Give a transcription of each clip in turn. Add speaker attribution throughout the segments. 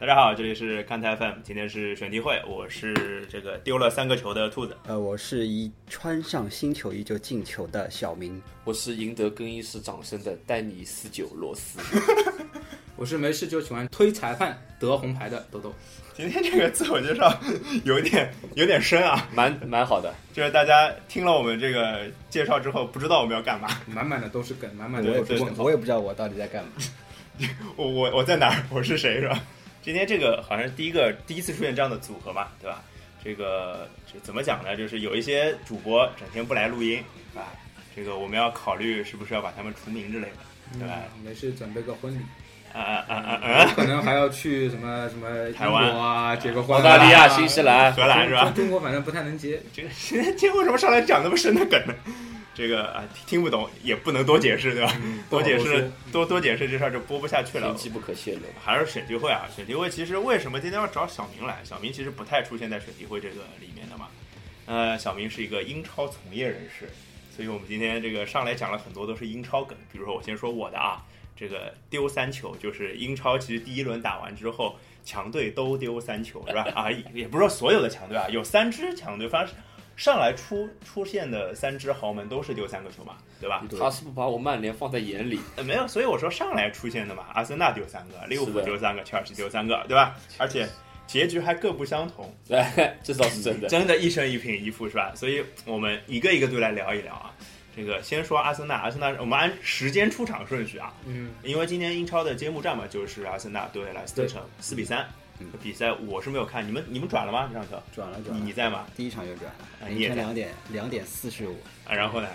Speaker 1: 大家好，这里是看台 FM，今天是选题会，我是这个丢了三个球的兔子。
Speaker 2: 呃，我是一穿上新球衣就进球的小明。
Speaker 3: 我是赢得更衣室掌声的丹尼四九罗 斯。
Speaker 4: 我是没事就喜欢推裁判得红牌的豆豆。
Speaker 1: 今天这个自我介绍有点有点深啊，
Speaker 3: 蛮蛮好的，
Speaker 1: 就是大家听了我们这个介绍之后，不知道我们要干嘛。
Speaker 4: 满满的都是梗，满
Speaker 2: 我
Speaker 4: 满的
Speaker 2: 也
Speaker 4: 都
Speaker 2: 不
Speaker 4: 是
Speaker 2: 知
Speaker 4: 问号。
Speaker 2: 我也不知道我到底在干嘛。
Speaker 1: 我我我在哪儿？我是谁是吧？今天这个好像是第一个第一次出现这样的组合嘛，对吧？这个这怎么讲呢？就是有一些主播整天不来录音啊，这个我们要考虑是不是要把他们除名之类的。对吧
Speaker 4: 嗯，没事准备个婚礼，
Speaker 1: 啊啊啊啊啊！
Speaker 4: 可能还要去什么 什么
Speaker 1: 台湾
Speaker 4: 英国啊、结个婚啊、
Speaker 3: 澳大利亚、新西兰，
Speaker 1: 荷兰是吧？
Speaker 4: 中国反正不太能结，
Speaker 1: 这个 这为什么上来讲那么深的梗呢？这个啊，听不懂也不能多解释，对吧？多解
Speaker 4: 不好
Speaker 1: 释
Speaker 4: 说，
Speaker 1: 多多解释这事儿就播不下去了
Speaker 3: 天。机不可泄露。
Speaker 1: 还是选题会啊，选题会其实为什么今天要找小明来？小明其实不太出现在选题会这个里面的嘛。呃，小明是一个英超从业人士，所以我们今天这个上来讲了很多都是英超梗，比如说我先说我的啊，这个丢三球就是英超其实第一轮打完之后，强队都丢三球是吧？ 啊，也也不是说所有的强队啊，有三支强队，反正上来出出现的三支豪门都是丢三个球嘛，对吧？
Speaker 3: 他是不把我曼联放在眼里，
Speaker 1: 呃，没有，所以我说上来出现的嘛，阿森纳丢三个，利物
Speaker 3: 是
Speaker 1: 浦
Speaker 3: 的
Speaker 1: 丢三个，切尔西丢三个，对吧？而且结局还各不相同，
Speaker 3: 来，这倒是真的。
Speaker 1: 真的，一胜一平一负是吧？所以我们一个一个队来聊一聊啊。这个先说阿森纳，阿森纳，我们按时间出场顺序啊，
Speaker 4: 嗯，
Speaker 1: 因为今年英超的揭幕战嘛，就是阿森纳对莱斯特城四比三
Speaker 2: 嗯。
Speaker 1: 比赛我是没有看，你们你们转了吗？这场球
Speaker 2: 转了转
Speaker 1: 你
Speaker 2: 了
Speaker 1: 你，在吗？
Speaker 2: 第一场就转
Speaker 1: 啊
Speaker 2: 了，
Speaker 1: 你也
Speaker 2: 凌晨
Speaker 1: 在
Speaker 2: 两点两点四十五，
Speaker 1: 啊，然后呢？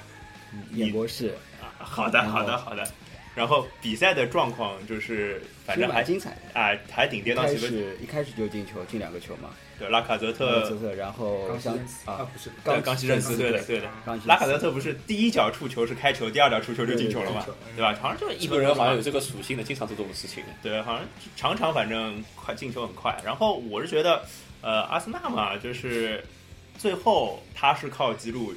Speaker 2: 演播室，
Speaker 1: 啊，好的
Speaker 2: 然后
Speaker 1: 好的好的。然后比赛的状况就是，反正
Speaker 2: 其实
Speaker 1: 还
Speaker 2: 蛮精彩的。
Speaker 1: 啊还顶
Speaker 2: 一
Speaker 1: 跌宕
Speaker 2: 开
Speaker 1: 起伏。
Speaker 2: 始一开始就进球，进两个球嘛，
Speaker 1: 对，拉卡泽特
Speaker 2: 泽特，然后
Speaker 4: 刚
Speaker 2: 像
Speaker 4: 认识啊
Speaker 2: 啊，
Speaker 4: 不是
Speaker 1: 对
Speaker 2: 冈
Speaker 1: 冈
Speaker 2: 崎
Speaker 1: 崎
Speaker 2: 镇
Speaker 1: 镇
Speaker 2: 司
Speaker 1: 司，
Speaker 2: 对
Speaker 1: 对
Speaker 2: 的
Speaker 1: 的，对的。
Speaker 2: 刚
Speaker 1: 拉卡泽特不是第一脚触球是开球，第二脚触球就进球了嘛
Speaker 4: 对对，
Speaker 1: 对吧？好像就
Speaker 3: 一
Speaker 1: 一
Speaker 3: 国
Speaker 1: 分
Speaker 3: 人
Speaker 1: 钟
Speaker 3: 好像有
Speaker 1: 吧
Speaker 3: 这个属性的，经常做这种事情。
Speaker 1: 对，好像常常反正快进球很快。然后我是觉得，呃，阿森纳嘛，就是最后他是靠吉鲁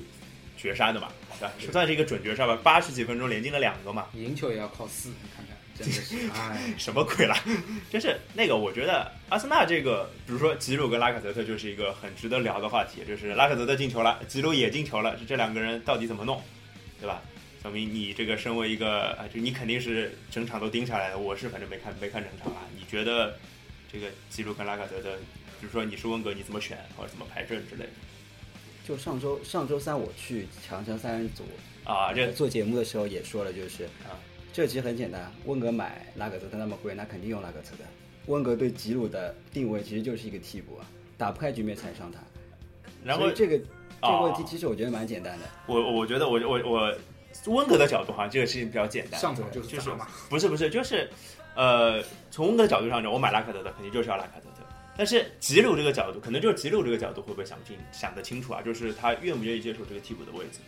Speaker 1: 绝杀的嘛，对吧？算是一个准绝杀吧，八十几分钟连进了两个嘛，
Speaker 4: 赢球也要靠四，你看看，真的是，哎，
Speaker 1: 什么鬼啦？ 就是那个，我觉得阿森纳这个，比如说吉鲁跟拉卡泽特就是一个很值得聊的话题，就是拉卡泽特进球了，吉鲁也进球了，这这两个人到底怎么弄，对吧？小明，你这个身为一个，啊就你肯定是整场都盯下来的，我是反正没看没看整场啊。你觉得这个吉鲁跟拉卡泽特，比如说你是温格，你怎么选或者怎么排阵之类的
Speaker 2: 就上周上周三我去长城三人组
Speaker 1: 啊？这
Speaker 2: 做节目的时候也说了，就是
Speaker 1: 啊
Speaker 2: 这其实很简单，温格买拉格泽特那么贵，那肯定用拉格泽特。温格对吉鲁的定位其实就是一个替补啊，打不开局面才上他。
Speaker 1: 然
Speaker 2: 所
Speaker 1: 后
Speaker 2: 以这个这
Speaker 1: 啊
Speaker 2: 个问题其实我觉得蛮简单的，
Speaker 1: 我我觉得我我我温格的角度好像这个事情比较简单，
Speaker 4: 上手就
Speaker 1: 就是是
Speaker 4: 砸嘛，
Speaker 1: 不是不是，就是，呃，从温格的角度上讲，我买拉卡德特肯定就是要拉卡德特。但是吉鲁这个角度，可能就是吉鲁这个角度会不会想清想得清楚啊？就是他愿不愿意接受这个替补的位置？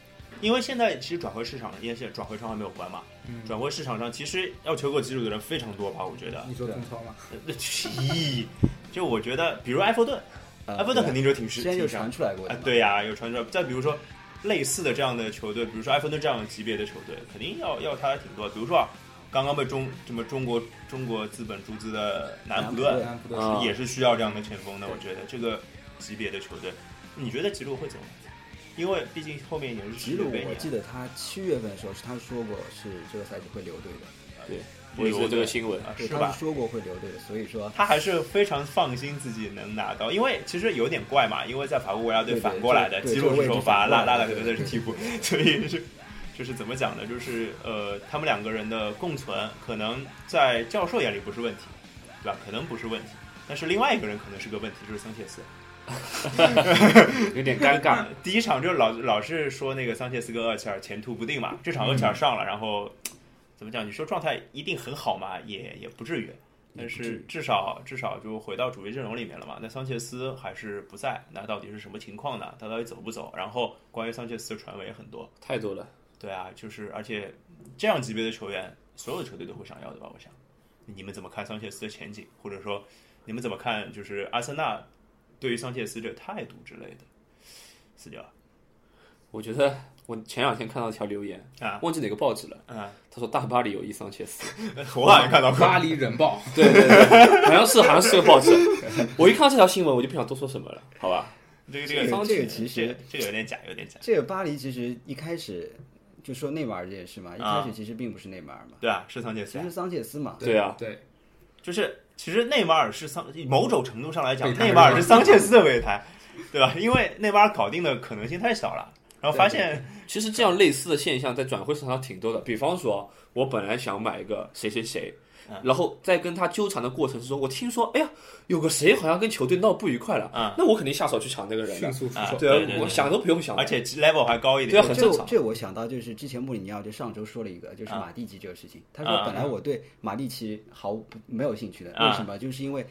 Speaker 1: 因为现在其实转会市场，因为现在转会窗还没有关嘛，
Speaker 4: 嗯
Speaker 1: 转会市场上其实要求购吉鲁的人非常多吧？我觉得，
Speaker 4: 你说中超嘛，
Speaker 1: 咦，就我觉得，比如埃弗顿，
Speaker 2: 呃，
Speaker 1: 埃弗啊顿肯定就挺
Speaker 2: 之
Speaker 1: 是
Speaker 2: 前
Speaker 1: 挺
Speaker 2: 就
Speaker 1: 上
Speaker 2: 传出来过的
Speaker 1: 啊
Speaker 2: 嘛，，
Speaker 1: 对呀、有传出来。再比如说类似的这样的球队，比如说埃弗顿这样级别的球队，肯定要要他挺多。比如说啊刚刚被中什么中国中国资本注资的南普
Speaker 2: 对
Speaker 1: 顿，
Speaker 4: 南普顿
Speaker 3: 啊，
Speaker 1: 也是需要这样的前锋的。
Speaker 2: 对
Speaker 1: 我觉得这个级别的球队，你觉得吉鲁会怎么？因为毕竟后面也是
Speaker 2: 吉鲁
Speaker 1: 世界杯
Speaker 2: 我
Speaker 1: 年
Speaker 2: 记得他七月份的时候是他说过是这个赛季会留队的，
Speaker 3: 我也是这个新闻。
Speaker 1: 啊，
Speaker 2: 对，
Speaker 1: 是
Speaker 2: 他
Speaker 1: 吧
Speaker 2: 是？说过会留队的，所以说
Speaker 1: 他还是非常放心自己能拿到，因为其实有点怪嘛，因为在法国国家队
Speaker 2: 对对
Speaker 1: 反过来的，
Speaker 2: 对
Speaker 1: 吉鲁
Speaker 2: 这
Speaker 1: 是
Speaker 2: 个位置
Speaker 1: 首发，
Speaker 2: 反过
Speaker 1: 拉
Speaker 2: 来
Speaker 1: 拉拉
Speaker 2: 的
Speaker 1: 可能
Speaker 2: 对
Speaker 1: 是替补，所以是就是怎么讲呢？就是呃，他们两个人的共存，可能在教授眼里不是问题，对吧？可能不是问题，但是另外一个人可能是个问题，就是桑切斯。
Speaker 3: 有点尴尬。
Speaker 1: 第一场就老老是说那个桑切斯跟厄齐尔前途不定嘛，这场厄
Speaker 2: 嗯
Speaker 1: 齐尔上了，然后怎么讲？你说状态一定很好嘛，也也不至于，但
Speaker 2: 也不至
Speaker 1: 是
Speaker 2: 于
Speaker 1: 至少至少就回到主力阵容里面了嘛。那桑切斯还是不在，那到底是什么情况呢？他到底走不走？然后关于桑切斯的传闻也很多，
Speaker 3: 太多了，
Speaker 1: 对啊，就是而且这样级别的球员，所有的球队都会想要的吧？我想，你们怎么看桑切斯的前景，或者说你们怎么看就是阿森纳对于桑切斯这个态度之类的？四九。
Speaker 3: 我觉得我前两天看到一条留言
Speaker 1: 啊，
Speaker 3: 忘记哪个报纸了，
Speaker 1: 啊，
Speaker 3: 他说大巴黎有伊桑切斯，
Speaker 1: 我好像看到过。
Speaker 4: 巴黎人爆，
Speaker 3: 对对对，好像是好像是个报纸。我一看到这条新闻，我就不想多说什么了，好吧？
Speaker 1: 这个这
Speaker 2: 这
Speaker 1: 个
Speaker 2: 个这个其实
Speaker 1: 这个有点假，有点假，
Speaker 2: 这个巴黎其实一开始就说内马尔这也是嘛，一开始其实并不是内马尔嘛，
Speaker 1: 对啊，是桑切斯
Speaker 2: 其
Speaker 1: 啊
Speaker 2: 实，桑切斯嘛，
Speaker 3: 对啊，
Speaker 4: 对，
Speaker 1: 就是其实内马尔是桑，某种程度上来讲，
Speaker 4: 备胎
Speaker 1: 内马尔是桑切斯的备胎，对吧？因为内马尔搞定的可能性太小了，然后发现
Speaker 3: 其实这样类似的现象在转会市场上挺多的。比方说，我本来想买一个谁谁谁，然后在跟他纠缠的过程之中，我听说，哎呀，有个谁好像跟球队闹不愉快了，
Speaker 1: 嗯
Speaker 3: 那我肯定下手去抢这个人
Speaker 4: 迅
Speaker 3: 了。
Speaker 4: 速出
Speaker 1: 啊
Speaker 4: 手，
Speaker 1: 对对
Speaker 3: 对
Speaker 1: 对
Speaker 3: 啊，我想都不用想。
Speaker 1: 而且 level 还高一
Speaker 3: 对
Speaker 1: 点
Speaker 3: 啊，很
Speaker 2: 这
Speaker 3: 正常
Speaker 2: 这我想到就是之前穆里尼奥就上周说了一个，就是
Speaker 1: 啊
Speaker 2: 马蒂奇这个事情。他说本来我对马蒂奇毫不没有兴趣的，
Speaker 1: 啊
Speaker 2: 为什么？就是因为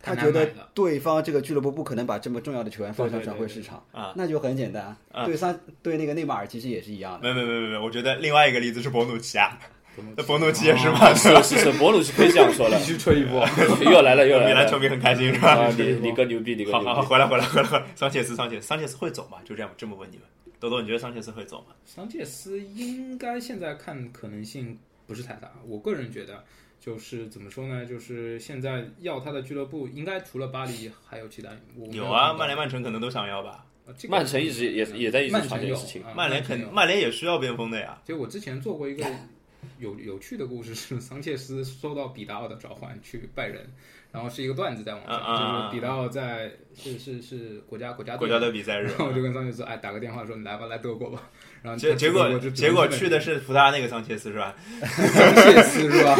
Speaker 2: 他
Speaker 4: 太难
Speaker 2: 觉得
Speaker 4: 买了
Speaker 2: 对方这个俱乐部不可能把这么重要的球员放上转会市场，那就很简单啊。对桑对那个内马尔其实也是一样的，
Speaker 1: 没没没没没，我觉得另外一个例子是博努奇啊，那博努奇也是
Speaker 3: 啊
Speaker 1: 吧？
Speaker 3: 是是是，博鲁是可以这样说的
Speaker 4: 必，须吹一波。
Speaker 3: 又来了又
Speaker 1: 米
Speaker 3: 来
Speaker 1: 兰球
Speaker 3: 了。
Speaker 1: 迷很开心是吧
Speaker 3: 啊，？你你哥牛逼，你哥
Speaker 1: 好
Speaker 3: 牛
Speaker 1: 好好，
Speaker 3: 逼！
Speaker 1: 回来回来回来回来，桑切斯桑切斯桑切斯会走吗？就这样这么问你们，豆豆，你觉得桑切斯会走吗？
Speaker 4: 桑切斯应该现在看可能性不是太大，我个人觉得就是怎么说呢，就是现在要他的俱乐部应该除了巴黎还有其啊他。我
Speaker 1: 有啊，曼
Speaker 4: 联
Speaker 1: 联、曼城可能都想要吧。
Speaker 3: 曼城一直也也在一直
Speaker 4: 嗯曼
Speaker 3: 传
Speaker 4: 城
Speaker 3: 这
Speaker 4: 有
Speaker 3: 个事情，
Speaker 4: 啊
Speaker 1: 曼联
Speaker 4: 城有
Speaker 1: 肯，曼联也需要边锋的呀。
Speaker 4: 就我之前做过一个有有趣的故事，是桑切斯收到比达奥的召唤去拜仁，然后是一个段子在网上，
Speaker 1: 啊啊啊
Speaker 4: 就是比达奥在是是是国家国家队
Speaker 1: 国家队比赛日
Speaker 4: 啊然，后我就跟桑切斯哎打个电话说你来吧，来德国吧。然后
Speaker 1: 结结
Speaker 4: 他去德
Speaker 1: 果
Speaker 4: 国就
Speaker 1: 结果去的是葡萄牙那个桑切斯是吧？
Speaker 4: 桑切斯 是吧？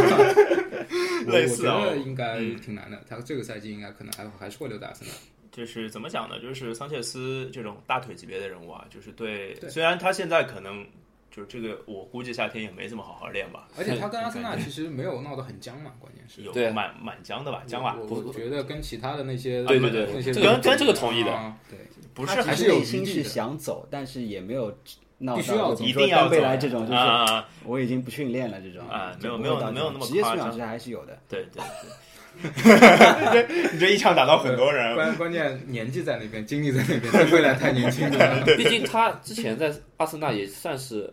Speaker 4: 我
Speaker 1: 类似啊嗯
Speaker 4: 我觉得应该挺难的。他这个赛季应该可能还还是会留在阿森纳。
Speaker 1: 就是怎么讲呢？就是桑切斯这种大腿级别的人物啊，就是对，
Speaker 4: 对
Speaker 1: 虽然他现在可能就是这个，我估计夏天也没怎么好好练吧，
Speaker 4: 而且他跟阿森纳其实没有闹得很僵嘛，关键是。
Speaker 1: 有
Speaker 3: 对
Speaker 1: 满满江的吧，江吧，
Speaker 4: 我我觉得跟其他的那些
Speaker 1: 啊
Speaker 3: 对对对
Speaker 4: 那些
Speaker 3: 这个
Speaker 4: 人
Speaker 3: 这个同意的
Speaker 4: 啊
Speaker 2: 对，
Speaker 1: 不
Speaker 2: 他
Speaker 1: 是还
Speaker 2: 其
Speaker 1: 是
Speaker 2: 实
Speaker 4: 有
Speaker 2: 内心
Speaker 4: 余地
Speaker 2: 是
Speaker 4: 的
Speaker 2: 想走，但是也没有闹
Speaker 4: 必须要
Speaker 2: 到
Speaker 4: 走
Speaker 2: 比
Speaker 1: 一
Speaker 2: 如说
Speaker 1: 定要
Speaker 2: 丹贝
Speaker 1: 走
Speaker 2: 莱这种，就
Speaker 1: 啊
Speaker 2: 是
Speaker 1: 啊啊
Speaker 2: 我已经不训练了这种
Speaker 1: 啊
Speaker 2: 就
Speaker 1: 没有
Speaker 2: 不会到
Speaker 1: 没有
Speaker 2: 这种
Speaker 1: 没有那么
Speaker 2: 职业素
Speaker 1: 夸张
Speaker 2: 养其实还是有的。
Speaker 1: 对对对， 你这一枪打到很多人，
Speaker 4: 关关键年纪在那边，精力在那边，他未来太年轻 了。
Speaker 3: 毕竟他之前在阿森纳也算是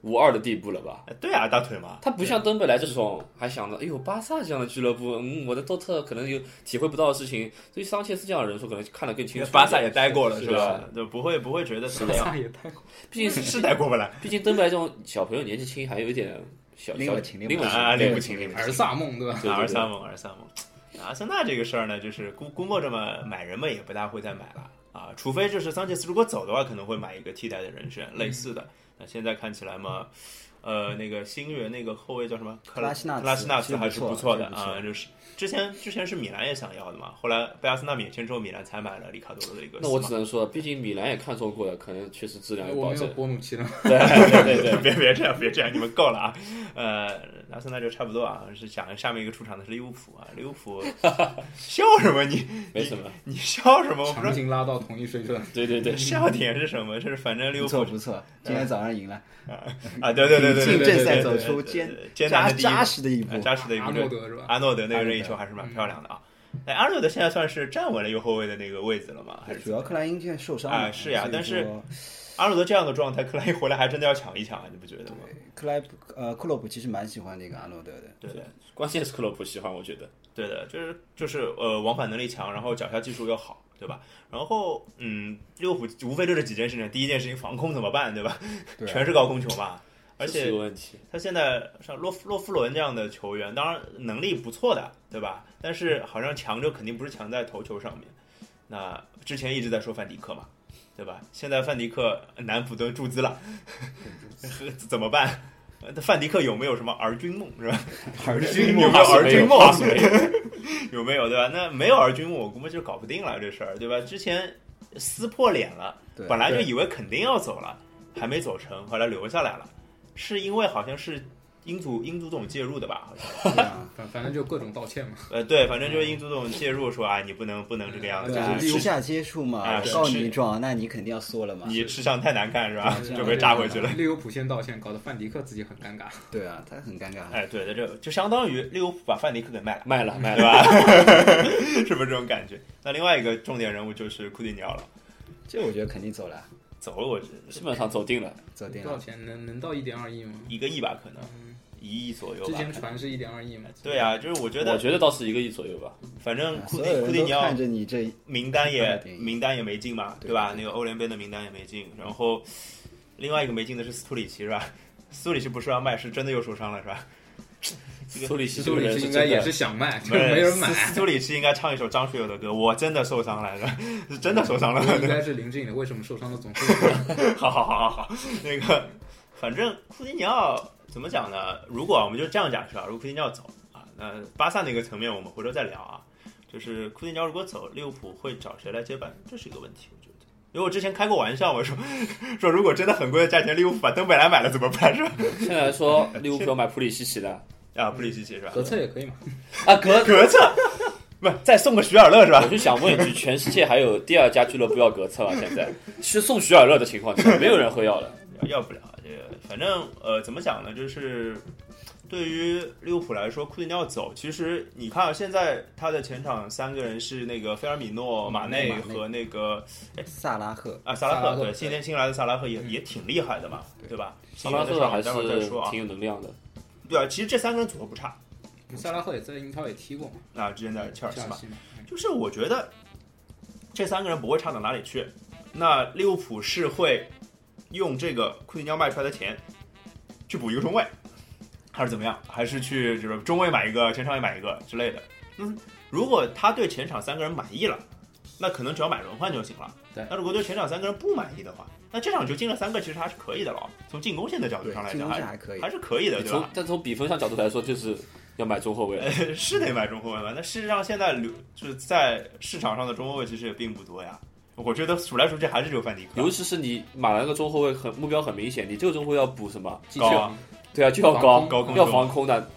Speaker 3: 无二的地步了吧？
Speaker 1: 对啊，大腿嘛，
Speaker 3: 他不像登贝莱这种还想着，哎呦，巴萨这样的俱乐部，嗯，我在多特可能有体会不到的事情，所以桑切斯这样的人数可能看得更清楚。
Speaker 1: 巴萨也待过了
Speaker 3: 是
Speaker 1: 是吧？就不会不会觉得怎么样，
Speaker 4: 也太快
Speaker 3: 毕竟
Speaker 1: 是待过不来
Speaker 3: 毕竟登贝莱这种小朋友年纪轻，还有一点小
Speaker 2: 拎
Speaker 3: 小
Speaker 2: 不清拎
Speaker 3: 拎
Speaker 2: 不
Speaker 3: 不
Speaker 2: 清
Speaker 1: 啊，
Speaker 3: 对
Speaker 1: 拎不清拎不清
Speaker 4: 儿。萨梦对吧？
Speaker 3: 对对对
Speaker 1: 阿尔萨姆，阿尔萨姆。阿森啊纳这个事儿呢，就是估估摸着嘛，买人们也不大会再买了啊，除非就是桑切斯如果走的话，可能会买一个替代的人选，类似
Speaker 2: 嗯
Speaker 1: 的。那现在看起来嘛，呃，那个新援那个后卫叫什么？克
Speaker 2: 拉西纳
Speaker 1: 克拉西纳
Speaker 2: 其实
Speaker 1: 斯
Speaker 2: 不
Speaker 1: 还是
Speaker 2: 错
Speaker 1: 错的
Speaker 2: 其实不
Speaker 1: 啊，就是之前之前是米兰也想要的嘛，后来被阿森纳免签之后，米兰才买了里卡多的一个斯
Speaker 3: 那
Speaker 1: 嘛。
Speaker 3: 我只能说，毕竟米兰也看中过了，可能确实质量有
Speaker 4: 我
Speaker 3: 保
Speaker 4: 没有
Speaker 3: 证。
Speaker 4: 博努奇了，
Speaker 3: 对对对对，
Speaker 1: 别别这样，别这样，你们够了啊！呃，阿森纳就差不多啊，是讲下面一个出场的是利物浦啊，利物浦 笑什么你？
Speaker 3: 没什么。
Speaker 1: 你笑什么？我不知
Speaker 4: 强
Speaker 1: 道
Speaker 4: 行拉到同一水准。
Speaker 3: 对对对，
Speaker 1: 笑点是什么？就是反正利
Speaker 2: 不
Speaker 1: 物
Speaker 2: 错
Speaker 1: 浦
Speaker 2: 不错，今天早上赢了，
Speaker 1: 啊，对对对对对，
Speaker 2: 进
Speaker 1: 对
Speaker 2: 正
Speaker 1: 对
Speaker 2: 赛
Speaker 1: 对
Speaker 2: 走
Speaker 1: 对
Speaker 2: 出
Speaker 1: 对
Speaker 2: 艰
Speaker 1: 对艰难的
Speaker 2: 扎
Speaker 1: 第一
Speaker 2: 扎实的一步
Speaker 1: 啊。扎实的一步，
Speaker 4: 阿诺德是吧？
Speaker 1: 阿诺德那个任意
Speaker 2: 阿诺德
Speaker 1: 球还是蛮漂亮的啊。哎，阿诺德现在算是站稳了右后卫的那个位置了吗？还
Speaker 2: 主
Speaker 1: 是
Speaker 2: 要克莱因现在受伤
Speaker 1: 啊
Speaker 2: 了，
Speaker 1: 是呀
Speaker 2: 所以
Speaker 1: 但是
Speaker 2: 说
Speaker 1: 阿诺德这样的状态，克莱因回来还真的要抢一抢啊，你不觉得吗？
Speaker 2: 克莱普呃库洛普其实蛮喜欢那个阿诺德的，
Speaker 1: 对的，
Speaker 3: 关键是克洛普喜欢，我觉得。
Speaker 1: 对的，就是就是呃，往返能力强，然后脚下技术又好，对吧？然后嗯，利物浦无非就是几件事情，第一件事情防空怎么办，对吧？
Speaker 2: 对啊
Speaker 1: 全是高空球嘛，而
Speaker 3: 这是
Speaker 1: 且
Speaker 3: 一个问题，
Speaker 1: 他现在像洛夫洛夫伦这样的球员，当然能力不错的，对吧？但是好像强就肯定不是强在头球上面。那之前一直在说范迪克嘛，对吧？现在范迪克南普敦注资了， 怎么办？呃范迪克有没有什么儿君梦是吧？
Speaker 2: 而
Speaker 1: 君有没有儿君梦？有没有对吧？那没有儿君梦，我估摸就搞不定了这事儿，对吧？之前撕破脸了，
Speaker 2: 对
Speaker 1: 本来就
Speaker 4: 对
Speaker 1: 以为肯定要走了，还没走成，后来留下来了，是因为好像是英足英足总介入的吧？好像
Speaker 2: 对啊
Speaker 4: 反反正就各种道歉嘛。
Speaker 1: 呃，对，反正就是英足总介入说啊，你不能不能这个样子，
Speaker 2: 对
Speaker 4: 对
Speaker 2: 啊，
Speaker 4: 啊
Speaker 2: 私下接触嘛，
Speaker 1: 啊
Speaker 2: 我告
Speaker 1: 是
Speaker 2: 你壮，那你肯定要缩了嘛。
Speaker 1: 你吃相太难看是吧？
Speaker 2: 对
Speaker 1: 就被炸回去了。
Speaker 4: 利物浦先道歉，搞得范迪克自己很尴尬。
Speaker 2: 对啊，他很尴尬。
Speaker 1: 哎，对的，这就相当于利物浦把范迪克给卖了，
Speaker 3: 卖了卖
Speaker 1: 对
Speaker 3: 了，
Speaker 1: 吧？是不是这种感觉？那另外一个重点人物就是库蒂尼奥了。
Speaker 2: 这我觉得肯定走了，
Speaker 1: 走了我
Speaker 3: 基本上走定了。
Speaker 2: 走定
Speaker 1: 啊
Speaker 4: 多少
Speaker 2: 了。
Speaker 4: 钱？能能到一点二亿吗？
Speaker 1: 一个亿吧，可能
Speaker 2: 嗯
Speaker 1: 一亿左右
Speaker 4: 之
Speaker 1: 吧
Speaker 4: 前。传是一点二亿嘛？
Speaker 1: 对啊，就是我觉
Speaker 3: 我
Speaker 1: 得，
Speaker 3: 觉得倒是一个亿左右吧。
Speaker 1: 反正
Speaker 2: 啊
Speaker 1: 库
Speaker 2: 所
Speaker 1: 蒂
Speaker 2: 有
Speaker 1: 库
Speaker 2: 人
Speaker 1: 蒂
Speaker 2: 都
Speaker 1: 尼奥
Speaker 2: 看着你这，
Speaker 1: 名单
Speaker 2: 看
Speaker 1: 也
Speaker 2: 着电影
Speaker 1: 名单也没进嘛，
Speaker 2: 对
Speaker 1: 对吧？那
Speaker 2: 对
Speaker 1: 个欧联杯的名单也没进，然后另外一个没进的是斯图里奇是吧？ 斯图里奇不是要卖，是真的又受伤了是吧？这个
Speaker 3: 苏里奇
Speaker 4: 斯
Speaker 3: 这
Speaker 4: 图
Speaker 3: 个
Speaker 4: 里
Speaker 3: 人
Speaker 4: 奇应
Speaker 3: 真
Speaker 4: 该
Speaker 3: 的
Speaker 4: 也是想卖，就
Speaker 1: 不是
Speaker 4: 没人买。
Speaker 1: 斯斯图里奇应该唱一首张学友的歌，我真的受伤了，是吧？ 是真的受伤了。
Speaker 4: 应该是林俊的，为什么受伤的总是我？
Speaker 1: 好好好好好， 那个，反正库蒂尼奥怎么讲呢？如果啊我们就这样假设啊，如果库蒂尼奥走啊，那巴萨那个层面我们回头再聊啊。就是库蒂尼奥如果走，利物浦会找谁来接班？这是一个问题，我觉得。因为我之前开过玩笑，我说 说如果真的很贵的价钱，利物浦把登贝莱买了怎么办？是吧？
Speaker 3: 现在说利物浦要买普里西奇的
Speaker 1: 啊，普里西奇是吧？
Speaker 4: 格策也可以嘛？
Speaker 3: 啊，格，
Speaker 1: 格策，不是再送个徐尔乐是吧
Speaker 3: 我？就想问一句，全世界还有第二家俱乐部要格策吗？现在是送徐尔乐的情况下，没有人会要 了。
Speaker 1: 要不了这个，反正呃，怎么讲呢？就是对于利物浦来说，库蒂尼奥走，其实你看啊，现在他的前场三个人是那个菲尔米诺、马内
Speaker 2: 马内
Speaker 1: 和那个
Speaker 2: 萨拉赫
Speaker 1: 啊萨拉
Speaker 4: 萨拉
Speaker 1: 赫，
Speaker 4: 赫
Speaker 1: 对，今天新来的萨拉赫也
Speaker 4: 嗯
Speaker 1: 也挺厉害的嘛，对吧？
Speaker 3: 萨拉
Speaker 1: 新
Speaker 3: 赫
Speaker 1: 援的
Speaker 3: 还是
Speaker 1: 上来待会儿再说啊，
Speaker 3: 挺有能量的，
Speaker 1: 对啊，其实这三个人组合不差，
Speaker 4: 萨拉赫也在英超也踢过嘛？
Speaker 1: 啊，之前在切尔西
Speaker 4: 切尔
Speaker 1: 嘛，
Speaker 4: 西嘛？嗯
Speaker 1: 就是我觉得这三个人不会差到哪里去。那利物浦是会用这个库蒂尼奥卖出来的钱去补一个中卫，还是怎么样？还是去就是中卫买一个，前场也买一个之类的？嗯，如果他对前场三个人满意了，那可能只要买轮换就行了。
Speaker 4: 对
Speaker 1: 那如果对前场三个人不满意的话，那这场就进了三个，其实还是可以的了。从进攻线的角度
Speaker 2: 对
Speaker 1: 哦上来
Speaker 2: 进
Speaker 1: 讲，
Speaker 2: 攻
Speaker 1: 还
Speaker 2: 线
Speaker 1: 是
Speaker 2: 还可以
Speaker 1: 还，是可以的，对
Speaker 3: 从
Speaker 1: 吧？哎
Speaker 3: 但从比分上角度来说，就是要买中后卫。
Speaker 1: 是得买中后卫吧？那事实上现在流就是在市场上的中后卫其实也并不多呀。我觉得数来数去还是只有范迪克啊
Speaker 3: 尤。其是你买了个中后卫，很目标很明显，你这个中后卫要补什么？
Speaker 4: 继
Speaker 1: 高
Speaker 4: 续
Speaker 1: 啊
Speaker 3: 对啊，就要
Speaker 4: 防
Speaker 3: 高，
Speaker 4: 空
Speaker 1: 高空
Speaker 3: 要
Speaker 1: 中
Speaker 3: 防空的，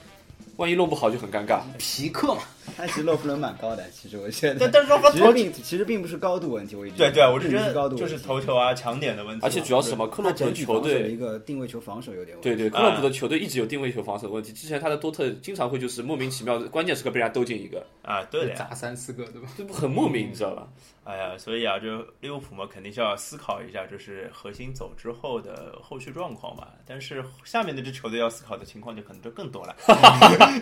Speaker 3: 万一弄不好就很尴尬。
Speaker 4: 皮克 嘛？
Speaker 2: 他其实洛夫伦蛮高的，其实我觉
Speaker 1: 但
Speaker 2: 得。
Speaker 1: 但是说他
Speaker 2: 其实
Speaker 1: 投
Speaker 2: 并其实并不是高度问题，我一直
Speaker 1: 对对啊，我是
Speaker 2: 是
Speaker 1: 觉
Speaker 2: 高
Speaker 1: 得
Speaker 2: 度问
Speaker 1: 就
Speaker 2: 题
Speaker 1: 是头球啊、抢点的问题嘛，
Speaker 3: 而且主要是什么？克洛
Speaker 2: 他整
Speaker 3: 普的
Speaker 2: 体
Speaker 3: 球
Speaker 2: 防守的
Speaker 3: 队
Speaker 2: 一，个定位球防守有点问题。
Speaker 3: 对
Speaker 1: 哎
Speaker 3: 对，克洛普的球队一直有定位球防守问题。之前他的多特经常会就是莫名其妙，关键时刻被人家兜进一个，
Speaker 1: 啊？对的呀，
Speaker 4: 砸三四个对吧？
Speaker 3: 就很莫名，你知道吧？
Speaker 1: 哎呀，所以啊，就利物浦嘛，肯定是要思考一下，就是核心走之后的后续状况嘛。但是下面那支球队要思考的情况就可能就更 多了。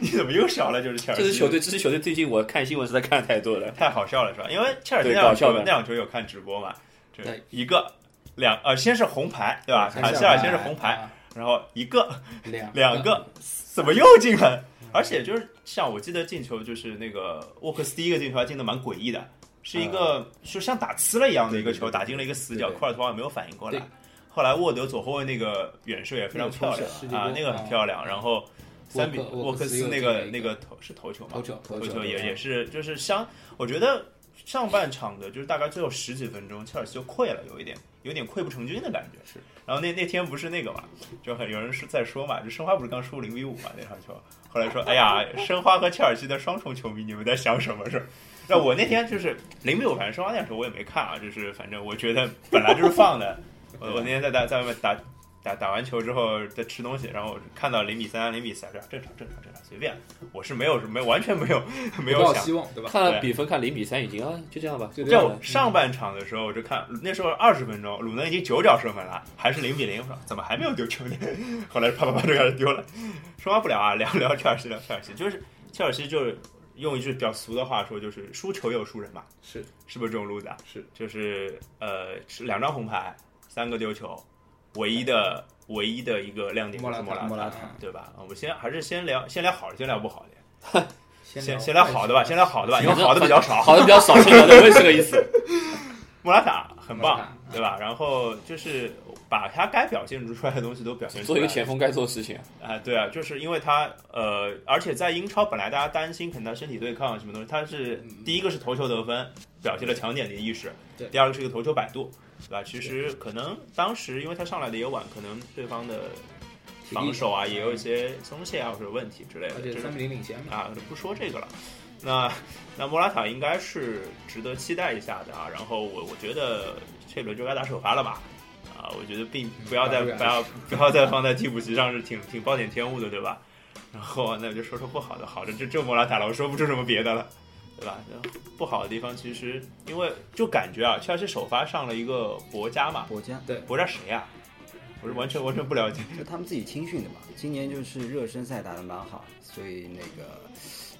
Speaker 1: 你怎么又少了？就是切 尔西
Speaker 3: 这支球队，这支球队最近我看新闻实在看太多了。
Speaker 1: 太好笑了，是吧？因为切尔西
Speaker 3: 对
Speaker 1: 那场
Speaker 3: 搞笑
Speaker 1: 球
Speaker 3: 的
Speaker 1: 那场球有看直播嘛，就
Speaker 4: 对
Speaker 1: 一个两呃，先是红牌对吧？
Speaker 2: 先
Speaker 1: 卡
Speaker 2: 是
Speaker 1: 希尔
Speaker 2: 红
Speaker 1: 先是
Speaker 2: 牌
Speaker 1: 红牌，
Speaker 4: 啊，
Speaker 1: 然后一个
Speaker 4: 两
Speaker 1: 两个，怎么又进了？而且就是像我记得进球，就是那个沃克斯第一个进球还进的蛮诡异的，是一个就像打呲了一样的一个球，
Speaker 2: 对对对
Speaker 1: 打进了一个死角，
Speaker 2: 对对
Speaker 1: 库尔图瓦没有反应过来
Speaker 4: 对。
Speaker 1: 后来沃德左后卫那个远射也非常漂亮
Speaker 4: 那个冲射
Speaker 1: 啊，
Speaker 4: 世界
Speaker 1: 那
Speaker 4: 波
Speaker 1: 个很漂亮。然后三比
Speaker 4: 沃克
Speaker 1: 沃克斯
Speaker 4: 沃克斯又
Speaker 1: 那
Speaker 4: 进了一
Speaker 1: 那
Speaker 4: 个
Speaker 1: 个头是头球吗
Speaker 4: 头？球
Speaker 2: 头
Speaker 1: 头
Speaker 2: 球
Speaker 1: 球也
Speaker 2: 对
Speaker 1: 也是就是相，我觉得上半场的就是大概最后十几分钟，切尔西就溃了，有一点有点溃不成军的感觉。
Speaker 4: 是，
Speaker 1: 然后那那天不是那个嘛，就很有人是在说嘛，就申花不是刚输零比五嘛那场球，后来说哎呀，申花和切尔西的双重球迷，你们在想什么是吧？那我那天就是零比五，反正申花那球我也没看啊，就是反正我觉得本来就是放的，我我那天在打在外面打打打完球之后在吃东西，然后我看到零比三、零比三这样正常正常正常随便，我是没有没完全没有 没有
Speaker 4: 不抱
Speaker 1: 想
Speaker 4: 希望对吧？
Speaker 3: 看了比分，看零比三已经啊，就这样吧，就
Speaker 4: 就
Speaker 3: 这
Speaker 1: 就
Speaker 3: 样
Speaker 1: 我
Speaker 3: 吧。
Speaker 1: 上半场的时候，我就看那时候二十分钟，鲁能已经九脚射门了，还是零比零，我说怎么还没有丢球呢？ 后来啪啪啪就开始丢了，说话不了啊，聊聊切尔西，聊切尔西，就是切尔西就是用一句比较俗的话说，就是输球也有输人嘛，
Speaker 4: 是
Speaker 1: 是不是这种路子啊？
Speaker 4: 是，
Speaker 1: 就是呃是两张红牌，三个丢球，唯一的唯一的一个亮点就
Speaker 4: 莫
Speaker 1: 是
Speaker 4: 拉
Speaker 1: 莫
Speaker 4: 塔，
Speaker 1: 拉
Speaker 2: 莫
Speaker 1: 塔，
Speaker 2: 拉
Speaker 4: 塔啊
Speaker 1: 对吧？我们先还是先聊先聊好的，先聊不好的，先
Speaker 4: 先
Speaker 1: 先聊好的吧，先聊好的吧，因为好的比较少，
Speaker 3: 好的比较少，是吧？我也是这个意思。
Speaker 1: 莫拉塔很
Speaker 4: 莫拉
Speaker 1: 棒
Speaker 4: 塔，
Speaker 1: 对吧？然后就是把他该表现出来的东西都表现出
Speaker 3: 做
Speaker 1: 来。
Speaker 3: 一个前锋该做的事情啊。
Speaker 1: 啊，对啊，就是因为他呃，而且在英超本来大家担心可能他身体对抗什么东西，他是第一个是头球得分，表现了抢点的意识
Speaker 4: 嗯对；
Speaker 1: 第二个是一个头球摆渡，对吧？其实可能当时因为他上来的也晚，可能对方的
Speaker 4: 体力嗯
Speaker 1: 防守啊也有一些松懈啊或者问题之类的
Speaker 4: 而，
Speaker 1: 就
Speaker 4: 且
Speaker 1: 是
Speaker 4: 三比零领先嘛，
Speaker 1: 啊，不说这个了。那那莫拉塔应该是值得期待一下的啊。然后我我觉得这轮就该打首发了吧。啊，我觉得并不要再
Speaker 4: 嗯
Speaker 1: 不要不要再放在替补席上是挺挺暴殄天物的，对吧？然后那我就说说不好的，好的就就莫拉塔了，我说不出什么别的了。对吧？不好的地方其实因为就感觉啊，切尔西首发上了一个博加嘛，
Speaker 2: 国家
Speaker 1: 博加谁啊？我是完全完全不了解。
Speaker 2: 就他们自己青训的嘛。今年就是热身赛打得蛮好，所以那个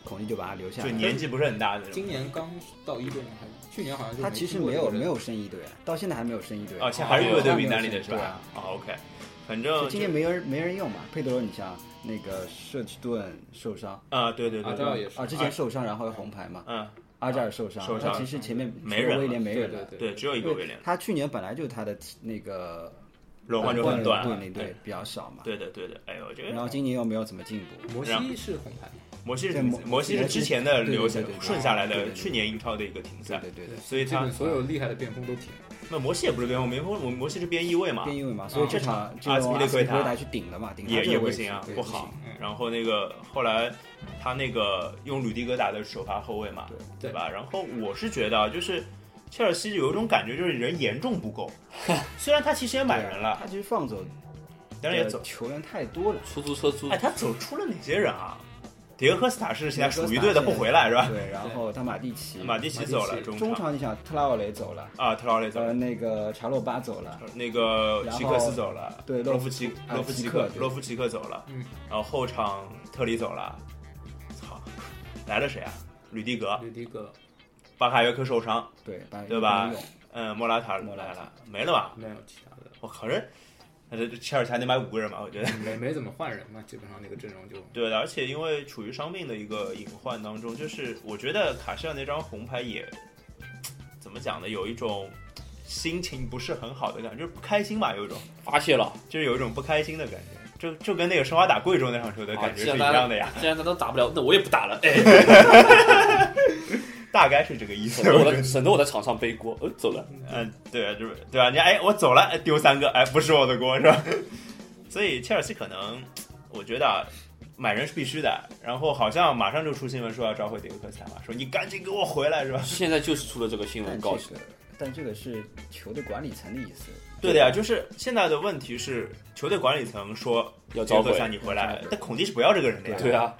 Speaker 2: 孔蒂就把他留下
Speaker 1: 就
Speaker 2: 来。
Speaker 1: 年纪不是很大的那
Speaker 4: 今
Speaker 1: 种。
Speaker 4: 年刚到一队吗？还是去年好像就
Speaker 2: 他其实
Speaker 4: 没
Speaker 2: 没
Speaker 4: 踢过
Speaker 2: 有
Speaker 4: 这个
Speaker 2: 没有升一队，啊到现在还没有升一队。啊
Speaker 1: 哦，现在还是
Speaker 3: 哦
Speaker 1: 热
Speaker 2: 他
Speaker 1: 对
Speaker 2: 没
Speaker 1: 比
Speaker 2: 有
Speaker 1: 那里
Speaker 2: 升
Speaker 1: 的是
Speaker 2: 对
Speaker 1: 吧
Speaker 2: 啊？
Speaker 1: 哦，OK，反
Speaker 2: 就
Speaker 1: 正
Speaker 2: 今年没人没人用嘛，佩德罗，你像那个舍奇顿受伤
Speaker 1: 啊，对对
Speaker 4: 阿
Speaker 1: 对
Speaker 4: 扎
Speaker 1: 对，
Speaker 4: 尔也是
Speaker 2: 啊，之前受伤然后红牌嘛，
Speaker 1: 嗯，
Speaker 2: 阿扎尔受伤，
Speaker 1: 受伤
Speaker 2: 他其实前面
Speaker 1: 没人了
Speaker 2: 威廉没
Speaker 4: 对
Speaker 2: 人
Speaker 4: 对
Speaker 2: 了，
Speaker 1: 对，只有一个
Speaker 2: 对
Speaker 1: 威廉，
Speaker 2: 他去年本来就是他的替那个呃
Speaker 1: 轮换就很短了
Speaker 2: 对。对
Speaker 1: 对
Speaker 2: 比较少嘛，
Speaker 1: 对的对的，哎呦，这
Speaker 2: 然
Speaker 1: 个
Speaker 2: 后今年又没有怎么进步，
Speaker 4: 摩
Speaker 1: 然后
Speaker 4: 西是红牌，
Speaker 1: 摩西是
Speaker 2: 对摩
Speaker 1: 摩西是之前的留下
Speaker 2: 对对对对
Speaker 1: 顺下来
Speaker 2: 对对
Speaker 1: 的
Speaker 2: 对
Speaker 1: 去年英超的一个停
Speaker 2: 对
Speaker 1: 赛，
Speaker 2: 对对对，
Speaker 1: 所以
Speaker 4: 基
Speaker 1: 他
Speaker 4: 本所有厉害的边锋都停了。
Speaker 1: 那摩西也不是边锋，边锋我摩西是边翼位嘛，
Speaker 2: 边翼位嘛，
Speaker 1: 啊
Speaker 2: 所以这场就
Speaker 1: 阿斯
Speaker 2: 用
Speaker 1: 皮
Speaker 2: 阿
Speaker 1: 利
Speaker 2: 斯
Speaker 1: 奎
Speaker 2: 皮
Speaker 1: 塔
Speaker 2: 奎塔去顶了嘛，顶他
Speaker 1: 也
Speaker 2: 这
Speaker 1: 也
Speaker 2: 个
Speaker 1: 不
Speaker 2: 位置
Speaker 1: 行啊，
Speaker 2: 对
Speaker 1: 不
Speaker 2: 行
Speaker 1: 好
Speaker 4: 嗯。
Speaker 1: 然后那个后来他那个用吕迪格打的首发后卫嘛，
Speaker 4: 对
Speaker 1: 对吧？然后我是觉得啊，就是切尔西有一种感觉，就是人严重不 够。虽然他其实也买人了，
Speaker 2: 他其实放走
Speaker 1: 但是也走。
Speaker 2: 球员太多了，
Speaker 3: 出租车租
Speaker 1: 哎，他走出了哪些人啊？迭戈科斯塔是现在属于队
Speaker 2: 迭
Speaker 1: 的
Speaker 2: 戈科斯
Speaker 1: 不
Speaker 2: 塔
Speaker 1: 回来是吧？
Speaker 2: 对，然后他马蒂嗯奇，
Speaker 1: 马蒂奇走了，中
Speaker 2: 中
Speaker 1: 场
Speaker 2: 场你想特拉奥雷走了，
Speaker 1: 啊，特劳雷走
Speaker 2: 呃，
Speaker 1: 了，
Speaker 2: 那个查洛巴走了，
Speaker 1: 那个
Speaker 2: 然后
Speaker 1: 希克斯走了，
Speaker 2: 对
Speaker 1: 洛夫奇
Speaker 2: 啊
Speaker 1: 洛夫奇
Speaker 2: 齐
Speaker 1: 克
Speaker 2: 克对
Speaker 1: 洛夫奇克走了，
Speaker 4: 嗯，
Speaker 1: 然后后场特里走了，操，来了谁啊？吕迪格，
Speaker 4: 吕迪格
Speaker 1: 巴卡约科受伤，
Speaker 2: 对，把
Speaker 1: 对吧
Speaker 2: 没用
Speaker 1: 嗯，莫拉塔
Speaker 2: 莫拉
Speaker 1: 来
Speaker 2: 塔
Speaker 1: 了，没了吧？
Speaker 4: 没有其他的，
Speaker 1: 我靠，这那这这切尔西还得买五个人吧？我觉得。
Speaker 4: 没没怎么换人嘛，基本上那个阵容就
Speaker 1: 对的，而且因为处于伤病的一个隐患当中，就是我觉得卡西亚那张红牌也怎么讲呢，有一种心情不是很好的感觉，就是不开心吧，有一种，
Speaker 3: 发泄了，
Speaker 1: 就是有一种不开心的感觉，就就跟那个申花打贵州那场球的感觉
Speaker 3: 啊
Speaker 1: 是一样的呀，。
Speaker 3: 既然他都打不了，那我也不打了，哎，
Speaker 1: 大概是这个意思
Speaker 3: 省。得
Speaker 1: 我
Speaker 3: 我
Speaker 1: 觉
Speaker 3: 在
Speaker 1: 得
Speaker 3: 省得我在场上背锅，呃，走了。
Speaker 1: 嗯，对啊，就是对吧、你哎，我走了，哎丢三个，哎，不是我的锅，是吧？ 所以切尔西可能，我觉得啊，买人是必须的。然后好像马上就出新闻说要召回迭戈科斯塔嘛，说你赶紧给我回来，是吧？
Speaker 3: 现在就是出了这个
Speaker 1: 嗯
Speaker 3: 新闻
Speaker 2: 但
Speaker 3: 告
Speaker 2: 这
Speaker 3: 诉
Speaker 2: 个，但这个是球队管理层的意思。
Speaker 1: 对的呀，就是现在的问题是，球队管理层说呃
Speaker 3: 要
Speaker 1: 杰
Speaker 3: 召
Speaker 1: 克
Speaker 3: 回，
Speaker 1: 萨你回
Speaker 2: 要
Speaker 1: 来
Speaker 2: 召，回
Speaker 1: 但孔蒂是不要这个人的呀。
Speaker 3: 对啊，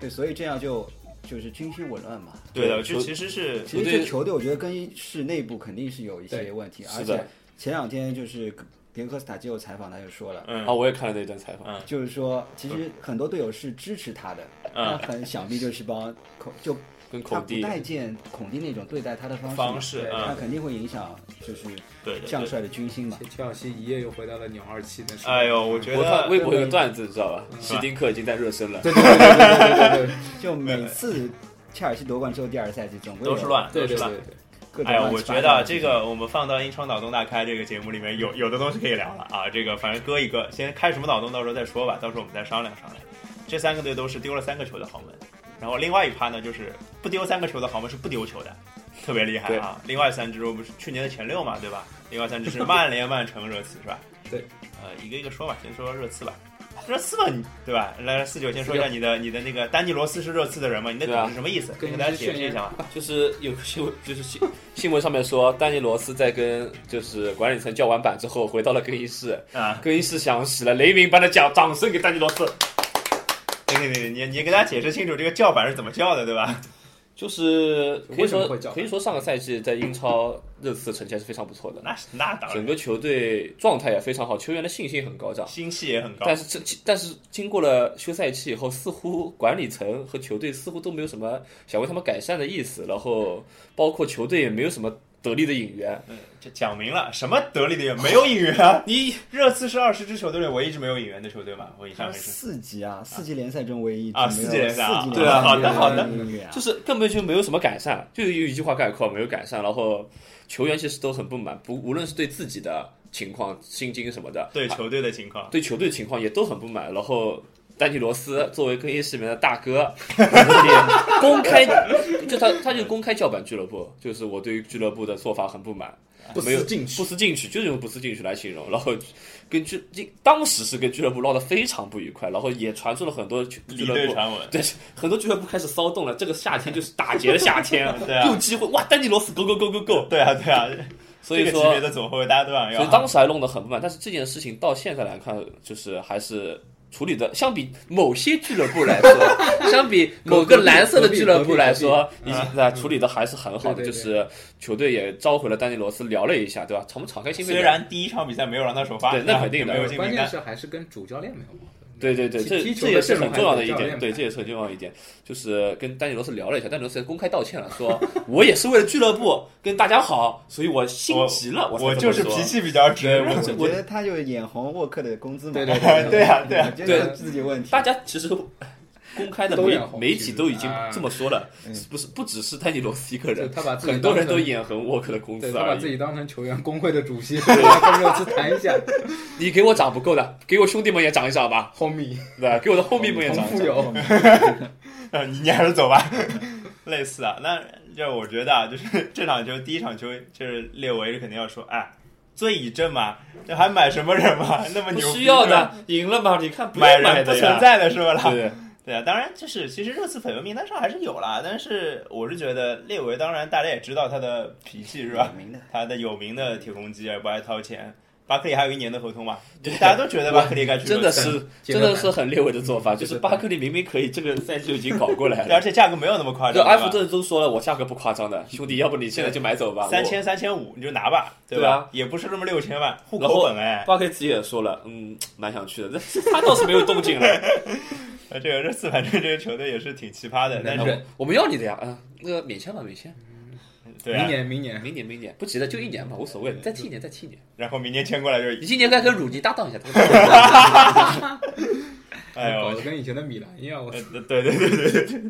Speaker 2: 对，所以这样就就是军心紊乱嘛。
Speaker 1: 对的，
Speaker 3: 对
Speaker 1: 就
Speaker 3: 球
Speaker 1: 其实是
Speaker 2: 其实
Speaker 3: 球队
Speaker 2: 这球队我觉得跟是内部肯定是有一些问题，而
Speaker 3: 是的
Speaker 2: 且前两天就是迭科斯塔接受采访，他就说了。
Speaker 1: 嗯
Speaker 3: 啊，我也看了那段采访，
Speaker 1: 嗯
Speaker 2: 就是说，其实很多队友是支持他的，那
Speaker 1: 嗯
Speaker 2: 很想必就是帮孔，就
Speaker 3: 跟
Speaker 2: 他
Speaker 3: 孔
Speaker 2: 不
Speaker 3: 蒂
Speaker 2: 待见孔蒂那种对待他的方
Speaker 1: 方
Speaker 2: 式
Speaker 1: 式，
Speaker 2: 嘛，那
Speaker 1: 嗯，
Speaker 2: 肯定会影响就是
Speaker 1: 对的。
Speaker 2: 将
Speaker 1: 对的
Speaker 2: 帅的军心嘛。
Speaker 4: 切尔西一夜又回到了鸟二期的时候。
Speaker 1: 哎呦，我觉
Speaker 3: 我看
Speaker 1: 得
Speaker 3: 微博有个段子，你知道吧？
Speaker 4: 嗯
Speaker 3: 希丁克已经在热身了，
Speaker 4: 对对对对对对对
Speaker 2: 就每次切尔西夺冠之后，第二赛季总归
Speaker 1: 嗯
Speaker 2: 有
Speaker 1: 都是乱，
Speaker 4: 对
Speaker 1: 都是
Speaker 4: 对
Speaker 1: 乱。
Speaker 4: 对对，
Speaker 2: 各种
Speaker 1: 哎呀，
Speaker 2: 乱
Speaker 1: 我
Speaker 2: 七八
Speaker 1: 觉
Speaker 2: 糟的
Speaker 1: 得
Speaker 2: 事
Speaker 1: 这
Speaker 2: 情
Speaker 1: 个我们放到英超脑洞大开这个节目里面有有的东西可以聊了啊。这个反正搁一个，先开什么脑洞，到时候再说吧，到时候我们再商量商量。这三个队都是丢了三个球的豪门，然后另外一趴呢就是不丢三个球的豪门是不丢球的，特别厉害啊。另外三支我们是去年的前六嘛，对吧？另外三支是曼联、曼城、热刺 是吧？
Speaker 4: 对，
Speaker 1: 呃，一个一个说吧，先说热刺吧。热刺吧，你对吧？来，四九先说一下你的你的那个丹尼罗斯是热刺的人吗？你的
Speaker 3: 对啊
Speaker 1: 梗是什么意思？
Speaker 4: 跟
Speaker 1: 跟大家
Speaker 4: 一些
Speaker 1: 解释
Speaker 4: 宣
Speaker 1: 一下 嘛。
Speaker 3: 就是有 个新闻，就是新新闻上面说，丹尼罗斯在跟就是管理层叫完板之后，回到了更衣室，
Speaker 1: 啊，
Speaker 3: 更衣室响起了雷鸣般的掌掌声给丹尼罗斯。
Speaker 1: 对对对，哎你你给大家解释清楚这个叫板是怎么叫的，对吧？
Speaker 3: 就是可以
Speaker 4: 为什么
Speaker 3: 说
Speaker 4: 会叫板
Speaker 3: 可以说上个赛季在英超热刺的成绩还是非常不错的，
Speaker 1: 那是那当然
Speaker 3: 整，个球队状态也非常好，球员的信心很高涨。
Speaker 1: 心气也很高
Speaker 3: 但。是这但是经过了休赛期以后，似乎管理层和球队似乎都没有什么想为他们改善的意思，然后包括球队也没有什么得力的引援。
Speaker 1: 嗯，这讲明了，什么得力的援没有引援 啊？
Speaker 3: 你
Speaker 1: 热刺是二十支球队里唯一一支没有引援的球队嘛？我印象
Speaker 2: 他
Speaker 1: 很深。
Speaker 2: 四级啊，四级联赛中唯一
Speaker 1: 啊
Speaker 2: 只没有
Speaker 1: 四级联赛啊
Speaker 2: 四级
Speaker 1: 对啊
Speaker 2: 联赛
Speaker 1: 好的
Speaker 2: 没有人愿意啊
Speaker 3: 就是根本就没有什么改善，就有一句话概括，没有改善。然后球员其实都很不满，不无论是对自己的情况、薪金什么的，
Speaker 1: 对球队的情况，
Speaker 3: 对球队情况也都很不满。然后丹尼罗斯作为更衣室里面的大哥，也公开就他他就公开叫板俱乐部，就是我对于俱乐部的做法很不满，
Speaker 4: 不
Speaker 3: 没有
Speaker 4: 思进取，
Speaker 3: 不思进取，就是用不思进取来形容。然后跟俱当时是跟俱乐部闹得非常不愉快，然后也传出了很多俱
Speaker 1: 离
Speaker 3: 俱乐
Speaker 1: 队
Speaker 3: 部
Speaker 1: 传 闻。
Speaker 3: 对，很多俱乐部开始骚动了。这个夏天就是打劫的夏天，
Speaker 1: 对啊
Speaker 3: 有机会哇！丹尼罗斯，go go go go go！
Speaker 1: 对啊，对 啊，
Speaker 3: 所以
Speaker 1: 这个
Speaker 3: 说
Speaker 1: 级，别的左后卫大家都想
Speaker 3: 所以
Speaker 1: 要。啊
Speaker 3: 当时还弄得很不满。但是这件事情到现在来看，就是还是处理的，相比某些俱乐部来说， 相比某个蓝色的俱乐部来说，已经在处理的还是很好的。
Speaker 4: 对对对
Speaker 3: 就是球队也召回了丹尼罗斯，聊了一下，对吧？敞不敞开心扉？
Speaker 1: 虽然第一场比赛没有让他首发，
Speaker 3: 对那肯定
Speaker 1: 也
Speaker 3: 的
Speaker 1: 没有进
Speaker 4: 关
Speaker 1: 名
Speaker 4: 键
Speaker 1: 单。
Speaker 4: 是还是跟主教练没有矛盾。
Speaker 3: 对对对，
Speaker 4: 踢
Speaker 3: 这
Speaker 4: 踢球
Speaker 3: 这也
Speaker 4: 的
Speaker 3: 是
Speaker 4: 阵
Speaker 3: 很
Speaker 4: 容
Speaker 3: 重要的
Speaker 4: 还
Speaker 3: 一
Speaker 4: 是教
Speaker 3: 点，
Speaker 4: 练
Speaker 3: 对，
Speaker 4: 排
Speaker 3: 这也是很重要的一点，就是跟丹尼罗斯聊了一下，丹尼罗斯公开道歉了，说我也是为了俱乐部跟大家好，所以我心急了，
Speaker 1: 我
Speaker 3: 才这么
Speaker 1: 就是
Speaker 3: 说
Speaker 1: 脾。气比较直，
Speaker 3: 对我
Speaker 2: 我觉得他就眼红沃克的工资嘛，
Speaker 4: 对对
Speaker 1: 对 对啊对啊
Speaker 2: 我觉得是自己问题。
Speaker 3: 大家其实公开的
Speaker 4: 都
Speaker 3: 媒
Speaker 4: 眼红
Speaker 3: 媒
Speaker 4: 其
Speaker 3: 体
Speaker 4: 实
Speaker 3: 都已经
Speaker 4: 啊
Speaker 3: 这么说了，
Speaker 2: 嗯
Speaker 3: 不是不只是丹尼罗斯一个
Speaker 4: 就
Speaker 3: 人，
Speaker 4: 他把自己
Speaker 3: 很多
Speaker 4: 当
Speaker 3: 人都
Speaker 4: 成
Speaker 3: 眼红沃克的工
Speaker 4: 对
Speaker 3: 资
Speaker 4: 他把
Speaker 3: 而
Speaker 4: 自
Speaker 3: 已。
Speaker 4: 己当成球员工会的主席，跟热刺谈一下
Speaker 3: 你给我涨不够的，给我兄弟们也涨一涨吧，
Speaker 4: ，homie，
Speaker 3: 对吧？给我的后面们也
Speaker 4: 同
Speaker 3: 涨
Speaker 2: 啊
Speaker 3: 一
Speaker 4: 富
Speaker 3: 涨。
Speaker 4: 有，
Speaker 1: 呃你你还是走吧。类似啊，那就我觉得啊，就是 这场球第一场球就是列维肯定要说，哎，最以正嘛，这还买什么人嘛，那么
Speaker 3: 不
Speaker 1: 牛逼
Speaker 3: 需要
Speaker 1: 是吧，
Speaker 3: 的，赢了嘛？你看不用
Speaker 1: 买
Speaker 3: 买
Speaker 1: 人不
Speaker 3: 的
Speaker 1: 存
Speaker 3: 呀，
Speaker 1: 在的是吧？
Speaker 3: 对对
Speaker 1: 对啊，当然就是其实热刺绯闻名单上还是有啦，但是我是觉得列维，当然大家也知道他的脾气是吧？
Speaker 2: 摆明的，
Speaker 1: 他的有名的铁公鸡啊也不爱掏钱，巴克利还有一年的合同嘛，大家都觉得巴克利该去
Speaker 3: 真
Speaker 1: 热
Speaker 3: 的
Speaker 1: 刺
Speaker 3: 是
Speaker 4: 节
Speaker 3: 真
Speaker 4: 奏
Speaker 3: 的
Speaker 4: 感
Speaker 3: 是很列位的做法，就是巴克利明明可以这个赛季就已经搞过来
Speaker 1: 对，而
Speaker 3: 了。
Speaker 1: 且价格没有那么夸
Speaker 3: 就
Speaker 1: 张，
Speaker 3: 埃
Speaker 1: 对
Speaker 3: 弗
Speaker 1: 吧
Speaker 3: 顿都说了，我价格不夸张的，兄弟，要不你现在就买走吧。
Speaker 1: 三千三千五你就拿吧，
Speaker 3: 对
Speaker 1: 吧
Speaker 3: 啊？
Speaker 1: 也不是那么六千万，户
Speaker 3: 然
Speaker 1: 口
Speaker 3: 后
Speaker 1: 本哎
Speaker 3: 我，巴克利自己也说了，嗯，蛮想去的，但他倒是没有动静了。
Speaker 1: 呃这个热刺反正这个球队也是挺奇葩的，但
Speaker 3: 我
Speaker 1: 是
Speaker 3: 们 我们要你的呀，嗯，那个免签吧，免签，
Speaker 1: 对
Speaker 4: 明
Speaker 1: 啊，
Speaker 4: 年明年
Speaker 3: 明年明年不急的，就一年嘛，无所谓，再踢一年再踢一年。
Speaker 1: 然后明年签过来就，
Speaker 3: 你今年该跟鲁尼搭档 一下，
Speaker 1: 哎
Speaker 4: 搞
Speaker 1: 呦
Speaker 4: 得，跟以前的米兰一样，我
Speaker 1: 呃对对对对对对，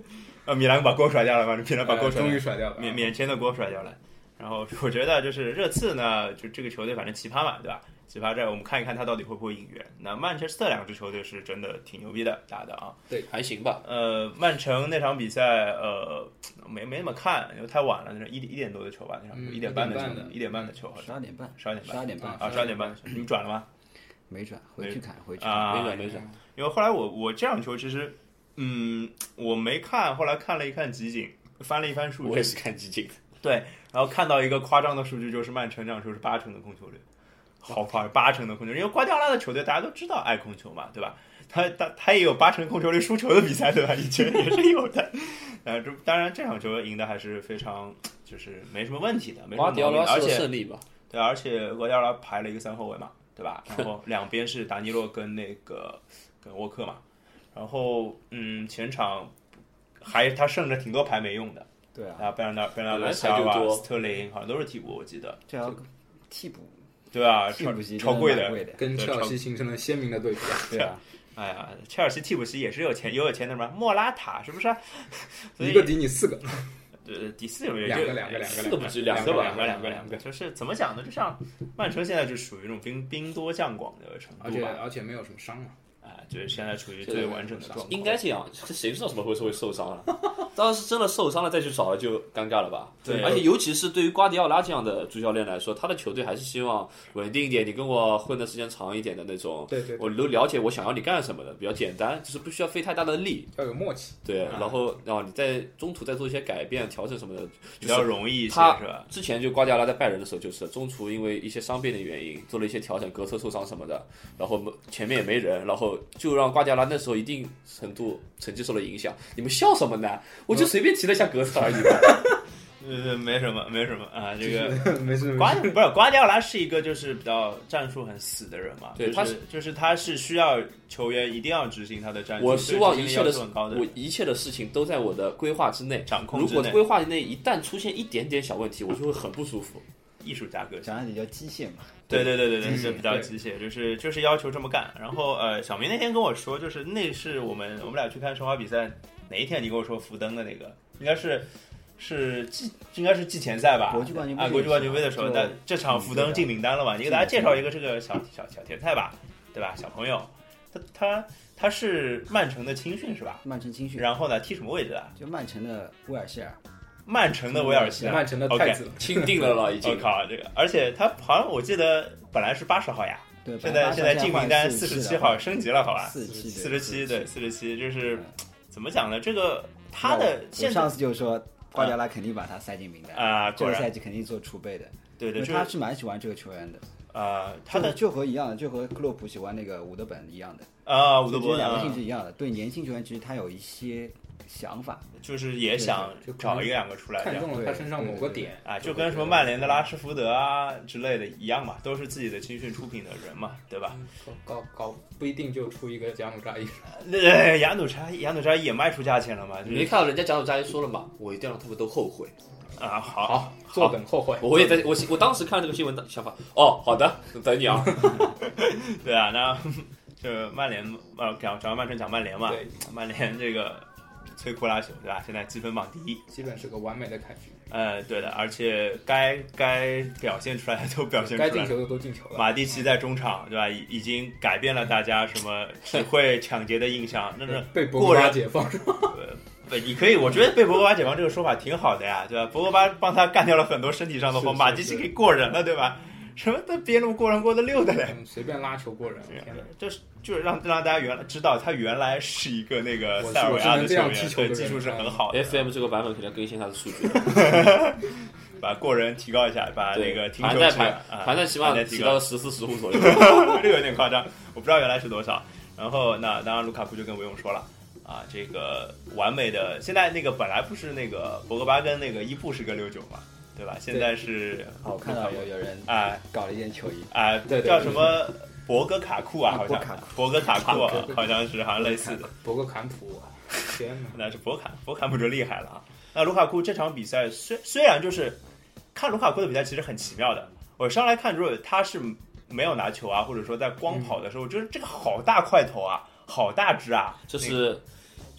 Speaker 1: 呃，米兰把锅甩掉了吧？米兰把锅
Speaker 4: 呃
Speaker 1: 甩掉
Speaker 4: 终
Speaker 1: 了
Speaker 4: 于甩掉了，
Speaker 1: 免免签的锅甩掉了。然后我觉得就是热刺呢，就这个球队反正奇葩嘛，对吧？奇葩在我们看一看他到底会不会引援。那曼彻斯特两支球队是真的挺牛逼的打的啊。
Speaker 3: 还行吧。
Speaker 1: 呃，曼城那场比赛呃没没怎么看，因为太晚了，那是一一点多的球吧，那场球
Speaker 4: 嗯
Speaker 1: 一点半的
Speaker 4: 1:30
Speaker 1: 球
Speaker 4: 的，
Speaker 1: 一点半的球好
Speaker 2: 十
Speaker 1: 像
Speaker 2: 二点半，
Speaker 1: 十二点
Speaker 2: 十
Speaker 1: 半
Speaker 2: 二点半
Speaker 4: 啊
Speaker 1: 啊，十二点半的球，你们转了吗？
Speaker 2: 没转，回去看，回去看。
Speaker 1: 啊，
Speaker 3: 没转没转，
Speaker 1: 因为后来我我这场球其实，嗯，我没看，后来看了一看集锦，翻了一翻数
Speaker 3: 我
Speaker 1: 据
Speaker 3: 也，是看激进，
Speaker 1: 对，然后看到一个夸张的数据，就是曼城这场球是八成的控球率，好快，八成的控球率，因为瓜迪奥拉的球队大家都知道爱控球嘛，对吧？他他他也有八成控球率输球的比赛，对吧？以前也是有的。 呃，这当然这场球赢的还是非常，就是没什么问题的，没什么
Speaker 3: 瓜
Speaker 1: 毛
Speaker 3: 迪奥
Speaker 1: 病的，
Speaker 3: 拉
Speaker 1: 而
Speaker 3: 是个
Speaker 1: 且
Speaker 3: 胜利吧？
Speaker 1: 对，而且瓜迪奥拉排了一个三后卫嘛，对 吧？然后两边是达尼洛跟那个跟沃克嘛，然后嗯，前场还他剩着挺多牌没用的，
Speaker 2: 对啊，
Speaker 1: 啊，贝尔纳贝尔
Speaker 3: 本
Speaker 1: 纳
Speaker 3: 来
Speaker 1: 西
Speaker 3: 牌
Speaker 1: 亚
Speaker 3: 就
Speaker 1: 瓦、
Speaker 3: 多
Speaker 1: 斯特林好像都是替补，我记得，
Speaker 2: 这要替补，
Speaker 1: 对啊，
Speaker 2: 替
Speaker 1: 超
Speaker 2: 补席
Speaker 1: 超
Speaker 2: 真的
Speaker 1: 贵
Speaker 2: 蛮
Speaker 1: 的，
Speaker 2: 贵的，
Speaker 4: 跟切尔西形成了鲜明的对比。
Speaker 2: 对啊，
Speaker 1: 哎呀，切尔西替补席也是有钱，也有钱的什么莫拉塔是不是啊？所
Speaker 4: 一
Speaker 1: 以
Speaker 4: 个敌你四个，
Speaker 1: 呃，第四有没有
Speaker 4: 两
Speaker 1: 就
Speaker 4: 个两个两个
Speaker 3: 四个不止
Speaker 1: 两
Speaker 3: 两
Speaker 1: 个
Speaker 3: 个
Speaker 1: 吧，
Speaker 3: 吧
Speaker 1: 两个两
Speaker 4: 两
Speaker 1: 个
Speaker 4: 个
Speaker 1: 两
Speaker 4: 两
Speaker 1: 个，
Speaker 4: 个
Speaker 1: 就是怎么讲呢？就像曼城现在就属于那种兵兵多将广的程
Speaker 4: 而
Speaker 1: 度
Speaker 4: 且
Speaker 1: 吧，
Speaker 4: 而且没有什么伤嘛，
Speaker 1: 啊，就是现在处于最完整的状态。
Speaker 3: 应该这样，这谁知道什么会会受伤了？当时真的受伤了再去找了就尴尬了吧？
Speaker 1: 对
Speaker 3: 而且尤其是对于瓜迪奥拉这样的主教练来说，他的球队还是希望稳定一点，你跟我混的时间长一点的那种，
Speaker 4: 对对，
Speaker 3: 我都了解我想要你干什么的，比较简单，就是不需要费太大的力。
Speaker 4: 要有默契。
Speaker 3: 对，
Speaker 1: 啊
Speaker 3: 然后然后你在中途再做一些改变、调整什么的，
Speaker 1: 比
Speaker 3: 就
Speaker 1: 较
Speaker 3: 是。
Speaker 1: 容易一些，
Speaker 3: 他
Speaker 1: 是吧？
Speaker 3: 之前就瓜迪奥拉在拜仁的时候，就是中途因为一些伤病的原因做了一些调整，格策受伤什么的，然后前面也没人，然后就让瓜迪奥拉那时候一定程度成绩受了影响。你们笑什么呢？我就随便提了一下格策而已嘛。
Speaker 1: 呃，没什么，没什么啊。这个
Speaker 4: 个 没事没事，
Speaker 1: 瓜不是瓜迪奥拉是一个就是比较战术很死的人嘛，
Speaker 3: 对
Speaker 1: 就是
Speaker 3: 他
Speaker 1: 是
Speaker 3: 是
Speaker 1: 就是他是需要球员一定要执行他的战术，
Speaker 3: 我
Speaker 1: 对
Speaker 3: 希望
Speaker 1: 执
Speaker 3: 一
Speaker 1: 行
Speaker 3: 切
Speaker 1: 要
Speaker 3: 的
Speaker 1: 求很高的
Speaker 3: 我一切的事情都在我的规划之内。
Speaker 1: 掌控
Speaker 3: 如
Speaker 1: 之
Speaker 3: 果
Speaker 1: 内，
Speaker 3: 规划内一旦出现一点点小问 题，我就会很不舒服。
Speaker 1: 艺术家个性。
Speaker 2: 讲的比较机械嘛，
Speaker 1: 对对对对对，
Speaker 4: 嗯
Speaker 1: 是比较
Speaker 4: 对
Speaker 1: 机械，就是就是要求这么干。然后呃，小明那天跟我说，就是那是我们我们俩去看申花比赛哪一天？你跟我说福登的那个，应该是是季应该是季前赛吧？
Speaker 2: 国际冠军杯
Speaker 1: 啊，国际冠军杯的时候，
Speaker 2: 就
Speaker 1: 但这场福登进名单了嘛？你给大家介绍一个这个小小小甜菜吧，对吧？小朋友，他他他是曼城的青训是吧？
Speaker 2: 曼城青训，
Speaker 1: 然后呢，踢什么位置啊？
Speaker 2: 就曼城的威尔希尔，
Speaker 1: 曼城的威尔希尔。
Speaker 4: 曼城的太子了，
Speaker 3: 钦定了
Speaker 2: 嗯
Speaker 3: 了，已
Speaker 1: 我
Speaker 3: 经。
Speaker 1: 靠，这个！而且他好像我记得本来是八十号呀，
Speaker 2: 对，
Speaker 1: 现
Speaker 2: 本
Speaker 1: 在
Speaker 2: 来巴萨
Speaker 1: 现在进名单四
Speaker 2: 现
Speaker 1: 十
Speaker 2: 在
Speaker 1: 七
Speaker 2: 换
Speaker 1: 号升级了，好吧？
Speaker 2: 四七
Speaker 1: 四十七，对，，四十七，就是
Speaker 2: 嗯
Speaker 1: 怎么讲呢？这个他的
Speaker 2: 我
Speaker 1: 现在
Speaker 2: 上次就说瓜迪奥拉肯定把他塞进名单
Speaker 1: 啊
Speaker 2: 这
Speaker 1: 果
Speaker 2: 个
Speaker 1: 然
Speaker 2: 赛季肯定做储备的。
Speaker 1: 对对，
Speaker 2: 因为
Speaker 1: 就
Speaker 2: 他
Speaker 1: 是
Speaker 2: 是蛮喜欢这个球员的，
Speaker 1: 呃，他的
Speaker 2: 就就和一样的，就和克洛普喜欢那个伍德本一样的，
Speaker 1: 啊，伍
Speaker 2: 其
Speaker 1: 德
Speaker 2: 实
Speaker 1: 伯
Speaker 2: 两个
Speaker 1: 恩
Speaker 2: 性质一样的。对年轻球员，其实他有一些想法，
Speaker 1: 就是也想
Speaker 4: 对对就可能
Speaker 1: 找一个两个出来这
Speaker 4: 看
Speaker 1: 样
Speaker 4: 中了他身上某个
Speaker 2: 对对对
Speaker 4: 点，
Speaker 1: 啊，就跟什么曼联的拉什福德啊之类的一样嘛，都是自己的青训出品的人嘛，对吧？
Speaker 4: 搞搞搞不一定就出一个贾姆 扎伊。
Speaker 1: 那呃雅努查雅努查也卖出价钱了嘛？就
Speaker 3: 你没
Speaker 1: 是
Speaker 3: 看到人家贾总加一说了嘛？我一定要让他们都后悔。
Speaker 1: 啊，好，
Speaker 4: 好，坐等后悔。
Speaker 3: 我也在我我当时看这个新闻的想法，哦，好的，等 你啊。
Speaker 1: 对啊，那 就是曼联呃，讲讲完曼城讲曼联嘛
Speaker 4: 对，
Speaker 1: 曼联这个摧枯拉朽，对吧？现在积分榜第一，
Speaker 4: 基本是个完美的开局，
Speaker 1: 呃，对的，而且该该表现出来的都表现出
Speaker 4: 该
Speaker 1: 来
Speaker 4: 进
Speaker 1: 了。
Speaker 4: 球的都进球了。
Speaker 1: 马蒂奇在中场，对吧？已已经改变了大家什么只会抢劫的印象，那是
Speaker 4: 被博
Speaker 1: 过
Speaker 4: 格巴
Speaker 1: 人
Speaker 4: 解放，
Speaker 1: 不，你可以，我觉得被博格巴解放这个说法挺好的呀，对吧？博格巴帮他干掉了很多身体上的活，
Speaker 4: 是是
Speaker 1: 马蒂奇给过人了，对吧？什么的边路过人过的溜的嘞，
Speaker 4: 嗯随便拉球过人。 天哪！
Speaker 1: 这是就是让让大家原来知道他原来是一个那个
Speaker 4: 我是
Speaker 1: 塞尔维亚
Speaker 4: 我是能这
Speaker 1: 球
Speaker 4: 样
Speaker 1: 员，
Speaker 4: 踢球的
Speaker 1: 对，
Speaker 4: 人啊
Speaker 1: 技术是很好的，
Speaker 3: FM 这个版本肯定要更新它的数据，
Speaker 1: 把过人提高一下，把那个
Speaker 3: 对，
Speaker 1: 停
Speaker 3: 盘
Speaker 1: 球
Speaker 3: 带
Speaker 1: 质量
Speaker 3: 盘
Speaker 1: 啊
Speaker 3: 盘带起码
Speaker 1: 盘带提
Speaker 3: 提
Speaker 1: 高
Speaker 3: 到了十四十五左右。
Speaker 1: 这个有点夸张，我不知道原来是多少。然后那当然，卢卡库就跟维勇说了啊，这个完美的现在那个本来不是那个博格巴跟那个伊布是个六九嘛，对吧？现在是
Speaker 2: 我看到有有人
Speaker 1: 啊
Speaker 2: 搞了一件球衣，
Speaker 1: 啊，
Speaker 4: 对对
Speaker 1: 叫什么博格卡库啊，
Speaker 2: 啊
Speaker 1: 好像
Speaker 2: 博卡库
Speaker 1: 博格卡库啊，好像是好像类似的，
Speaker 4: 博格坎普，啊天哪！
Speaker 1: 那是博坎博坎普就厉害了啊。那卢卡库这场比赛虽虽然就是看卢卡库的比赛其实很奇妙的，我上来看如果他是没有拿球啊，或者说在光跑的时候，我觉得这个好大块头啊，好大只啊，
Speaker 3: 这
Speaker 1: 那个
Speaker 3: 是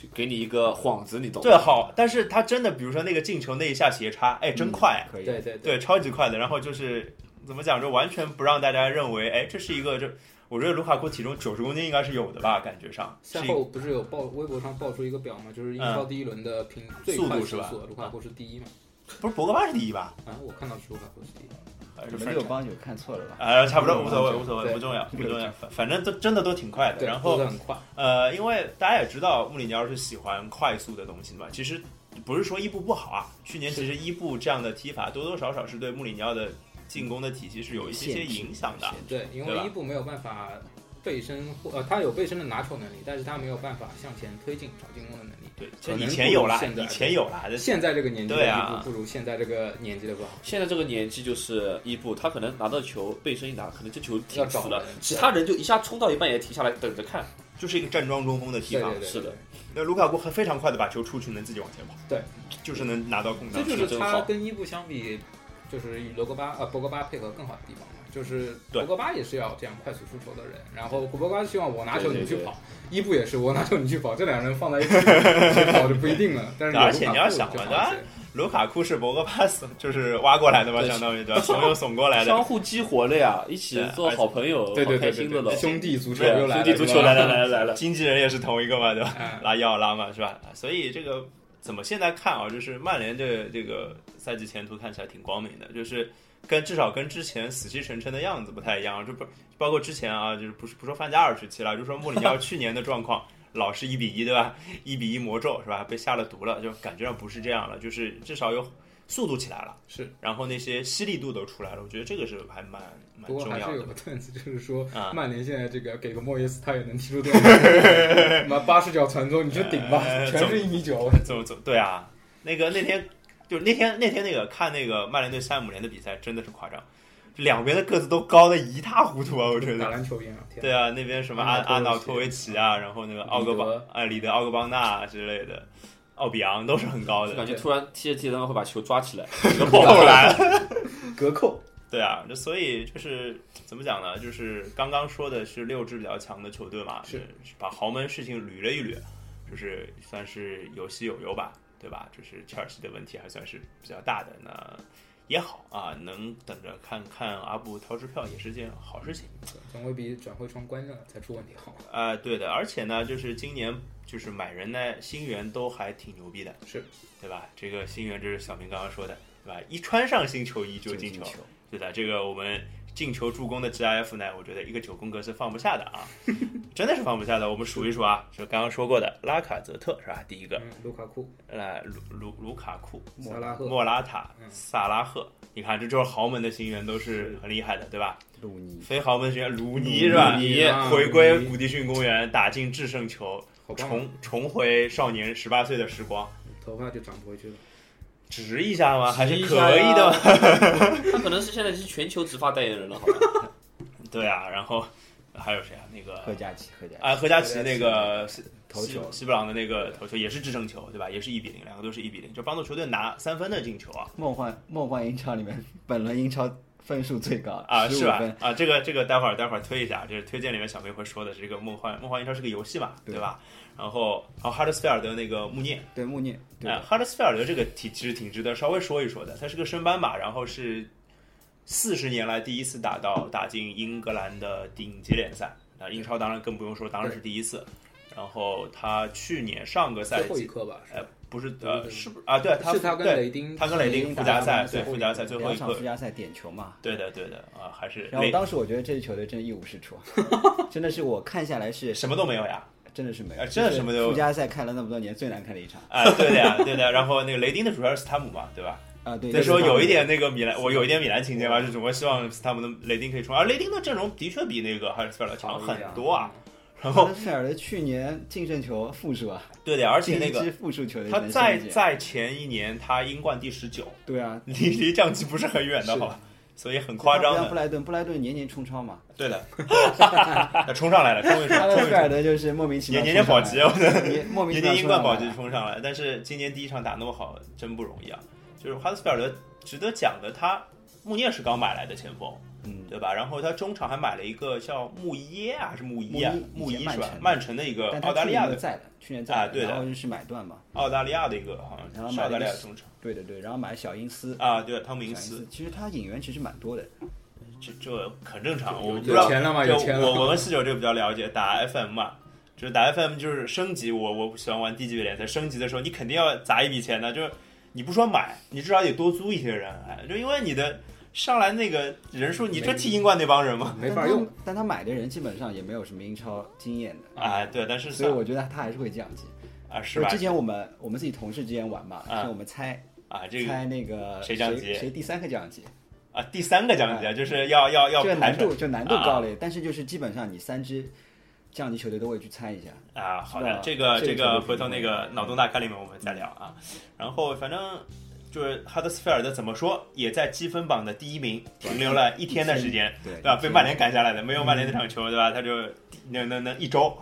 Speaker 3: 就给你一个幌子，你懂吗？
Speaker 1: 对好，但是他真的比如说那个进球那一下斜插，哎，
Speaker 4: 嗯
Speaker 1: 真快、
Speaker 2: 可以。
Speaker 4: 对 对
Speaker 1: 对，超级快的。然后就是怎么讲，就完全不让大家认为，哎，这是一个就。我觉得卢卡库体重九十公斤应该是有的吧，感觉上是
Speaker 4: 赛
Speaker 1: 一个嗯
Speaker 4: 后不是有爆微博上爆出一个表嘛，就是英超第一轮的平最
Speaker 1: 速
Speaker 4: 快
Speaker 1: 度是
Speaker 4: 时
Speaker 1: 吧啊
Speaker 4: 速，卢卡库是第一嘛？
Speaker 1: 不是博格巴是第一吧？呃
Speaker 4: 啊，我看到是卢卡库是第一，
Speaker 1: 还是
Speaker 2: 你
Speaker 1: 分
Speaker 2: 们
Speaker 1: 场
Speaker 2: 有帮友看错了吧？
Speaker 1: 啊，差不多，无所谓，无所谓，
Speaker 4: 嗯对
Speaker 1: 不重要，不重要，反反正都真的都挺快的。
Speaker 4: 对，
Speaker 1: 然
Speaker 4: 速
Speaker 1: 后
Speaker 4: 度很快，
Speaker 1: 呃，因为大家也知道穆里尼奥是喜欢快速的东西嘛，其实不是说伊布不好啊，去年其实伊布这样的踢法多多少少是对穆里尼奥的进攻的体系是有一些些
Speaker 2: 限制
Speaker 1: 影响的。
Speaker 2: 限制
Speaker 4: 对，因
Speaker 1: 对吧
Speaker 4: 为伊布没有办法背身或呃，他有背身的拿球能力，但是他没有办法向前推进找进攻的能力。
Speaker 1: 对，
Speaker 4: 可能
Speaker 1: 以前有啦，
Speaker 4: 不如现在
Speaker 1: 以前有啦，这
Speaker 4: 现在这个年纪的
Speaker 1: 对啊
Speaker 4: 伊布不如现在这个年纪的不好，
Speaker 3: 现在这个年纪就是伊布，他可能拿到球背身一拿，可能这球停
Speaker 4: 要
Speaker 3: 死
Speaker 4: 找
Speaker 3: 了
Speaker 4: 人，
Speaker 3: 其他人就一下冲到一半也停下来等着看。
Speaker 1: 就是一个站桩中锋的踢
Speaker 4: 对
Speaker 1: 法
Speaker 4: 对。对，
Speaker 3: 是的
Speaker 1: 那卢卡库很非常快的把球出去，能自己往前跑，
Speaker 4: 对，
Speaker 1: 就是能拿到空
Speaker 4: 这
Speaker 1: 档。
Speaker 4: 就是
Speaker 3: 真
Speaker 4: 他
Speaker 3: 好
Speaker 4: 跟伊布相比，就是与罗格巴呃博格巴配合更好的地方嘛，就是
Speaker 1: 对
Speaker 4: 博格巴也是要这样快速出球的人，然后博格巴希望我拿球
Speaker 3: 对对
Speaker 4: 你去
Speaker 3: 对
Speaker 4: 跑，伊布也是我拿球你去跑，这两人放在一起去跑就不一定了。但是有
Speaker 1: 而且你要
Speaker 4: 卢卡库
Speaker 1: 想嘛对
Speaker 4: 就好
Speaker 1: 吧
Speaker 4: 一些
Speaker 1: 卢卡库是博格巴斯，就是挖过来的嘛，
Speaker 3: 对
Speaker 1: 相当哎于对吧？怂 恿怂过来的。
Speaker 3: 相互激活了呀，一起
Speaker 1: 对
Speaker 3: 做好朋友，
Speaker 4: 对对
Speaker 3: 好开
Speaker 4: 对
Speaker 3: 心
Speaker 4: 对
Speaker 3: 的
Speaker 4: 对
Speaker 3: 了
Speaker 4: 对，。兄弟足球
Speaker 1: 对
Speaker 4: 又来
Speaker 3: 兄
Speaker 4: 了，
Speaker 3: 弟啊足球来了来了来了，
Speaker 1: 经纪人也是同一个嘛，对吧？
Speaker 4: 来了，
Speaker 1: 拉伊奥拉嘛，是吧？所以这个怎么现在看啊，就是曼联这这个赛季前途看起来挺光明的，就是跟至少跟之前死气沉沉的样子不太一样，就不包括之前啊，就是不是不说范加尔时期了，就说穆里尼奥去年的状况。老是一比一，对吧？ 一比一魔咒是吧？被下了毒了，就感觉上不是这样了，就是至少有速度起来了，
Speaker 4: 是。
Speaker 1: 然后那些犀利度都出来了，我觉得这个是还蛮蛮
Speaker 4: 不过
Speaker 1: 重
Speaker 4: 还
Speaker 1: 要
Speaker 4: 是有
Speaker 1: 的
Speaker 4: 个。段子，就是说
Speaker 1: 啊
Speaker 4: 曼联现在这个给个莫耶斯他也能踢出这种，妈八十脚传中你去顶吧
Speaker 1: 呃，
Speaker 4: 全是一米九，
Speaker 1: 怎么怎么对啊？那个那天就是那天那天那个看那个曼联对塞姆联的比赛真的是夸张，两边的个子都高的一塌糊涂啊！我觉
Speaker 4: 打
Speaker 1: 得。
Speaker 4: 篮球一样，天哪
Speaker 1: 对啊，那边什么阿阿
Speaker 4: 阿
Speaker 1: 瑙
Speaker 4: 瑙
Speaker 1: 托
Speaker 4: 托
Speaker 1: 维
Speaker 4: 维
Speaker 1: 奇啊，然后那个奥格
Speaker 4: 里
Speaker 1: 邦
Speaker 4: 德
Speaker 1: 哎里德奥格邦纳啊之类的，奥比昂都是很高
Speaker 3: 就感
Speaker 1: 的。
Speaker 3: 觉
Speaker 4: 对
Speaker 3: 突然踢着踢着，他们会把球抓起来，
Speaker 1: 后来，
Speaker 4: 隔扣。
Speaker 1: 对啊，就所以就是怎么讲呢？就是刚刚说的是六支比较强的球队嘛，
Speaker 4: 是
Speaker 1: 把豪门事情捋了一捋，就是算是有喜有忧吧，对吧？就是切尔西的问题还算是比较大的，那也好啊，能等着看看阿布掏支票也是件好事情
Speaker 4: 总会比转会窗关上才出问题好。
Speaker 1: 啊、对的，而且呢，就是今年就是买人呢，新援都还挺牛逼的，
Speaker 4: 是
Speaker 1: 对吧？这个新援就是小明刚刚说的，对吧？一穿上新球衣就进球，对的，这个我们进球助攻的 GIF 呢，我觉得一个九宫格是放不下的 啊，真的是放不下的。我们数一数啊，就刚刚说过的拉卡泽特是吧？第一个，
Speaker 4: 嗯，嗯卢卡库、
Speaker 1: 呃，卢卢卢卡库、
Speaker 4: 萨拉赫、
Speaker 1: 莫拉塔、萨拉赫，你看这就是豪门的新援，都是很厉害的，对吧？
Speaker 2: 鲁尼
Speaker 1: 非豪门学员鲁尼是吧？
Speaker 4: 鲁尼
Speaker 1: 你
Speaker 4: 啊
Speaker 1: 回归
Speaker 4: 鲁尼
Speaker 1: 古迪逊公园，打进制胜球，
Speaker 4: 好棒啊
Speaker 1: 重重回少年十八岁的时光，
Speaker 4: 头发就长不回去了。
Speaker 1: 值一下吗？ 还是
Speaker 3: 一
Speaker 1: 可
Speaker 3: 下
Speaker 1: 以
Speaker 3: 呀
Speaker 1: 的嘛。
Speaker 3: 他可能是现在是全球植发代言人了，好吧？
Speaker 1: 对啊，然后还有谁啊？那
Speaker 2: 赫
Speaker 1: 个
Speaker 2: 加奇，赫加奇
Speaker 1: 啊，何佳琪那个西
Speaker 2: 头球
Speaker 1: 西布朗的那个头球也是制胜球，对吧？也是一比零，两个都是一比零，就帮助球队拿三分的进球啊
Speaker 2: 梦幻梦幻英超里面本轮英超分数最高
Speaker 1: 啊，
Speaker 2: 15
Speaker 1: 是吧
Speaker 2: 分？
Speaker 1: 啊，这个这个待会儿待会儿推一下，就是推荐里面小梅会说的这个梦幻梦幻英超是个游戏嘛，对
Speaker 2: 对
Speaker 1: 吧？然后然后哈德斯菲尔德那个穆涅。
Speaker 2: 对穆涅，对
Speaker 1: 哎，哈德斯菲尔德这个体其实挺值得稍微说一说的，他是个升班马，然后是四十年来第一次打到打进英格兰的顶级联赛，那英超当然更不用说，当然是第一次。然后他去年上个赛
Speaker 4: 最后一
Speaker 1: 季，
Speaker 4: 刻吧，是
Speaker 1: 呃，不是
Speaker 4: 对
Speaker 1: 呃，
Speaker 4: 对
Speaker 1: 是不是啊？对，
Speaker 4: 是他跟
Speaker 1: 对
Speaker 4: 雷丁
Speaker 1: 他跟雷丁
Speaker 2: 丁
Speaker 1: 附
Speaker 2: 打
Speaker 1: 加
Speaker 2: 到
Speaker 1: 赛，
Speaker 2: 最
Speaker 1: 对
Speaker 2: 后
Speaker 1: 附
Speaker 2: 一
Speaker 1: 加赛最后
Speaker 2: 两
Speaker 1: 一
Speaker 2: 场
Speaker 1: 刻
Speaker 2: 附，加赛点球嘛。
Speaker 1: 对的对的啊，还是
Speaker 2: 然后
Speaker 1: 雷
Speaker 2: 当时我觉得这支球队真的一无是 处，真的是我看下来是
Speaker 1: 什么都没有呀。
Speaker 2: 真的是没
Speaker 1: 哎
Speaker 2: 有，
Speaker 1: 真的什么都
Speaker 2: 就是附加赛看了那么多年最难看的一场
Speaker 1: 啊，对的呀，对的。然后那个雷丁的主要是斯塔姆嘛，对吧？
Speaker 2: 啊！对，
Speaker 1: 那时候
Speaker 2: 就是他
Speaker 1: 有
Speaker 2: 们
Speaker 1: 一点那个米兰，我有一点米兰情节吧，就总会希望他们的雷丁可以冲，而雷丁的阵容的确比那个哈里斯菲尔德强很多啊。！然
Speaker 2: 哈
Speaker 1: 后
Speaker 2: 德斯菲尔德去年净胜球负数啊，
Speaker 1: 对的，而且那
Speaker 2: 第一
Speaker 1: 个
Speaker 2: 支负数球队
Speaker 1: 他
Speaker 2: 能
Speaker 1: 在
Speaker 2: 上一届
Speaker 1: 在前一年他英冠第十九，
Speaker 2: 对啊，
Speaker 1: 离离降级不是很远的，
Speaker 2: 是
Speaker 1: 好吧？所以很夸张
Speaker 2: 他不像布
Speaker 1: 的，
Speaker 2: 莱顿，布莱顿年年冲超嘛，
Speaker 1: 对的，那冲上来了，冲一冲，
Speaker 2: 哈德
Speaker 1: 冲
Speaker 2: 斯
Speaker 1: 一
Speaker 2: 菲尔
Speaker 1: 冲，
Speaker 2: 德就是莫名其妙
Speaker 1: 年年年啊保级，我觉得
Speaker 2: 年莫名
Speaker 1: 年
Speaker 2: 其妙
Speaker 1: 年英冠保级
Speaker 2: 冲上来
Speaker 1: 冲
Speaker 2: 了
Speaker 1: 上来，但是今年第一场打那么好，真不容易啊！就是哈德斯菲尔德值得讲的，他穆涅是刚买来的前锋，
Speaker 2: 嗯，
Speaker 1: 对吧？然后他中场还买了一个叫穆耶啊，还是穆伊啊，穆
Speaker 2: 穆伊
Speaker 1: 伊是吧
Speaker 2: 以前？
Speaker 1: 曼城的一个
Speaker 2: 但他
Speaker 1: 呃澳大
Speaker 2: 去
Speaker 1: 利
Speaker 2: 年
Speaker 1: 亚
Speaker 2: 就
Speaker 1: 的
Speaker 2: 在的，去年在
Speaker 1: 啊
Speaker 2: 的
Speaker 1: 对的
Speaker 2: 然后就是买断嘛，
Speaker 1: 澳大利亚的一个好
Speaker 2: 然
Speaker 1: 像
Speaker 2: 后
Speaker 1: 是
Speaker 2: 买了
Speaker 1: 澳大利亚
Speaker 2: 一个
Speaker 1: 中场
Speaker 2: 对的对，然后买小因斯，
Speaker 1: 啊，对，汤姆
Speaker 2: 小
Speaker 1: 因
Speaker 2: 因
Speaker 1: 斯，
Speaker 2: 斯，其实他引援其实蛮多的，
Speaker 1: 这这很正常。我不知
Speaker 4: 有
Speaker 1: 道，
Speaker 4: 钱了吗？
Speaker 1: 就
Speaker 4: 有钱
Speaker 1: 我我
Speaker 4: 了。
Speaker 1: 跟四九这个比较了解，打 FM 嘛。就是打 FM 就是升级，我我喜欢玩低级别联赛。升级的时候，你肯定要砸一笔钱的，就是你不说买，你至少得多租一些人，哎，就因为你的上来那个人数，你就踢英冠那帮人嘛，
Speaker 4: 没法
Speaker 2: 但他
Speaker 4: 用，
Speaker 2: 但他买的人基本上也没有什么英超经验的，
Speaker 1: 哎，对，但是
Speaker 2: 啊所以
Speaker 1: 算
Speaker 2: 我觉得他还是会降级。
Speaker 1: 啊是吧
Speaker 2: 就之？前我们我们自己同事之间玩嘛，
Speaker 1: 啊
Speaker 2: 就我们猜
Speaker 1: 啊，这个
Speaker 2: 猜那个
Speaker 1: 谁
Speaker 2: 谁
Speaker 1: 降级
Speaker 2: 谁第三个降级，
Speaker 1: 啊，第三个讲解就是要要要
Speaker 2: 哎这个
Speaker 1: 排啊
Speaker 2: 难
Speaker 1: 除
Speaker 2: 度就难度高了，但是就是基本上你三支降级球队都会去猜一下。
Speaker 1: 啊，好
Speaker 2: 是
Speaker 1: 的
Speaker 2: 吧，
Speaker 1: 这个
Speaker 2: 这
Speaker 1: 这
Speaker 2: 个
Speaker 1: 个
Speaker 2: 就不
Speaker 1: 回头那个脑洞大开里面我们再聊啊。然后反正就是哈德斯菲尔德怎么说也在积分榜的第一名，停留了一天的时间，
Speaker 2: 对
Speaker 1: 对吧？被曼联赶下来的，没有曼
Speaker 4: 嗯
Speaker 1: 联那场球，对吧？他就能能能一周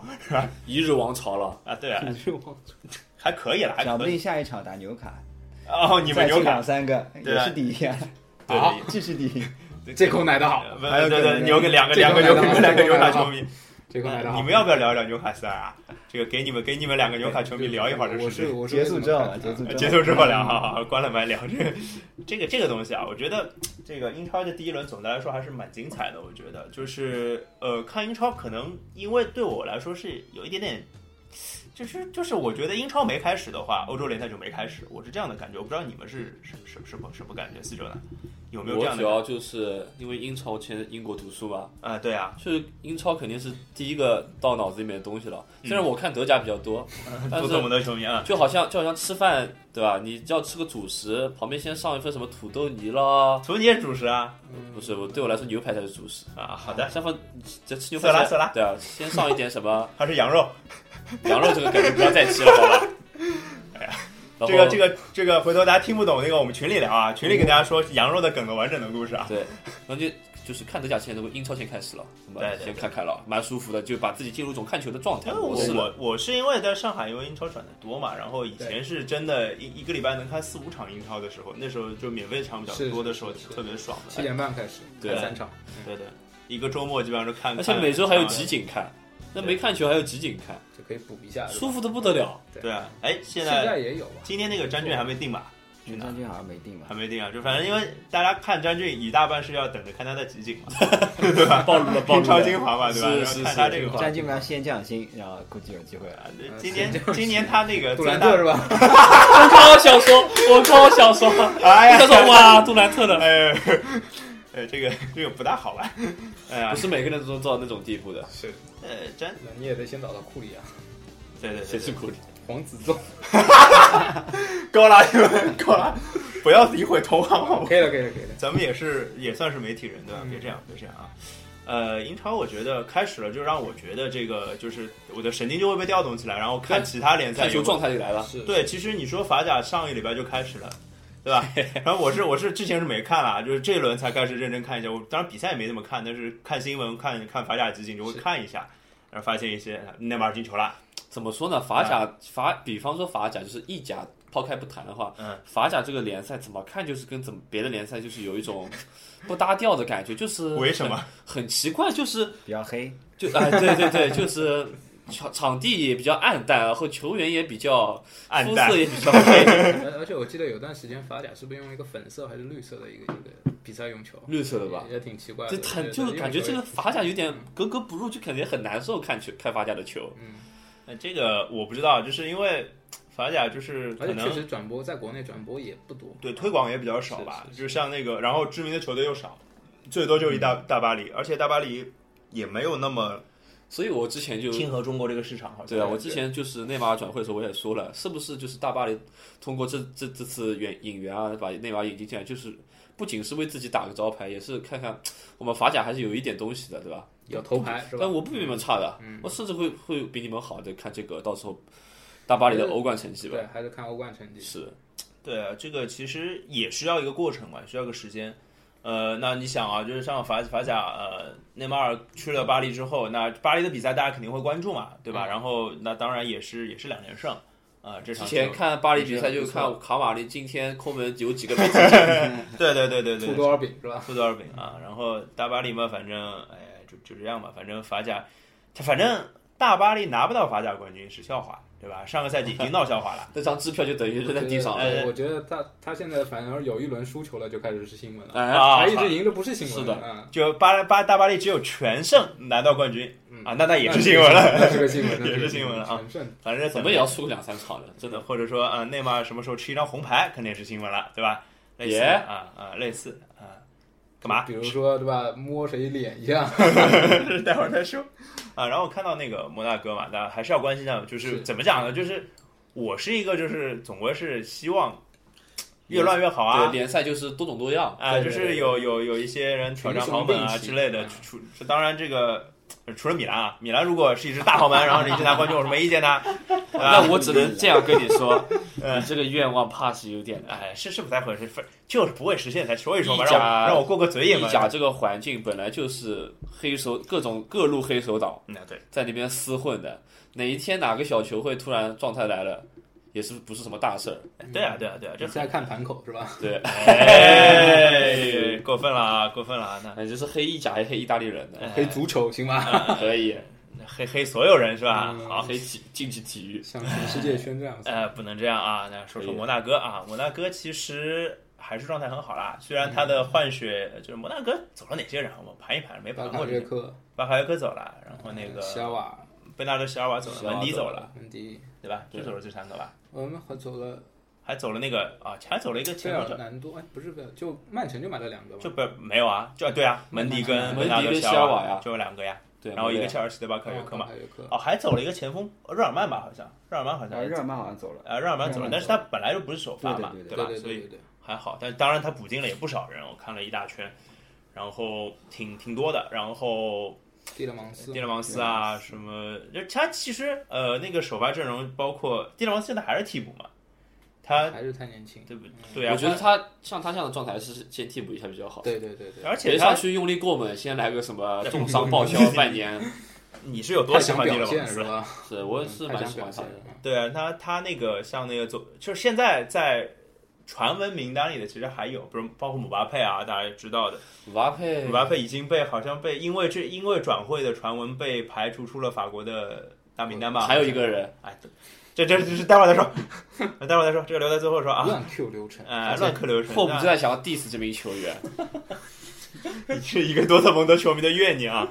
Speaker 3: 一日王朝了，
Speaker 1: 啊，对
Speaker 2: 哎
Speaker 1: 啊，
Speaker 4: 是我
Speaker 1: 还可以了，还
Speaker 2: 讲不
Speaker 1: 可以。
Speaker 2: 定下一场打纽卡，
Speaker 1: 哦，你们
Speaker 2: 再
Speaker 1: 有
Speaker 2: 进
Speaker 1: 卡
Speaker 2: 两三个
Speaker 1: 对
Speaker 2: 也
Speaker 1: 啊
Speaker 2: 是第 一啊，
Speaker 1: 对
Speaker 4: 啊
Speaker 1: 对
Speaker 2: 这是第 一。
Speaker 1: 对
Speaker 4: 这口奶的好，
Speaker 1: 不
Speaker 2: 还有
Speaker 1: 对
Speaker 2: 可
Speaker 1: 对，
Speaker 2: 能
Speaker 1: 牛个两个
Speaker 4: 这
Speaker 1: 两个
Speaker 4: 个
Speaker 1: 牛
Speaker 4: 还有
Speaker 1: 两个
Speaker 4: 这个
Speaker 1: 牛卡
Speaker 4: 还有
Speaker 1: 球迷，
Speaker 4: 这口奶的好。
Speaker 1: 你们要不要聊一聊纽卡斯尔啊？这个给你们给你们两个纽卡球迷聊一会儿这嗯
Speaker 4: 我
Speaker 1: 事情
Speaker 4: 是。我是
Speaker 2: 结束之后啊，
Speaker 4: 结
Speaker 2: 结束之后，
Speaker 1: 结束之后聊，好好好，关了麦聊这个这个这个东西啊，我觉得这个英超这第一轮总的来说还是蛮精彩的。我觉得就是呃，看英超可能因为对我来说是有一点点，就是就是我觉得英超没开始的话，欧洲联赛就没开始，我是这样的感觉。我不知道你们是什什什么什么感觉，四周呢有没有这
Speaker 3: 我
Speaker 1: 样
Speaker 3: 主
Speaker 1: 的感觉
Speaker 3: 要就是因为英超前英国读书嘛，
Speaker 1: 啊、对 啊，
Speaker 3: 就是英超肯定是第一个到脑子里面的东西了。虽然我看德甲比较 多，
Speaker 1: 嗯
Speaker 3: 但
Speaker 1: 不
Speaker 3: 是
Speaker 1: 懂的球迷啊，
Speaker 3: 就好像就好像吃饭对吧？你要吃个主食，旁边先上一份什么土豆泥啦，
Speaker 1: 图尼也主食啊
Speaker 3: 不是我对我来说牛排才是主食。
Speaker 1: 啊，好的，
Speaker 3: 先放这吃牛
Speaker 1: 色
Speaker 3: 排先
Speaker 1: 拉色拉
Speaker 3: 对啊，先上一点什么
Speaker 1: 还是羊肉。
Speaker 3: 羊肉这个感觉不要再吃了，好 吧？哎呀，
Speaker 1: 这个这
Speaker 3: 个
Speaker 1: 个这个，回头大家听不懂那个，我们群里聊啊，群里跟大家说羊肉的梗的完整的故事啊。
Speaker 3: 对，然后就就是看德甲前，如果英超先开始了，我
Speaker 1: 对
Speaker 3: 们
Speaker 1: 对哦
Speaker 3: 先看看了，蛮舒服的，就把自己进入一种看球的状态
Speaker 1: 因为我
Speaker 3: 模式了。
Speaker 1: 我我是因为在上海，因为英超转的多嘛，然后以前是真的一一个礼拜能看四五场英超的时候，那时候就免费场比较多的时候，
Speaker 4: 是是是
Speaker 1: 特别爽
Speaker 4: 七
Speaker 1: 的。
Speaker 4: 点半开始，
Speaker 3: 对
Speaker 4: 看三场，
Speaker 1: 对对，一个周末基本上就看，
Speaker 3: 而且
Speaker 1: 看
Speaker 3: 每周还有
Speaker 1: 看
Speaker 3: 集锦看，那
Speaker 1: 对
Speaker 3: 没看球还有集锦看，
Speaker 4: 就可以补一下，
Speaker 3: 舒服的不得了。
Speaker 4: 对
Speaker 1: 对啊，哎，现
Speaker 4: 现
Speaker 1: 在
Speaker 4: 在也有啊吧？
Speaker 1: 今天那个詹俊还没定吧？
Speaker 2: 全冠军好像没定吧
Speaker 1: 还？没定啊，就反正因为大家看詹俊一大半是要等着看他的集锦嘛，
Speaker 3: 暴露了，暴
Speaker 1: 英
Speaker 3: 露
Speaker 1: 超
Speaker 3: 了。
Speaker 1: 精华嘛，对吧？
Speaker 3: 是
Speaker 1: 然后
Speaker 3: 是
Speaker 1: 看
Speaker 3: 是
Speaker 1: 他这个话
Speaker 2: 战绩不要先降薪，然后估计有机会了。
Speaker 1: 啊，对
Speaker 4: 呃
Speaker 1: 今年
Speaker 4: 先这样
Speaker 1: 今年他那个
Speaker 4: 杜
Speaker 1: 最
Speaker 4: 兰
Speaker 1: 大
Speaker 4: 特是吧？
Speaker 3: 我靠，想说，我靠，想说，
Speaker 1: 哎呀
Speaker 3: 他，说哇，杜兰特的，
Speaker 1: 哎，呃，这个这个不大好吧？哎呀
Speaker 3: 不，是每个人都做到那种地步的。
Speaker 4: 是，
Speaker 1: 呃，真
Speaker 4: 那你也得先找到库里啊，
Speaker 1: 对对
Speaker 3: 谁
Speaker 1: 对
Speaker 3: 是
Speaker 1: 对，
Speaker 3: 苦力？
Speaker 4: 黄子仲。
Speaker 1: 高拉你们高拉，不要诋毁同行好不好？
Speaker 4: 可以了，可以了，可以了。
Speaker 1: 咱们也是也算是媒体人对吧？
Speaker 4: 嗯
Speaker 1: 别这样，别这样啊。呃，英超我觉得开始了，就让我觉得这个就是我的神经就会被调动起来，然后看
Speaker 3: 看
Speaker 1: 其他联赛
Speaker 3: 看球
Speaker 1: 有
Speaker 3: 状态就来了。
Speaker 4: 是，
Speaker 1: 对，其实你说法甲上一礼拜就开始了，对 吧？然后我是我是之前是没看啦，就是这一轮才开始认真看一下。我当然比赛也没怎么看，但是看新闻、看看法甲集锦就会
Speaker 4: 是
Speaker 1: 看一下，然后发现一些内马尔进球啦，
Speaker 3: 怎么说呢？法甲法，比方说法甲就是意甲，抛开不谈的话，
Speaker 1: 嗯，
Speaker 3: 法甲这个联赛怎么看就是跟怎么别的联赛就是有一种 不搭调的感觉，就是
Speaker 1: 为什么？
Speaker 3: 很奇怪，就是
Speaker 2: 比较黑，
Speaker 3: 就哎、对对 对，就是场场地也比较暗淡，然后球员也比较
Speaker 1: 暗
Speaker 3: 肤
Speaker 1: 淡
Speaker 3: 色也比较黑，
Speaker 4: 而而且我记得有段时间法甲是不是用一个粉色还是绿色的一个一个比赛用球？
Speaker 3: 绿色的吧？
Speaker 4: 也挺奇怪的
Speaker 3: 就，很
Speaker 4: 呃对
Speaker 3: 就
Speaker 4: 对
Speaker 3: 感觉
Speaker 4: 用球
Speaker 3: 这
Speaker 4: 也
Speaker 3: 个法甲有点格格不入，就感觉很难受看球看法甲的球。
Speaker 4: 嗯，
Speaker 1: 呃这个我不知道，就是因为法甲就是可
Speaker 4: 而且确
Speaker 1: 能
Speaker 4: 实转播在国内转播也不多，
Speaker 1: 对推广也比较少吧，
Speaker 4: 是是
Speaker 1: 就是像那个，然后知名的球队又少，最多就是一
Speaker 4: 嗯
Speaker 1: 大大巴黎，而且大巴黎也没有那么
Speaker 3: 所以我之前就
Speaker 1: 亲和中国这个市场，好像
Speaker 3: 对啊，我之前就是内马尔转会的时候我也说了，是不是就是大巴黎通过这这这次援引援啊，把内马尔引进进来，就是不仅是为自己打个招牌，也是看看我们法甲还是有一点东西的，对吧？
Speaker 4: 有头牌是吧
Speaker 3: 但？我不比你们差的，我甚至会会比你们好的。看这个到时候大巴黎的欧冠成绩吧，
Speaker 4: 对，还是看欧冠成绩。
Speaker 3: 是
Speaker 1: 对啊，这个其实也需要一个过程嘛，需要个时间。呃，那你想啊，就是像法法甲，呃，内马尔去了巴黎之后，那巴黎的比赛大家肯定会关注嘛，对
Speaker 4: 嗯
Speaker 1: 吧？然后那当然也是也是两连胜，啊、这
Speaker 3: 之
Speaker 1: 场
Speaker 3: 前
Speaker 1: 球
Speaker 3: 看巴黎比赛就看卡瓦尼今天抠门有几个没进，
Speaker 1: 对对对对对
Speaker 4: 吐，多少饼是吧？
Speaker 1: 负多少饼啊？然后大巴黎嘛，反正哎就就这样吧，反正法甲，他反正大巴黎拿不到法甲冠军是笑话，对吧？上个赛季已经闹笑话了。
Speaker 3: 那张支票就等于扔在地上了。
Speaker 1: 哎
Speaker 4: 我觉得他他现在反而有一轮输球了就开始是新闻了，
Speaker 3: 哎
Speaker 1: 啊
Speaker 4: 他一直赢的不是新闻，
Speaker 3: 是的
Speaker 4: 啊，
Speaker 1: 就巴巴大巴黎只有全胜拿到冠军
Speaker 4: 嗯
Speaker 1: 啊，那那也
Speaker 4: 那
Speaker 1: 是新闻了，
Speaker 4: 那是个新闻，那
Speaker 1: 也是
Speaker 4: 个
Speaker 1: 新闻了啊
Speaker 4: 全胜
Speaker 1: 反正
Speaker 3: 怎么也要输个两三场的，真
Speaker 1: 真
Speaker 3: 的
Speaker 1: 的，或者说啊，内马尔什么时候吃一张红牌，肯定也是新闻了，对吧？类似
Speaker 3: Yeah
Speaker 1: 啊啊，类似啊，干嘛？
Speaker 4: 比如说对吧，摸谁脸一 样，
Speaker 1: 待会儿再说啊。然后看到那个摩纳哥嘛，那还是要关心一下，就是
Speaker 4: 是
Speaker 1: 怎么讲呢？就是我是一个，就是总归是希望越乱越好
Speaker 3: 对
Speaker 1: 啊。
Speaker 3: 联赛就是多种多样。
Speaker 1: 啊，
Speaker 4: 对
Speaker 1: 就
Speaker 4: 对
Speaker 1: 是
Speaker 4: 对
Speaker 1: 有有有一些人挑战豪门啊
Speaker 4: 群雄并起
Speaker 1: 之类的
Speaker 4: 嗯，
Speaker 1: 除除当然这个除了米兰啊，米兰如果是一支大豪门，然后你去拿冠军，我是没意见的，啊对吧？
Speaker 3: 那我只能这样跟你说，
Speaker 1: 嗯
Speaker 3: 你这个愿望怕是有点难。
Speaker 1: 哎，是是不太合适，反就是不会实现才说一说嘛，
Speaker 3: 意
Speaker 1: 让
Speaker 3: 甲
Speaker 1: 我让我过过嘴瘾
Speaker 3: 意
Speaker 1: 嘛。
Speaker 3: 甲这个环境本来就是黑手各种各路黑手党
Speaker 1: 嗯，对，
Speaker 3: 在那边厮混的，哪一天哪个小球会突然状态来了，也是不是什么大事儿。
Speaker 1: 对啊，对啊，对啊，这
Speaker 4: 现在看盘口是吧？
Speaker 3: 对，
Speaker 1: 哎，过分了啊，过分了啊！那
Speaker 3: 反正就是黑意甲也黑意大利人的，
Speaker 4: 黑足球行吧？
Speaker 3: 可以
Speaker 1: 黑黑所有人是吧？
Speaker 4: 嗯
Speaker 1: 好，
Speaker 3: 黑体 竞技体
Speaker 1: 嗯
Speaker 3: 育，
Speaker 4: 向全世界宣战。
Speaker 1: 呃，不能这样啊。那说说摩纳哥啊，摩纳哥其实还是状态很好啦，虽然他
Speaker 3: 嗯
Speaker 1: 的换血就是摩纳哥走了哪些人啊，我盘一盘，没
Speaker 4: 巴
Speaker 1: 盘
Speaker 4: 卡
Speaker 1: 过这
Speaker 4: 约
Speaker 1: 个。
Speaker 4: 克，
Speaker 1: 巴卡约科走了，然后
Speaker 3: 嗯
Speaker 1: 那个
Speaker 4: 西尔瓦，
Speaker 1: 贝纳德席尔瓦走了，
Speaker 3: 席尔瓦
Speaker 1: 文迪
Speaker 3: 走
Speaker 1: 走了，
Speaker 4: 文迪，
Speaker 1: 对吧？
Speaker 3: 对
Speaker 1: 就走了这三个吧，
Speaker 4: 我们还走了
Speaker 1: 还走了那个啊，还走了一个
Speaker 4: 费
Speaker 1: 前
Speaker 4: 尔
Speaker 1: 锋手，
Speaker 4: 南多，哎，不是费尔，就曼城就买了两个嘛
Speaker 1: 就，不没有啊，就对啊，门迪跟
Speaker 3: 门
Speaker 1: 贝
Speaker 3: 迪跟
Speaker 1: 纳德席
Speaker 3: 席尔
Speaker 1: 瓦
Speaker 3: 瓦呀
Speaker 1: 就有两个呀。
Speaker 3: 对，
Speaker 1: 然后一个
Speaker 3: 对
Speaker 1: 切尔西的巴克约克嘛
Speaker 4: 巴，卡约
Speaker 3: 嗯
Speaker 4: 克，
Speaker 1: 哦，还走了一个前锋呃热尔曼吧，好像热尔曼好像
Speaker 2: 然后热哦尔曼好像走了，
Speaker 1: 呃热尔曼走了，但是他本来就不是首发嘛，
Speaker 2: 对对
Speaker 4: 对
Speaker 1: 吧？
Speaker 4: 对
Speaker 1: 所
Speaker 4: 对
Speaker 1: 以
Speaker 4: 对对，
Speaker 1: 还好，但当然他补进了也不少人，我看了一大圈，然后挺挺多的，然后
Speaker 4: 蒂勒芒斯
Speaker 1: 蒂，勒芒斯啊什么，就他其实呃那个首发阵容包括蒂勒芒斯现在还是替补嘛，他
Speaker 4: 还是太年轻，
Speaker 1: 对不对啊？
Speaker 3: 我觉得他像他这样的状态是先替补一下比较好，
Speaker 4: 对对对对，
Speaker 1: 而且
Speaker 3: 别
Speaker 1: 他
Speaker 3: 上去用力过猛，先来个什么重伤报 销半年，
Speaker 1: 你是有多
Speaker 4: 太
Speaker 1: 喜
Speaker 4: 想
Speaker 1: 欢蒂
Speaker 4: 表
Speaker 1: 勒
Speaker 4: 现
Speaker 1: 芒
Speaker 4: 是
Speaker 1: 斯？
Speaker 4: 吧？
Speaker 3: 是我是
Speaker 4: 太
Speaker 3: 蛮
Speaker 4: 想
Speaker 3: 喜
Speaker 4: 表
Speaker 3: 欢他
Speaker 4: 现
Speaker 3: 的。
Speaker 4: 了，
Speaker 1: 对啊，他他那个像那个左，就是现在在传闻名单里的其实还有，比如包括姆巴佩啊，大家知道的，
Speaker 3: 姆巴佩
Speaker 1: 姆，巴佩已经被好像被因为这因为转会的传闻被排除出了法国的大名单吧？
Speaker 3: 还有一个人，
Speaker 1: 哎，这这这是待会儿再说， 待会儿再说，这个留在最后说啊。
Speaker 4: 乱 Q 流程，
Speaker 1: 呃，乱客流程，
Speaker 3: 迫不及待想要 diss 这名球员，
Speaker 1: 那是 一个多特蒙德球迷的怨念啊！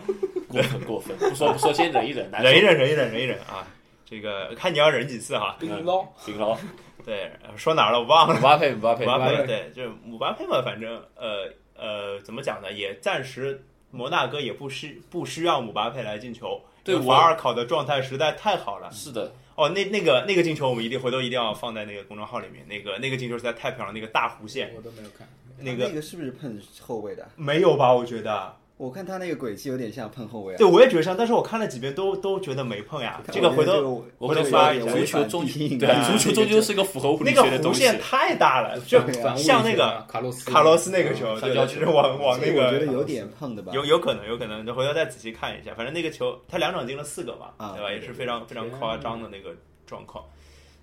Speaker 3: 过分过分，不说不说，先忍一忍， 难受
Speaker 1: 忍一，忍，忍一忍，忍一忍啊！这个看你要忍几次哈、
Speaker 4: 冰捞，
Speaker 3: 行了，
Speaker 1: 对，说哪儿了？我忘了。
Speaker 3: 姆巴佩姆巴佩
Speaker 1: 姆，巴
Speaker 4: 巴
Speaker 1: 佩
Speaker 4: 佩
Speaker 1: 对，就是姆巴佩嘛，反正呃呃，怎么讲呢？也暂时摩纳哥也不需不需要姆巴佩来进球，
Speaker 3: 对
Speaker 1: 因为
Speaker 3: 我
Speaker 1: 瓦尔考的状态实在太好了。
Speaker 3: 是的，
Speaker 1: 哦，那那个那个进球，我们一定回头一定要放在那个公众号里面。那个那个进球实在太漂亮，那个大弧线，
Speaker 4: 我都没有看。
Speaker 1: 那个
Speaker 2: 啊那个是不是碰后卫的？
Speaker 1: 没有吧？我觉得，
Speaker 2: 我看他那个轨迹有点像碰后卫啊。
Speaker 1: 对我也觉得像，但是我看了几遍都都觉得没碰呀。这个回头
Speaker 3: 我
Speaker 1: 回
Speaker 3: 跟
Speaker 1: 头
Speaker 3: 你
Speaker 1: 发
Speaker 3: 说，
Speaker 1: 一下
Speaker 3: 足球终
Speaker 2: 反应
Speaker 3: 对
Speaker 2: 啊
Speaker 3: 足球终究是个符合物理
Speaker 1: 那个
Speaker 3: 学的
Speaker 1: 弧
Speaker 3: 东西。
Speaker 1: 线太大了，哎就
Speaker 2: 对啊
Speaker 4: 反物理
Speaker 1: 像
Speaker 4: 学
Speaker 1: 那个
Speaker 4: 啊卡洛斯
Speaker 1: 卡洛斯那个球，对
Speaker 3: 嗯橡胶
Speaker 1: 的，
Speaker 3: 球
Speaker 1: 就是往往
Speaker 2: 所
Speaker 1: 啊那
Speaker 2: 以我觉得
Speaker 1: 个。
Speaker 2: 有点碰的吧。
Speaker 1: 有有可能，有可能，回头再仔细看一下。反正那个球，他两场进了四个吧，
Speaker 2: 啊
Speaker 1: 对吧？
Speaker 2: 对
Speaker 1: 也是非常非常夸张的那个状况，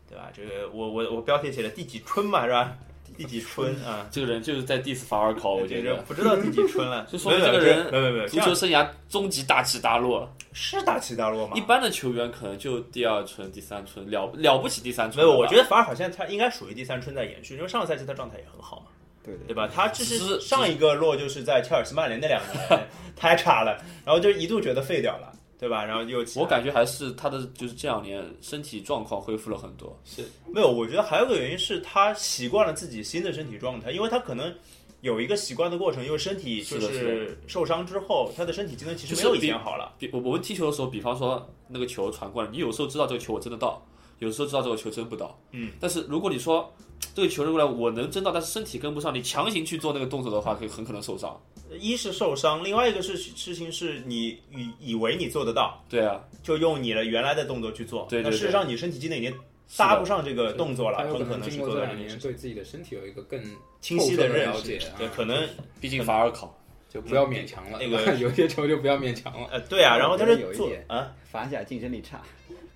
Speaker 1: 对吧？这个我我我标题写的第几春嘛，是吧？第几春啊？
Speaker 3: 这个人就是在 diss 法尔哦考，我觉
Speaker 1: 这个
Speaker 3: 得
Speaker 1: 不知道第几春 了，
Speaker 3: 就说明
Speaker 1: 没有
Speaker 3: 这个人
Speaker 1: 没有没有没有，
Speaker 3: 足球
Speaker 1: 像
Speaker 3: 生涯终极大起大落。
Speaker 1: 是大起大落吗
Speaker 3: 一？般的球员可能就第二春、第三春了了不起，第三
Speaker 1: 没
Speaker 3: 春了
Speaker 1: 有，
Speaker 3: 吧。
Speaker 1: 我觉得法尔考现在他应该属于第三春在延续，因为上个赛季他状态也很好嘛，
Speaker 2: 对对
Speaker 1: 对吧？他就
Speaker 3: 只是
Speaker 1: 是上一个落就是在切尔西、曼联那两个 人太差了，然后就一度觉得废掉了，对吧？然后又
Speaker 3: 我感觉还是他的就是这两年身体状况恢复了很多。
Speaker 1: 没有，我觉得还有个原因是他习惯了自己新的身体状态，因为他可能有一个习惯的过程，因为身体就是
Speaker 3: 的是
Speaker 1: 是受伤之后，他的身体机能其实
Speaker 3: 就
Speaker 1: 没
Speaker 3: 是
Speaker 1: 有以
Speaker 3: 比
Speaker 1: 前好了。
Speaker 3: 比我我们踢球的时候，比方说那个球传过来，你有时候知道这个球我真的到，有时候知道这个球真不到。
Speaker 1: 嗯，
Speaker 3: 但是如果你说这个球扔过来我能争到，但是身体跟不上，你强行去做那个动作的话，可以很可能受伤。
Speaker 1: 一是受伤，另外一个是事情是你以以为你做得到，
Speaker 3: 对啊，
Speaker 1: 就用你的原来的动作去做，
Speaker 3: 对对
Speaker 1: 那
Speaker 3: 对
Speaker 1: 事实上你身体机能已经
Speaker 3: 是
Speaker 1: 搭
Speaker 3: 的
Speaker 1: 不上这个动作了，
Speaker 4: 他有
Speaker 1: 很
Speaker 4: 可
Speaker 1: 能
Speaker 4: 能
Speaker 1: 是
Speaker 4: 经过
Speaker 1: 做
Speaker 4: 这
Speaker 1: 到
Speaker 4: 两
Speaker 1: 这件
Speaker 4: 年
Speaker 1: 事
Speaker 4: 对自己的身体有一个更
Speaker 1: 清晰
Speaker 4: 透彻的
Speaker 1: 认
Speaker 4: 了
Speaker 1: 识
Speaker 4: 解啊，
Speaker 1: 对，可能
Speaker 3: 毕竟法尔考。
Speaker 4: 就不要勉强了。
Speaker 1: 那个
Speaker 4: 有些球就不要勉强了。
Speaker 1: 呃对啊，然后他
Speaker 2: 我觉得
Speaker 1: 是
Speaker 2: 有一
Speaker 1: 做
Speaker 2: 点
Speaker 1: 啊，
Speaker 2: 法甲竞争力差，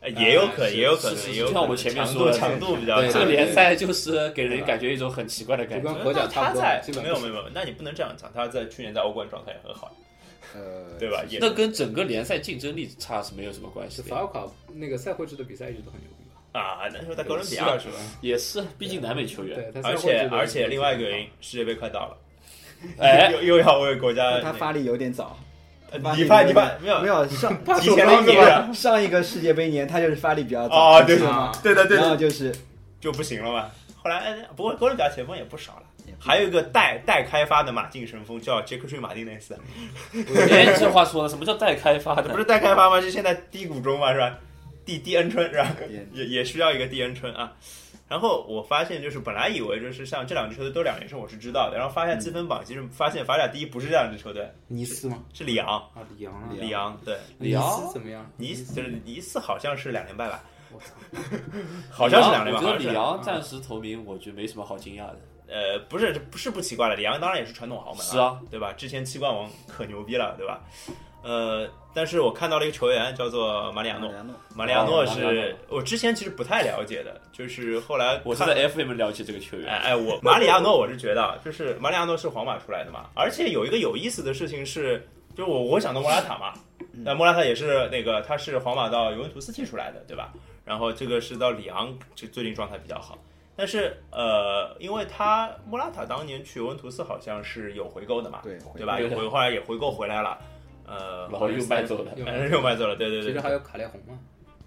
Speaker 1: 呃也有
Speaker 4: 啊
Speaker 1: 可能，
Speaker 4: 是
Speaker 1: 也有可
Speaker 3: 是是
Speaker 1: 能，
Speaker 3: 是
Speaker 1: 也有
Speaker 3: 就
Speaker 1: 可
Speaker 3: 像
Speaker 1: 能
Speaker 3: 我前面
Speaker 1: 强
Speaker 3: 说
Speaker 1: 度
Speaker 3: 的
Speaker 1: 强度比较
Speaker 4: 对
Speaker 1: 大
Speaker 3: 这个
Speaker 4: 对
Speaker 3: 联赛就是给人
Speaker 4: 对
Speaker 3: 感觉一种很奇怪的感
Speaker 4: 就
Speaker 3: 觉
Speaker 4: 跟。荷甲差
Speaker 1: 他
Speaker 4: 不多了
Speaker 1: 在，
Speaker 4: 基本
Speaker 1: 没有没有没有，那你不能这样讲，他在去年在欧冠状态也很好，
Speaker 2: 呃，
Speaker 1: 对啊吧？也
Speaker 3: 那跟整个联赛竞争力差是没有什么关系
Speaker 4: 就
Speaker 3: 的
Speaker 4: 法。尔考那个赛会制的比赛一直都很牛逼吧？
Speaker 1: 啊，那时候在哥伦比
Speaker 4: 希腊
Speaker 1: 亚，
Speaker 4: 是吧？
Speaker 3: 也是，啊毕竟南美球员。
Speaker 4: 对，
Speaker 1: 而
Speaker 4: 他赛会制
Speaker 1: 且
Speaker 4: 的
Speaker 1: 而且另外一个原
Speaker 4: 人，
Speaker 1: 因，世界杯快到了，
Speaker 3: 哎，
Speaker 1: 又又要为国家
Speaker 2: 但他发力有点早。
Speaker 1: 呃
Speaker 2: 发
Speaker 1: 你
Speaker 2: 力
Speaker 1: 发
Speaker 2: 有
Speaker 1: 你
Speaker 2: 点
Speaker 1: 发呃没有
Speaker 2: 没有上
Speaker 1: 提前了一年啊
Speaker 2: 上上一个世界杯年，他就是发力比较早
Speaker 1: 哦，对
Speaker 2: 是
Speaker 1: 对
Speaker 4: 啊
Speaker 2: 吗？
Speaker 1: 对的对
Speaker 2: 然
Speaker 1: 的
Speaker 2: 后就是
Speaker 1: 就不行了嘛。后来哎不过哥伦比亚前锋也不少了
Speaker 2: 也。不
Speaker 1: 还有一个待待开发的马竞神锋叫杰克逊·马丁内斯，
Speaker 3: 哎，这话说的，什么叫待开发
Speaker 1: 不
Speaker 3: 的？
Speaker 1: 是待开发吗？是现在低谷中嘛，是吧？第第 N 春是吧？
Speaker 2: 也
Speaker 1: 也也需要一个第 N 春啊。然后我发现，就是本来以为就是像这两支球队都两连胜，我是知道的。然后发现积分榜，其实发现法甲第一不是这两支球队，
Speaker 4: 尼斯吗？
Speaker 1: 是里昂。
Speaker 4: 啊，里昂啊，
Speaker 1: 里昂对，
Speaker 4: 尼
Speaker 3: 里昂
Speaker 4: 斯怎么样？
Speaker 1: 尼斯就是尼斯好像是两连败吧？
Speaker 4: 我操，
Speaker 1: 好像是两
Speaker 3: 里
Speaker 1: 连败，好啊像是
Speaker 3: 昂 我觉得里
Speaker 1: 两连败。
Speaker 3: 昂暂时头名，我觉得没什么好惊讶的。
Speaker 1: 呃，不是，这不是不奇怪了。里昂当然也是传统豪门了，
Speaker 3: 是啊，
Speaker 1: 对吧？之前七冠王可牛逼了，对吧？呃，但是我看到了一个球员叫做马里亚诺，马里亚诺
Speaker 3: 哦马里亚
Speaker 1: 是
Speaker 3: 诺
Speaker 1: 我之前其实不太了解的，就是后来
Speaker 3: 我是
Speaker 1: 看
Speaker 3: 在 FM 了解这个球
Speaker 1: 哎
Speaker 3: 员，
Speaker 1: 哎，我马里亚诺我是觉得啊，就是马里亚诺是皇马出来的嘛，而且有一个有意思的事情是，就是我我想到莫拉塔嘛，那莫拉塔也是那个他是皇马到尤文图斯踢出来的，对吧？然后这个是到里昂，就最近状态比较好。但是呃，因为他莫拉塔当年去尤文图斯好像是有回购的嘛，
Speaker 2: 对
Speaker 1: 对吧？有回后来也回购回来了，呃，
Speaker 3: 然后又卖走了。
Speaker 4: 又
Speaker 1: 哎又卖走了，对对
Speaker 4: 其
Speaker 1: 对
Speaker 4: 实，还有卡列洪嘛，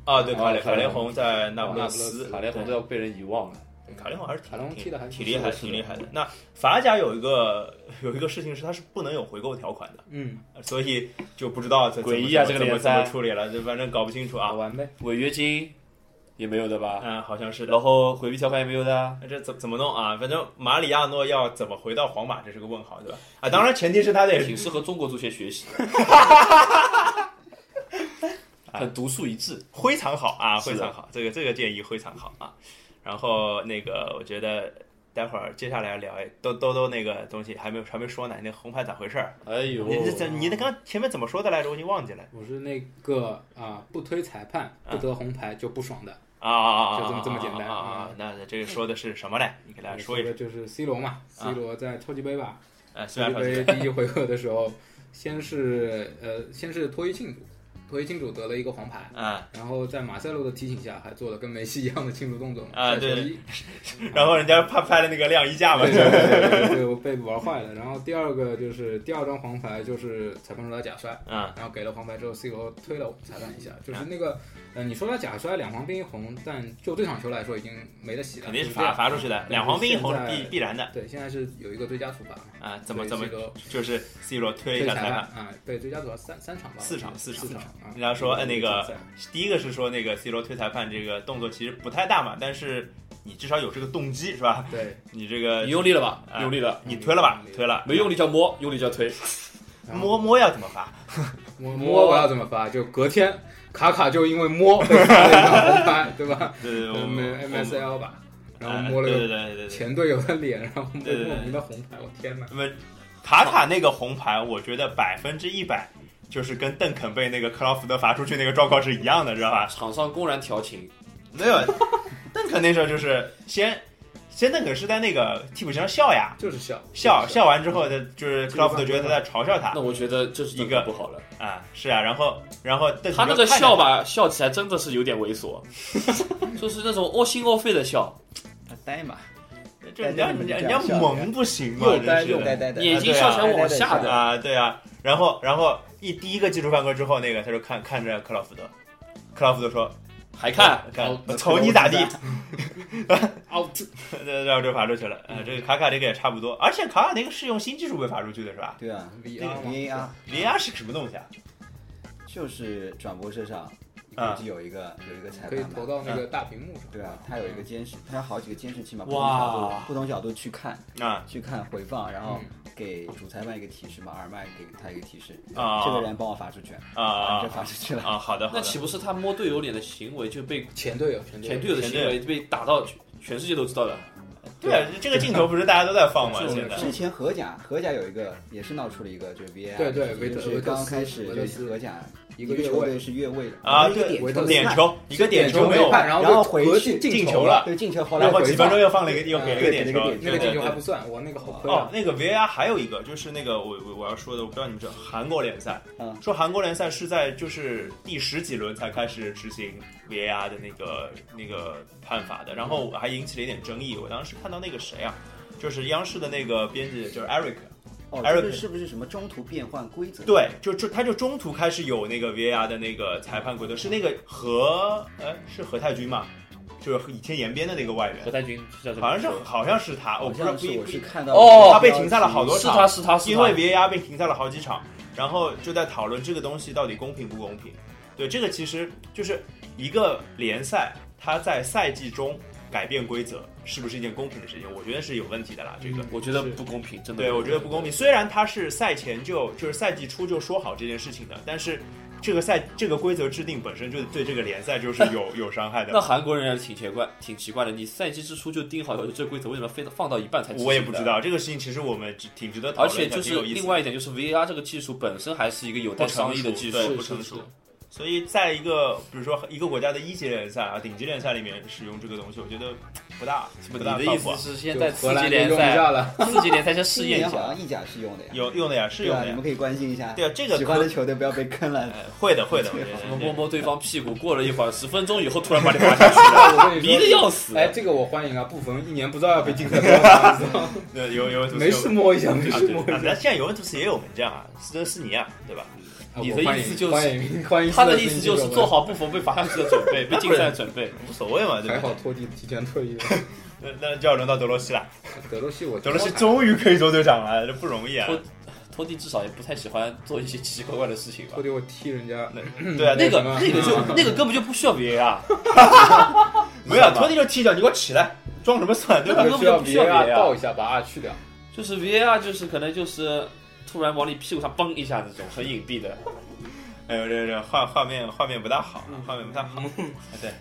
Speaker 1: 啊对，卡
Speaker 3: 哦
Speaker 1: 雷
Speaker 3: 卡
Speaker 1: 卡
Speaker 3: 雷
Speaker 1: 雷
Speaker 3: 洪
Speaker 1: 洪在那不勒
Speaker 4: 那
Speaker 1: 斯，
Speaker 3: 卡雷洪都要被人遗忘了。
Speaker 1: 卡利洪还是挺
Speaker 4: 卡利洪踢得还
Speaker 1: 挺
Speaker 4: 不
Speaker 1: 厉
Speaker 4: 错
Speaker 1: 害，
Speaker 4: 是
Speaker 1: 挺
Speaker 4: 的
Speaker 1: 厉害的。那法甲有一个有一个事情是，它是不能有回购条款的，
Speaker 4: 嗯，
Speaker 1: 所以就不知道怎怎么
Speaker 3: 诡异啊
Speaker 1: 怎么
Speaker 3: 这个联
Speaker 1: 怎么
Speaker 3: 赛
Speaker 1: 怎么处理了，就反正搞不清楚
Speaker 4: 好
Speaker 1: 啊。
Speaker 4: 玩呗。
Speaker 3: 违约金也没有的吧？
Speaker 1: 嗯，好像是的。
Speaker 3: 然后回避条款也没有的啊。
Speaker 1: 那这怎怎么弄啊？反正马里亚诺要怎么回到皇马，这是个问号，对吧？
Speaker 3: 嗯
Speaker 1: 啊，当然前提是他得
Speaker 3: 挺适合中国足协学习的，很独树一帜。
Speaker 1: 非常好啊，
Speaker 3: 是
Speaker 1: 非
Speaker 3: 的
Speaker 1: 常好，这个这个建议非常好啊。然后那个，我觉得待会儿接下来聊兜兜兜那个东西还没有还没说呢，那红牌咋回事儿？
Speaker 3: 哎呦，
Speaker 1: 你这怎你那刚前面怎么说的来着？我已经忘记了
Speaker 4: 我是那个啊，不推裁判不
Speaker 1: 啊
Speaker 4: 得红牌就不爽的。
Speaker 1: 啊啊啊！
Speaker 4: 就这么这么简单
Speaker 1: 啊啊！啊那这个说的是什么呢？你给大家说一说。
Speaker 4: 的就是 C 罗嘛，C 罗在超级杯吧，
Speaker 1: 呃，
Speaker 4: 超
Speaker 1: 虽然
Speaker 4: 级
Speaker 1: 说是
Speaker 4: 杯第一回合的时候，先是呃先是脱衣庆祝，头一庆主得了一个黄牌，
Speaker 1: 啊
Speaker 4: 然后在马塞洛的提醒下，还做了跟梅西一样的庆祝动作嘛。
Speaker 1: 啊
Speaker 4: 在球
Speaker 1: 对
Speaker 4: 衣
Speaker 1: 然后人家拍拍了那个晾衣 架嘛，
Speaker 4: 对对对对，我被玩坏了。然后第二个就是第二张黄牌，就是裁判说他假摔，
Speaker 1: 嗯
Speaker 4: 然后给了黄牌之后，C 罗推了裁判一下，就是那个，呃，你说他假摔两黄并一红，但就这场球来说已经没得洗了，
Speaker 1: 肯定是
Speaker 4: 就这
Speaker 1: 罚
Speaker 4: 样。
Speaker 1: 罚出去的，两黄兵一红是
Speaker 4: 但
Speaker 1: 必
Speaker 4: 是现在
Speaker 1: 必然的
Speaker 4: 对，现在是有一个追加处罚嘛，
Speaker 1: 啊，怎么
Speaker 4: 对
Speaker 1: 怎么
Speaker 4: C 罗
Speaker 1: 就是 C 罗推了
Speaker 4: 对
Speaker 1: 一下
Speaker 4: 裁
Speaker 1: 裁
Speaker 4: 判
Speaker 1: 判，
Speaker 4: 啊，对，追加处罚三三场吧，
Speaker 1: 四场四
Speaker 4: 四
Speaker 1: 场
Speaker 4: 场啊。
Speaker 1: 人家说摁那个
Speaker 4: 比赛
Speaker 1: 第一个是说那个 C 罗推裁判这个动作其实不太大嘛，但是你至少有这个动机是吧？
Speaker 4: 对，
Speaker 1: 你这个
Speaker 3: 你用力了吧？
Speaker 1: 啊
Speaker 3: 用力了，
Speaker 1: 你推了吧，推了，
Speaker 3: 没用力叫摸，用力叫推。
Speaker 4: 然后
Speaker 1: 摸摸要怎么罚？
Speaker 4: 摸
Speaker 3: 摸
Speaker 4: 摸我要怎么发？就隔天卡卡就因为摸被罚了一张红牌，对吧？嗯
Speaker 1: 对对对，我
Speaker 4: 没
Speaker 1: 们
Speaker 4: MSL 吧，然
Speaker 1: 啊
Speaker 4: 后摸了
Speaker 1: 对对
Speaker 4: 个
Speaker 1: 对对对对。
Speaker 4: 前队友的脸，然后
Speaker 1: 对对
Speaker 4: 被
Speaker 1: 对
Speaker 4: 莫名的红牌，我天哪！
Speaker 1: 那么卡卡那个红牌，我觉得百分之一百就是跟邓肯被那个克劳福德罚出去那个状况是一样的，知道吧？
Speaker 3: 场上公然调情，
Speaker 1: 没有， 邓肯那时候就是先先邓肯是在那个替补席上笑呀，
Speaker 4: 就是笑
Speaker 1: 笑，笑完之后，他就是克劳福德觉得他在嘲笑他
Speaker 3: 那我觉得这是
Speaker 1: 一个
Speaker 3: 不好了。
Speaker 1: 啊，是啊，然后然后邓肯
Speaker 3: 他那
Speaker 1: 就
Speaker 3: 个
Speaker 1: 看着
Speaker 3: 笑吧，笑起来真的是有点猥琐， 就是那种哦窝心窝肺的笑，
Speaker 2: 他呆嘛，
Speaker 1: 他，就人家人家人家萌不行吗？
Speaker 2: 又呆
Speaker 1: 真是
Speaker 2: 又
Speaker 1: 的
Speaker 2: 呆呆的，
Speaker 3: 眼
Speaker 4: 啊
Speaker 3: 睛笑起来往下的。
Speaker 1: 啊，对啊，然后然后一第一个技术犯规之后，那个他就看看着克劳福德，克劳福德说
Speaker 3: 还看：“哦
Speaker 1: 看
Speaker 2: 我
Speaker 1: 我瞅你咋地。”
Speaker 4: ，out，
Speaker 1: 然后就罚出去了。呃，这个卡卡这个也差不多，而且卡卡那个是用新技术被罚出去的是吧
Speaker 2: 对啊
Speaker 4: VR 嘛
Speaker 2: ，VR
Speaker 1: ？VR 是个什么东西啊？
Speaker 2: 就是转播室上
Speaker 1: 啊
Speaker 2: 估计有一个有一个裁
Speaker 4: 可以
Speaker 2: 判
Speaker 4: 投
Speaker 2: 嘛。
Speaker 4: 到那
Speaker 3: 嗯
Speaker 4: 个大屏幕上。
Speaker 2: 对啊，它有一个监视，它有好几个监视器嘛，不同
Speaker 3: 哇
Speaker 2: 角度不同角度去看，
Speaker 1: 啊
Speaker 2: 去看回放，然后
Speaker 4: 嗯
Speaker 2: 给主裁判一个提示嘛，耳麦给他一个提示，
Speaker 1: 啊
Speaker 2: 这个人帮我发出去，
Speaker 1: 啊
Speaker 2: 啊，就
Speaker 1: 啊
Speaker 2: 发出去了。
Speaker 1: 啊！好的好
Speaker 3: 那
Speaker 1: 的
Speaker 3: 岂不是他摸队友脸的行为就被
Speaker 4: 前队友，前
Speaker 3: 前队
Speaker 4: 队
Speaker 3: 友的行为被打到全全世界都知道了？
Speaker 1: 对啊，这个镜头不是大家都在放吗？
Speaker 4: 是
Speaker 1: 现在
Speaker 2: 之前荷甲荷甲有一个也是闹出了一个就是 VAR，
Speaker 4: 对对
Speaker 2: 问题
Speaker 4: 维特
Speaker 2: 就是刚刚开始
Speaker 4: 维特
Speaker 2: 就是
Speaker 4: 斯
Speaker 2: 荷甲
Speaker 4: 一个越
Speaker 2: 球队
Speaker 4: 位，
Speaker 2: 是越位的
Speaker 1: 啊，
Speaker 2: 然后一个
Speaker 1: 对，
Speaker 2: 点
Speaker 4: 维
Speaker 2: 球
Speaker 4: 特
Speaker 2: 没
Speaker 4: 斯
Speaker 1: 点
Speaker 2: 判
Speaker 1: 球一个点球没有
Speaker 4: 没，判，然
Speaker 2: 然后
Speaker 4: 后
Speaker 2: 回
Speaker 4: 去
Speaker 2: 去
Speaker 1: 进
Speaker 4: 进
Speaker 1: 球
Speaker 4: 球
Speaker 1: 了
Speaker 2: 对进球后来
Speaker 1: 然后
Speaker 2: 回
Speaker 1: 几分钟
Speaker 2: 放
Speaker 1: 又放了一个又给了一个
Speaker 2: 对
Speaker 1: 点球
Speaker 2: 给了一，
Speaker 4: 那
Speaker 1: 对
Speaker 4: 个
Speaker 1: 对
Speaker 4: 进球还
Speaker 1: 对。
Speaker 4: 不算，我那个好亏
Speaker 1: 哦
Speaker 4: 啊！，
Speaker 1: 那个 VAR 还有一个就是那个我我我要说的，我不知道你们知道，韩国联赛，
Speaker 2: 嗯
Speaker 1: 说韩国联赛是在就是第十几轮才开始执行 VAR 的那个那个判罚的，然后还引起了一点争议。我当时看到那个谁啊，就是央视的那个编辑就是 Eric，
Speaker 2: 哦，
Speaker 1: Eric
Speaker 2: 这个是不是什么中途变换规则？
Speaker 1: 对，就就他就中途开始有那个 VAR 的那个裁判规则，是那个何呃是何泰军嘛，就是以前延边的那个外援，
Speaker 3: 泰君叫什
Speaker 1: 好像是好像是他，我
Speaker 2: 好
Speaker 1: 不知道
Speaker 2: 像是
Speaker 1: 不
Speaker 2: 我是
Speaker 1: 不
Speaker 2: 看到
Speaker 3: 哦
Speaker 1: 他被停赛了好多
Speaker 3: 是
Speaker 1: 场
Speaker 3: 他是他是他，
Speaker 1: 因为 VAR 被停赛了好几场，然后就在讨论这个东西到底公平不公平。对，这个其实就是一个联赛，它在赛季中改变规则，是不是一件公平的事情？我觉得是有问题的啦。这个，
Speaker 3: 我觉得不公平，真的。
Speaker 1: 对我觉得不公平。虽然它是赛前就就是赛季初就说好这件事情的，但是这个赛这个规则制定本身就对这个联赛就是 有有伤害
Speaker 3: 那
Speaker 1: 的。
Speaker 3: 韩国人也挺奇怪，挺奇怪的。你赛季之初就定好了这规则，为什么非得放到一半才？
Speaker 1: 我也不知。道这个事情，其实我们只挺值得讨
Speaker 3: 而
Speaker 1: 论的，
Speaker 3: 且就
Speaker 1: 挺
Speaker 3: 是
Speaker 1: 有意思的
Speaker 3: 另外一点，就是 VR 这个技术本身还是一个有待
Speaker 1: 不成
Speaker 3: 商
Speaker 1: 熟
Speaker 3: 议的技术
Speaker 1: 对，
Speaker 3: 是
Speaker 1: 不成
Speaker 3: 是
Speaker 1: 熟。所以，在一个比如说一个国家的一级联赛啊、顶级联赛里面使用这个东西，我觉得不大不
Speaker 3: 你
Speaker 1: 大
Speaker 3: 的
Speaker 1: 靠
Speaker 3: 意
Speaker 1: 谱
Speaker 3: 思
Speaker 1: 啊。
Speaker 3: 是
Speaker 4: 就
Speaker 3: 现在
Speaker 4: 荷
Speaker 3: 刺激
Speaker 4: 兰就
Speaker 3: 联
Speaker 4: 用不下
Speaker 3: 赛，
Speaker 4: 了，
Speaker 3: 刺激联赛先试
Speaker 2: 今
Speaker 3: 验一
Speaker 2: 年好
Speaker 3: 下。
Speaker 2: 像意甲是用的呀，
Speaker 1: 有用的呀，是
Speaker 2: 对
Speaker 1: 用
Speaker 2: 啊，
Speaker 1: 的
Speaker 2: 你
Speaker 1: 呀
Speaker 2: 们。可以关心一下。
Speaker 1: 对啊，这个
Speaker 2: 喜欢的
Speaker 1: 可
Speaker 2: 球队不要被坑了。
Speaker 1: 呃会的会的，我觉
Speaker 3: 什么
Speaker 1: 得
Speaker 3: 摸摸对方屁股，过了一会儿十分钟以后突然 把你滑下去了，
Speaker 4: 我跟
Speaker 3: 迷
Speaker 4: 你
Speaker 3: 的
Speaker 4: 说。
Speaker 3: 要死。
Speaker 4: 哎，这个我欢迎啊！不逢一年不知道要被禁赛多 少场你知道吗，
Speaker 1: 呃有有有
Speaker 4: 没事摸一下，没
Speaker 1: 啊
Speaker 4: 事
Speaker 1: 对
Speaker 4: 摸一
Speaker 1: 啊
Speaker 4: 下。
Speaker 1: 那现在尤文图斯也有门将啊，斯特斯尼啊，对吧？
Speaker 4: 啊
Speaker 3: 你
Speaker 4: 我
Speaker 3: 的意
Speaker 4: 欢
Speaker 3: 思
Speaker 4: 迎
Speaker 3: 就是
Speaker 4: 欢迎欢迎
Speaker 3: 他的
Speaker 4: 斯特
Speaker 3: 意
Speaker 4: 林
Speaker 3: 思
Speaker 4: 这
Speaker 3: 就是
Speaker 4: 种
Speaker 3: 做好不服被罚下去的准 备，被禁赛的准备。
Speaker 1: 无所谓嘛，对
Speaker 4: 还
Speaker 1: 吧
Speaker 4: 好？托蒂提前退役了。
Speaker 1: 那那就要轮到德罗西了，
Speaker 4: 德罗西我
Speaker 1: 德罗西终于可以做队长了，这不容易啊。
Speaker 3: 托托蒂至少也不太喜欢做一些奇奇怪怪的事情吧
Speaker 4: 托。蒂我踢人家，
Speaker 1: 对啊，
Speaker 3: 那个
Speaker 4: 什么
Speaker 3: 那个就那个根本就不需要 VAR，
Speaker 1: 没有托蒂就踢脚，你给我起来，装什么蒜，对吧？
Speaker 3: 那
Speaker 4: 就
Speaker 3: 个
Speaker 4: 需要
Speaker 3: 不需要啊
Speaker 4: VAR
Speaker 3: VAR
Speaker 4: 抱一下把阿去掉。
Speaker 3: 就是 VAR 就是可能就是突然往你屁股上嘣一下那种很隐蔽的。
Speaker 1: 哎呦，这这画画面画面不大好，啊画面不大好。
Speaker 3: 嗯
Speaker 1: 哎对，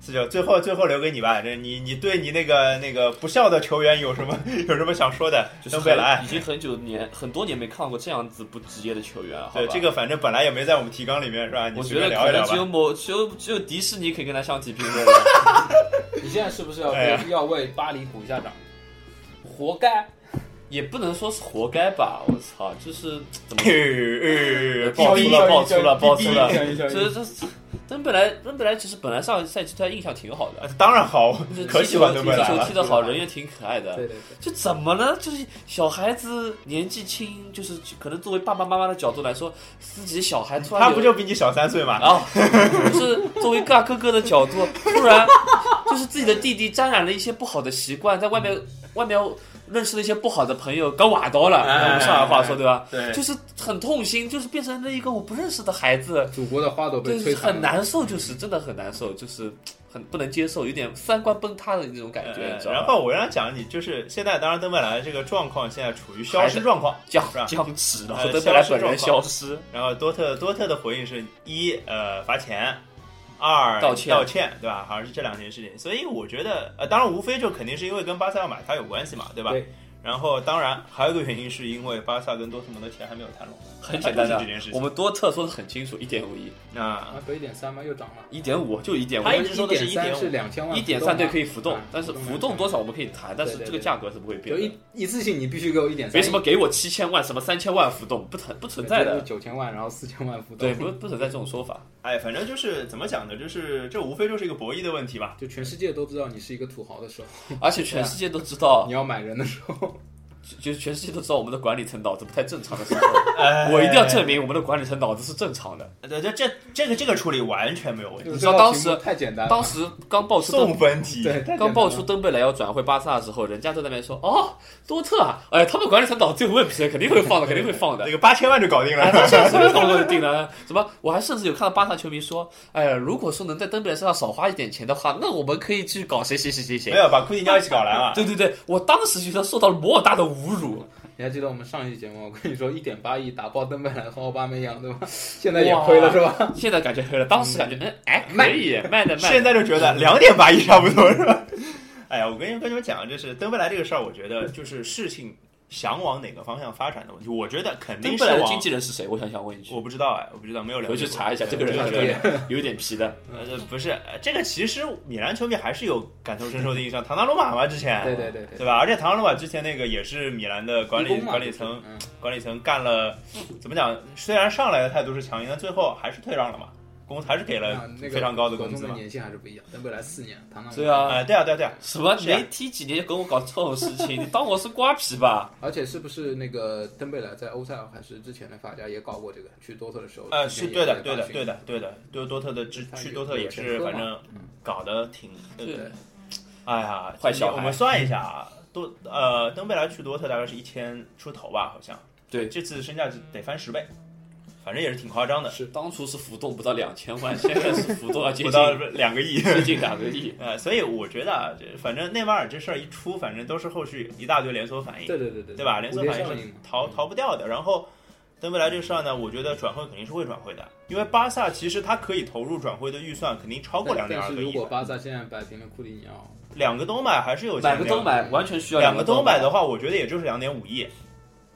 Speaker 1: 四九，最后最后留给你吧。这你你对你那个那个不孝的球员有什么 有什么想说的？
Speaker 3: 就是
Speaker 1: 登
Speaker 3: 很
Speaker 1: 贝莱
Speaker 3: 已，经很久年很多年没看过这样子不职业的球员了，好
Speaker 1: 对
Speaker 3: 吧？
Speaker 1: 这个反正本来也没在我们提纲里面是吧？你
Speaker 3: 我
Speaker 1: 随
Speaker 3: 觉
Speaker 1: 便
Speaker 3: 得
Speaker 1: 聊
Speaker 3: 可
Speaker 1: 一聊
Speaker 3: 能只有
Speaker 1: 吧。
Speaker 3: 某只有只有迪士尼可以跟他相提并论了。
Speaker 4: 你现在是不是要
Speaker 1: 哎呀
Speaker 4: 要为巴黎鼓一下掌？活该！
Speaker 3: 也不能说是活该吧， 我操，就是怎么
Speaker 1: 哎哎哎爆
Speaker 3: 爆
Speaker 1: 出
Speaker 3: 粗
Speaker 1: 了，
Speaker 3: 了，
Speaker 1: 爆
Speaker 3: 爆
Speaker 1: 出
Speaker 3: 粗
Speaker 1: 了，爆出
Speaker 3: 了，爆粗
Speaker 1: 了
Speaker 3: 了！
Speaker 4: 一下
Speaker 3: 这这这，登贝莱，登贝莱其实本来上赛季对他印象挺好的，
Speaker 1: 当然好
Speaker 3: 就是，
Speaker 1: 可
Speaker 3: 踢
Speaker 1: 喜欢
Speaker 3: 球
Speaker 1: 登
Speaker 3: 踢
Speaker 1: 贝莱
Speaker 3: 球
Speaker 1: 了。
Speaker 3: 踢得好，人也挺可爱的
Speaker 4: 对。对
Speaker 3: 就怎么呢？就是小孩子年纪轻，就是可能作为爸爸妈妈的角度来说，自己小孩突然
Speaker 1: 他
Speaker 3: 有
Speaker 1: 不就比你小三岁吗？
Speaker 3: 啊，就是作为大哥哥的角度，突然就是自己的弟弟沾染了一些不好的习惯，在外面外面认识了一些不好的朋友，搞瓦刀了，
Speaker 1: 哎
Speaker 3: 我们上海话说对吧？
Speaker 1: 对
Speaker 3: 就是很痛心，就是变成了一个我不认识的孩子，
Speaker 4: 对，祖国的花朵被
Speaker 3: 就
Speaker 4: 摧
Speaker 3: 是
Speaker 4: 残
Speaker 3: 很
Speaker 4: 了。
Speaker 3: 难受，就是真的很难受，就是很不能接受，有点三观崩塌的那种感觉，
Speaker 1: 呃
Speaker 3: 你知道
Speaker 1: 然
Speaker 3: 吧？
Speaker 1: 后我跟他讲，你就是现在，当然登贝莱这个状况现在处于消
Speaker 3: 还
Speaker 1: 失
Speaker 3: 在
Speaker 1: 状况，
Speaker 3: 僵
Speaker 1: 是吧
Speaker 3: 僵持了，
Speaker 1: 呃
Speaker 3: 德贝莱
Speaker 1: 消失
Speaker 3: 本人
Speaker 1: 状况
Speaker 3: 消失，
Speaker 1: 然后多特多特的回应是一呃罚钱，二
Speaker 3: 道歉
Speaker 1: 道歉对吧？好像是这两件事情，所以我觉得呃，当然无非就肯定是因为跟巴萨要买他有关系嘛，对吧？
Speaker 4: 对
Speaker 1: 然后当然还有一个原因是因为巴萨跟多特蒙德钱还没有谈拢，
Speaker 3: 很简单
Speaker 1: 还
Speaker 3: 的
Speaker 1: 不是这件事。情
Speaker 3: 我们多特说的很清楚，一点五亿，
Speaker 1: 啊
Speaker 4: 啊，不一点三吗？又涨了。
Speaker 3: 一点五就一点五，
Speaker 1: 他一直
Speaker 4: 一
Speaker 1: 说的是
Speaker 4: 点三是两千万，
Speaker 3: 一点三对可以浮动
Speaker 4: 啊，
Speaker 3: 但是浮动多少我们可以谈，但是
Speaker 4: 对对
Speaker 3: 这个价格是不会变
Speaker 4: 就
Speaker 3: 的
Speaker 4: 一。哎一次性你必须给我一点三，
Speaker 3: 没什么给我七千万，什么三千万浮动，不存不存在的，
Speaker 4: 九千万，然后四千万浮动，
Speaker 3: 对，不不存在这种说法。
Speaker 1: 哎，反正就是怎么讲呢？就是这无非就是一个博弈的问题吧。
Speaker 4: 就全世界都知道你是一个土豪的时候，
Speaker 3: 而且
Speaker 4: 啊
Speaker 3: 全世界都知道
Speaker 4: 你，要买人的时 候，
Speaker 3: 就就是全世界都知道我们的管理层脑子不太正常 的时候，呃
Speaker 4: 哎
Speaker 3: 我一定要证明我们的管理层脑子是正常的。
Speaker 1: 对，呃这这这个这个处理完全没有问题。
Speaker 4: 就
Speaker 3: 你
Speaker 4: 是
Speaker 3: 知道
Speaker 4: 这道
Speaker 3: 当
Speaker 4: 题
Speaker 3: 时
Speaker 4: 目太简单了，
Speaker 3: 当时刚爆出
Speaker 1: 送
Speaker 3: 登
Speaker 1: 分题，
Speaker 4: 对，哎太简单了
Speaker 3: 刚爆出登贝莱要转会巴萨的时候，人家在那边说哦，多特啊，哎，他们管理层脑子有问题，肯定会放的，肯定会放的
Speaker 1: 那。个八千万就搞定了
Speaker 3: 哎，。他现在什 么搞定了？什么？我还甚至有看到巴萨球迷说，哎呀，如果说能在登贝莱身上少花一点钱的话，那我们可以去搞谁谁谁谁
Speaker 1: 没
Speaker 3: 谁。
Speaker 1: 有把库蒂尼奥一起搞来啊嘛？
Speaker 3: 对对对，我当时觉得受到了莫大的侮辱，
Speaker 4: 你还记得我们上一期节目，我跟你说一点八亿打爆登贝莱和奥巴梅扬，对吧？现在也亏了是吧？
Speaker 3: 现在感觉黑了，当时感觉嗯，哎，可以卖的卖的。
Speaker 1: 现在就觉得两点八亿差不多是吧？哎呀，我跟跟你们讲，就是登贝莱这个事儿，我觉得就是事情想往哪个方向发展的问题，我觉得肯定
Speaker 3: 登
Speaker 1: 是
Speaker 3: 贝莱的
Speaker 1: 往
Speaker 3: 经纪人是谁？我想想问一句
Speaker 1: 我，不知道哎，我不知道，没有了解
Speaker 3: 回
Speaker 1: 过。
Speaker 3: 去查一下，这个
Speaker 1: 我
Speaker 3: 人
Speaker 1: 不
Speaker 3: 是
Speaker 1: 知道
Speaker 3: 有点有点皮的。
Speaker 1: 呃，不是呃这个，其实米兰球迷还是有感同身受的 印象。唐纳鲁马嘛，之前
Speaker 4: 对对对对，
Speaker 1: 对吧？而且唐纳鲁马之前那个也是米兰的管
Speaker 4: 一
Speaker 1: 理
Speaker 4: 公嘛
Speaker 1: 管理层，
Speaker 4: 嗯，
Speaker 1: 管理层干了，怎么讲？虽然上来的态度是强硬，但最后还是退让了嘛，工资还是给了
Speaker 4: 啊那个
Speaker 1: 非常高的
Speaker 4: 合
Speaker 1: 工
Speaker 4: 同
Speaker 1: 资
Speaker 4: 的
Speaker 1: 嘛。
Speaker 4: 年限还是不一样，登贝莱四年，唐纳姆
Speaker 3: 对，啊，
Speaker 1: 哎，对啊，对啊，对啊，
Speaker 3: 什么
Speaker 1: 是啊
Speaker 3: 没踢几年就跟我搞这种事情，你当我是瓜皮吧？
Speaker 4: 而且是不是那个登贝莱在欧塞尔还是之前的法甲也搞过这个？去多特的时候，
Speaker 1: 呃，
Speaker 4: 之
Speaker 1: 是
Speaker 4: 前
Speaker 1: 对的，
Speaker 4: 也
Speaker 1: 对的，对
Speaker 4: 也
Speaker 1: 的，对的。多多特的之
Speaker 4: 他
Speaker 1: 去
Speaker 4: 有
Speaker 1: 多特也是，
Speaker 4: 有人说
Speaker 1: 反
Speaker 4: 嘛
Speaker 1: 正搞得挺，
Speaker 4: 把
Speaker 1: 呃
Speaker 4: 训。对，
Speaker 1: 哎呀，
Speaker 3: 坏小孩
Speaker 1: 我们算一下啊，多呃，登贝莱去多特大概是一千出头吧，好像。
Speaker 3: 对
Speaker 1: 这次身价得翻十倍，反正也是挺夸张的，
Speaker 3: 是当初是浮动不到两千 万，现在是浮动要接
Speaker 1: 不
Speaker 3: 近
Speaker 1: 到两个亿。
Speaker 3: 接近两个亿。
Speaker 1: 呃，所以我觉得啊，这反正内马尔这事儿一出，反正都是后续一大堆连锁反应，
Speaker 4: 对对对对，
Speaker 1: 对吧？连锁反
Speaker 4: 蝴
Speaker 1: 应
Speaker 4: 蝶
Speaker 1: 是
Speaker 4: 效嘛嗯
Speaker 1: 逃逃不掉的。然后登贝莱这事儿呢，我觉得转会肯定是会转会的，因为巴萨其实他可以投入转会的预算肯定超过两
Speaker 4: 但
Speaker 1: 点
Speaker 4: 但
Speaker 1: 二
Speaker 4: 是
Speaker 1: 个
Speaker 4: 如
Speaker 1: 亿
Speaker 4: 果
Speaker 1: 的，
Speaker 4: 巴萨现在摆平了库里尼奥，
Speaker 1: 两个都买还是有钱
Speaker 3: 两个都买完全需要
Speaker 1: 两个
Speaker 3: 都
Speaker 1: 都买的话，我觉得也就是两点五亿，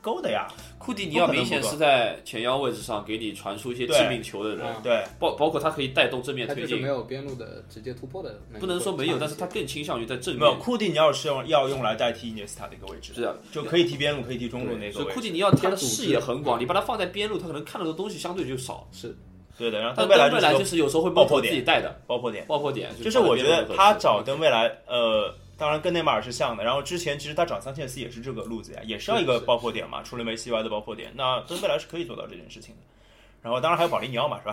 Speaker 1: 够的呀。
Speaker 3: 库蒂尼奥明显是在前腰位置上给你传输一些致命球的人，
Speaker 4: 嗯
Speaker 1: 对，啊
Speaker 3: 包包括他可以带动正面
Speaker 4: 他
Speaker 3: 推
Speaker 4: 就是没
Speaker 3: 进，
Speaker 4: 有边路的直接突破的能力，
Speaker 3: 不能说没有，
Speaker 4: 或者
Speaker 3: 但是他更倾向于在正
Speaker 1: 没有
Speaker 3: 面。
Speaker 1: 库蒂尼奥是用要用来代替伊涅斯塔的一个位置，
Speaker 3: 是的，
Speaker 1: 就可以踢边路，可以踢中路那
Speaker 3: 所
Speaker 1: 个位
Speaker 3: 以库
Speaker 1: 置。
Speaker 3: 蒂尼奥他的
Speaker 4: 他组织
Speaker 3: 视野很广，你把他放在边路，他可能看到的东西相对就少。
Speaker 4: 是
Speaker 1: 对的，然后
Speaker 3: 但
Speaker 1: 登贝莱就
Speaker 3: 登贝
Speaker 1: 是
Speaker 3: 莱
Speaker 1: 个
Speaker 3: 就是有时候会
Speaker 1: 爆
Speaker 3: 冒
Speaker 1: 破
Speaker 3: 头
Speaker 1: 点
Speaker 3: 自己带的
Speaker 1: 爆破点。
Speaker 3: 爆破点，
Speaker 1: 就是我觉得他找
Speaker 3: 的
Speaker 1: 登未来，呃，当然跟内马尔是像的。然后之前其实他找桑切斯也是这个路子呀，也是要一个爆破点嘛，除了梅西以外的爆破点。那登未来是可以做到这件事情的。然后当然还有保利尼奥嘛，是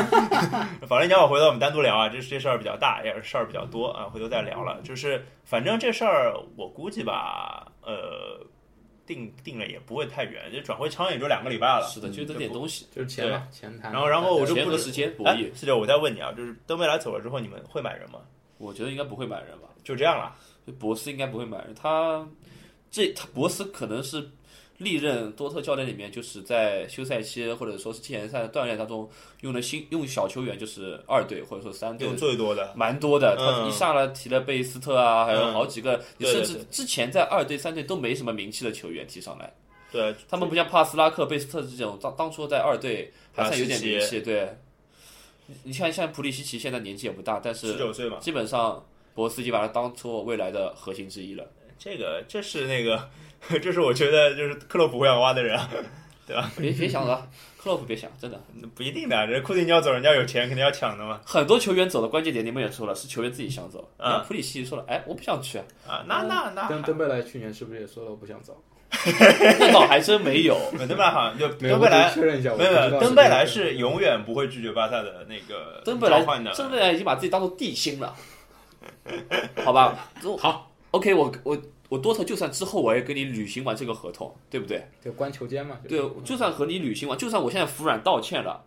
Speaker 1: 吧？ 保利尼奥回头我们单独聊啊，这这事儿比较大，也是事儿比较多啊，回头再聊了。就是反正这事儿我估计吧，呃，定定了也不会太远，就转会窗也就两个礼拜了。嗯
Speaker 3: 是的，就那点东西，
Speaker 4: 就是钱嘛，钱谈。
Speaker 1: 然后然后我就
Speaker 3: 钱
Speaker 1: 不
Speaker 3: 和
Speaker 1: 知
Speaker 3: 时间博
Speaker 1: 哎
Speaker 3: 弈，，
Speaker 1: 四九，我再问你啊，就是登未来走了之后，你们会买人吗？
Speaker 3: 我觉得应该不会买人吧。
Speaker 1: 就这样了。
Speaker 3: 就博斯应该不会买人，他这他博斯可能是历任多特教练里面，就是在休赛期或者说是季前赛的锻炼当中用的新用小球员，就是二队或者说三队
Speaker 1: 用。最多的，
Speaker 3: 蛮多的，
Speaker 1: 嗯
Speaker 3: 他一上来提了贝斯特啊，还有
Speaker 1: 嗯
Speaker 3: 好几个，你
Speaker 1: 对
Speaker 3: 甚
Speaker 1: 对
Speaker 3: 至之前在二队、三队都没什么名气的球员提上来，
Speaker 1: 对，
Speaker 3: 他们不像帕斯拉克、贝斯特这种，当当初在二队还算有点名
Speaker 1: 拉
Speaker 3: 气。对，你你看像普里西奇现在年纪也不大，但
Speaker 1: 十
Speaker 3: 是
Speaker 1: 九岁嘛，
Speaker 3: 基本上博斯已经把他当做未来的核心之一了。
Speaker 1: 这个这是那个，这是我觉得就是克洛普会想挖的人 啊，
Speaker 3: 别别想了，克洛普别想，真的
Speaker 1: 不一定的。这库蒂尼奥走，人家有钱肯定要抢的嘛。
Speaker 3: 很多球员走的关键点，你们也说了，是球员自己想走。
Speaker 1: 嗯
Speaker 3: 然后普里西奇说了，哎，我不想去，
Speaker 1: 啊，那那那
Speaker 4: 登登贝莱去年是不是也说了我不想走？
Speaker 3: 那倒还真 没有。
Speaker 1: 登贝莱好像就
Speaker 4: 没有
Speaker 1: 登贝
Speaker 4: 我
Speaker 1: 莱
Speaker 4: 只是确认一下，我
Speaker 1: 没有，
Speaker 4: 不
Speaker 1: 没
Speaker 4: 知道
Speaker 1: 有，
Speaker 4: 是
Speaker 1: 登贝
Speaker 4: 不
Speaker 1: 莱是永远不会拒绝巴萨的那个
Speaker 3: 登贝莱
Speaker 1: 交换的，
Speaker 3: 登贝莱已经把自己当做地心了， 好吧？好，OK，我我我多特就算之后我也跟你履行完这个合同，对不对？
Speaker 4: 就关球监嘛，就
Speaker 3: 对，就算和你履行完，就算我现在服软道歉了，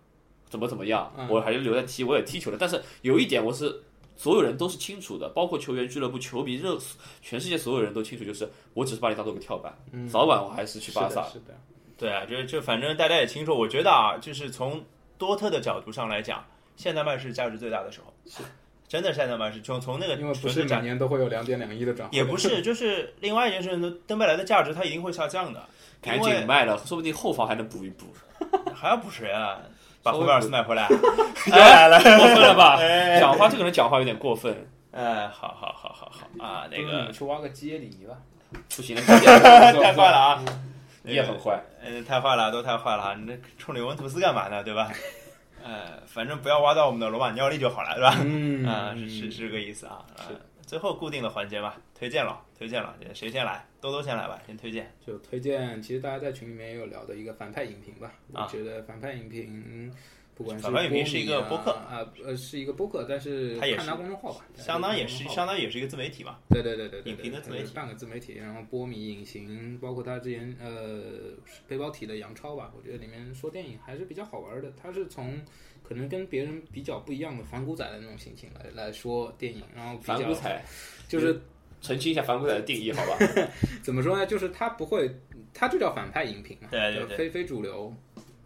Speaker 3: 怎么怎么样，
Speaker 4: 嗯
Speaker 3: 我还是留在踢，我也踢球了。但是有一点我是所有人都是清楚的，包括球员、俱乐部、球迷、热，全世界所有人都清楚，就是我只是把你当做个跳板，
Speaker 4: 嗯
Speaker 3: 早晚我还是去巴萨。
Speaker 4: 是的，是的
Speaker 1: 对啊，这这反正大家也清楚，我觉得啊，就是从多特的角度上来讲，现在曼市价值最大的时候，
Speaker 4: 是
Speaker 1: 真的是现在曼市从从那个
Speaker 4: 因为不
Speaker 1: 纯
Speaker 4: 是
Speaker 1: 粹
Speaker 4: 每
Speaker 1: 价，
Speaker 4: 年都会有两点两亿的转会，
Speaker 1: 也不是，就是另外一件事，登贝莱的价值它一定会下降的，
Speaker 3: 赶
Speaker 1: 因
Speaker 3: 紧
Speaker 1: 为
Speaker 3: 卖了，说不定后防还能补一补。
Speaker 1: 还要补谁啊？把
Speaker 3: 稍
Speaker 1: 霍
Speaker 3: 微
Speaker 1: 贝尔斯买回来，来
Speaker 3: 哎
Speaker 1: 了，
Speaker 3: 过分了吧？
Speaker 1: 哎
Speaker 3: 讲话这个人讲话有点过分，
Speaker 1: 哎，好好好好好啊，那
Speaker 4: 不如
Speaker 1: 个
Speaker 4: 你们嗯去挖个接里吧，
Speaker 3: 不行了，你也
Speaker 1: 太坏了啊，
Speaker 3: 你也很坏。
Speaker 1: 呃，太坏了，都太坏了！啊你这冲着尤文图斯干嘛呢？对吧？呃，反正不要挖到我们的罗马尼奥利就好了，对吧？
Speaker 4: 嗯
Speaker 1: 啊、是是是这个意思啊。呃
Speaker 4: 是
Speaker 1: 最后固定的环节吧，推荐了，推荐了，谁先来？多多先来吧，先推荐。
Speaker 4: 就推荐，其实大家在群里面也有聊的一个反派影评吧。
Speaker 1: 啊
Speaker 4: 我觉得反派影评，不管是
Speaker 1: 反派影评
Speaker 4: 波米
Speaker 1: 是一个
Speaker 4: 啊
Speaker 1: 播客
Speaker 4: 啊，呃，是一个播客，但是
Speaker 1: 它也
Speaker 4: 看
Speaker 1: 是
Speaker 4: 它公众号吧，
Speaker 1: 相当也是，
Speaker 4: 看它公众号
Speaker 1: 相当也是一个自媒体嘛。
Speaker 4: 对对对对对，
Speaker 1: 影评的自媒体
Speaker 4: 对半个自媒体，然后波米影行，包括他之前呃背包体的杨超吧，我觉得里面说电影还是比较好玩的。他是从可能跟别人比较不一样的反骨仔的那种心情来来说电影，然后比
Speaker 3: 反骨
Speaker 4: 较
Speaker 3: 彩，
Speaker 4: 就是
Speaker 3: 澄清一下反骨彩的定义，好吧？
Speaker 4: 怎么说呢？就是他不会，他就叫反派影评嘛，
Speaker 1: 对对
Speaker 4: 就
Speaker 1: 对
Speaker 4: 非非主流，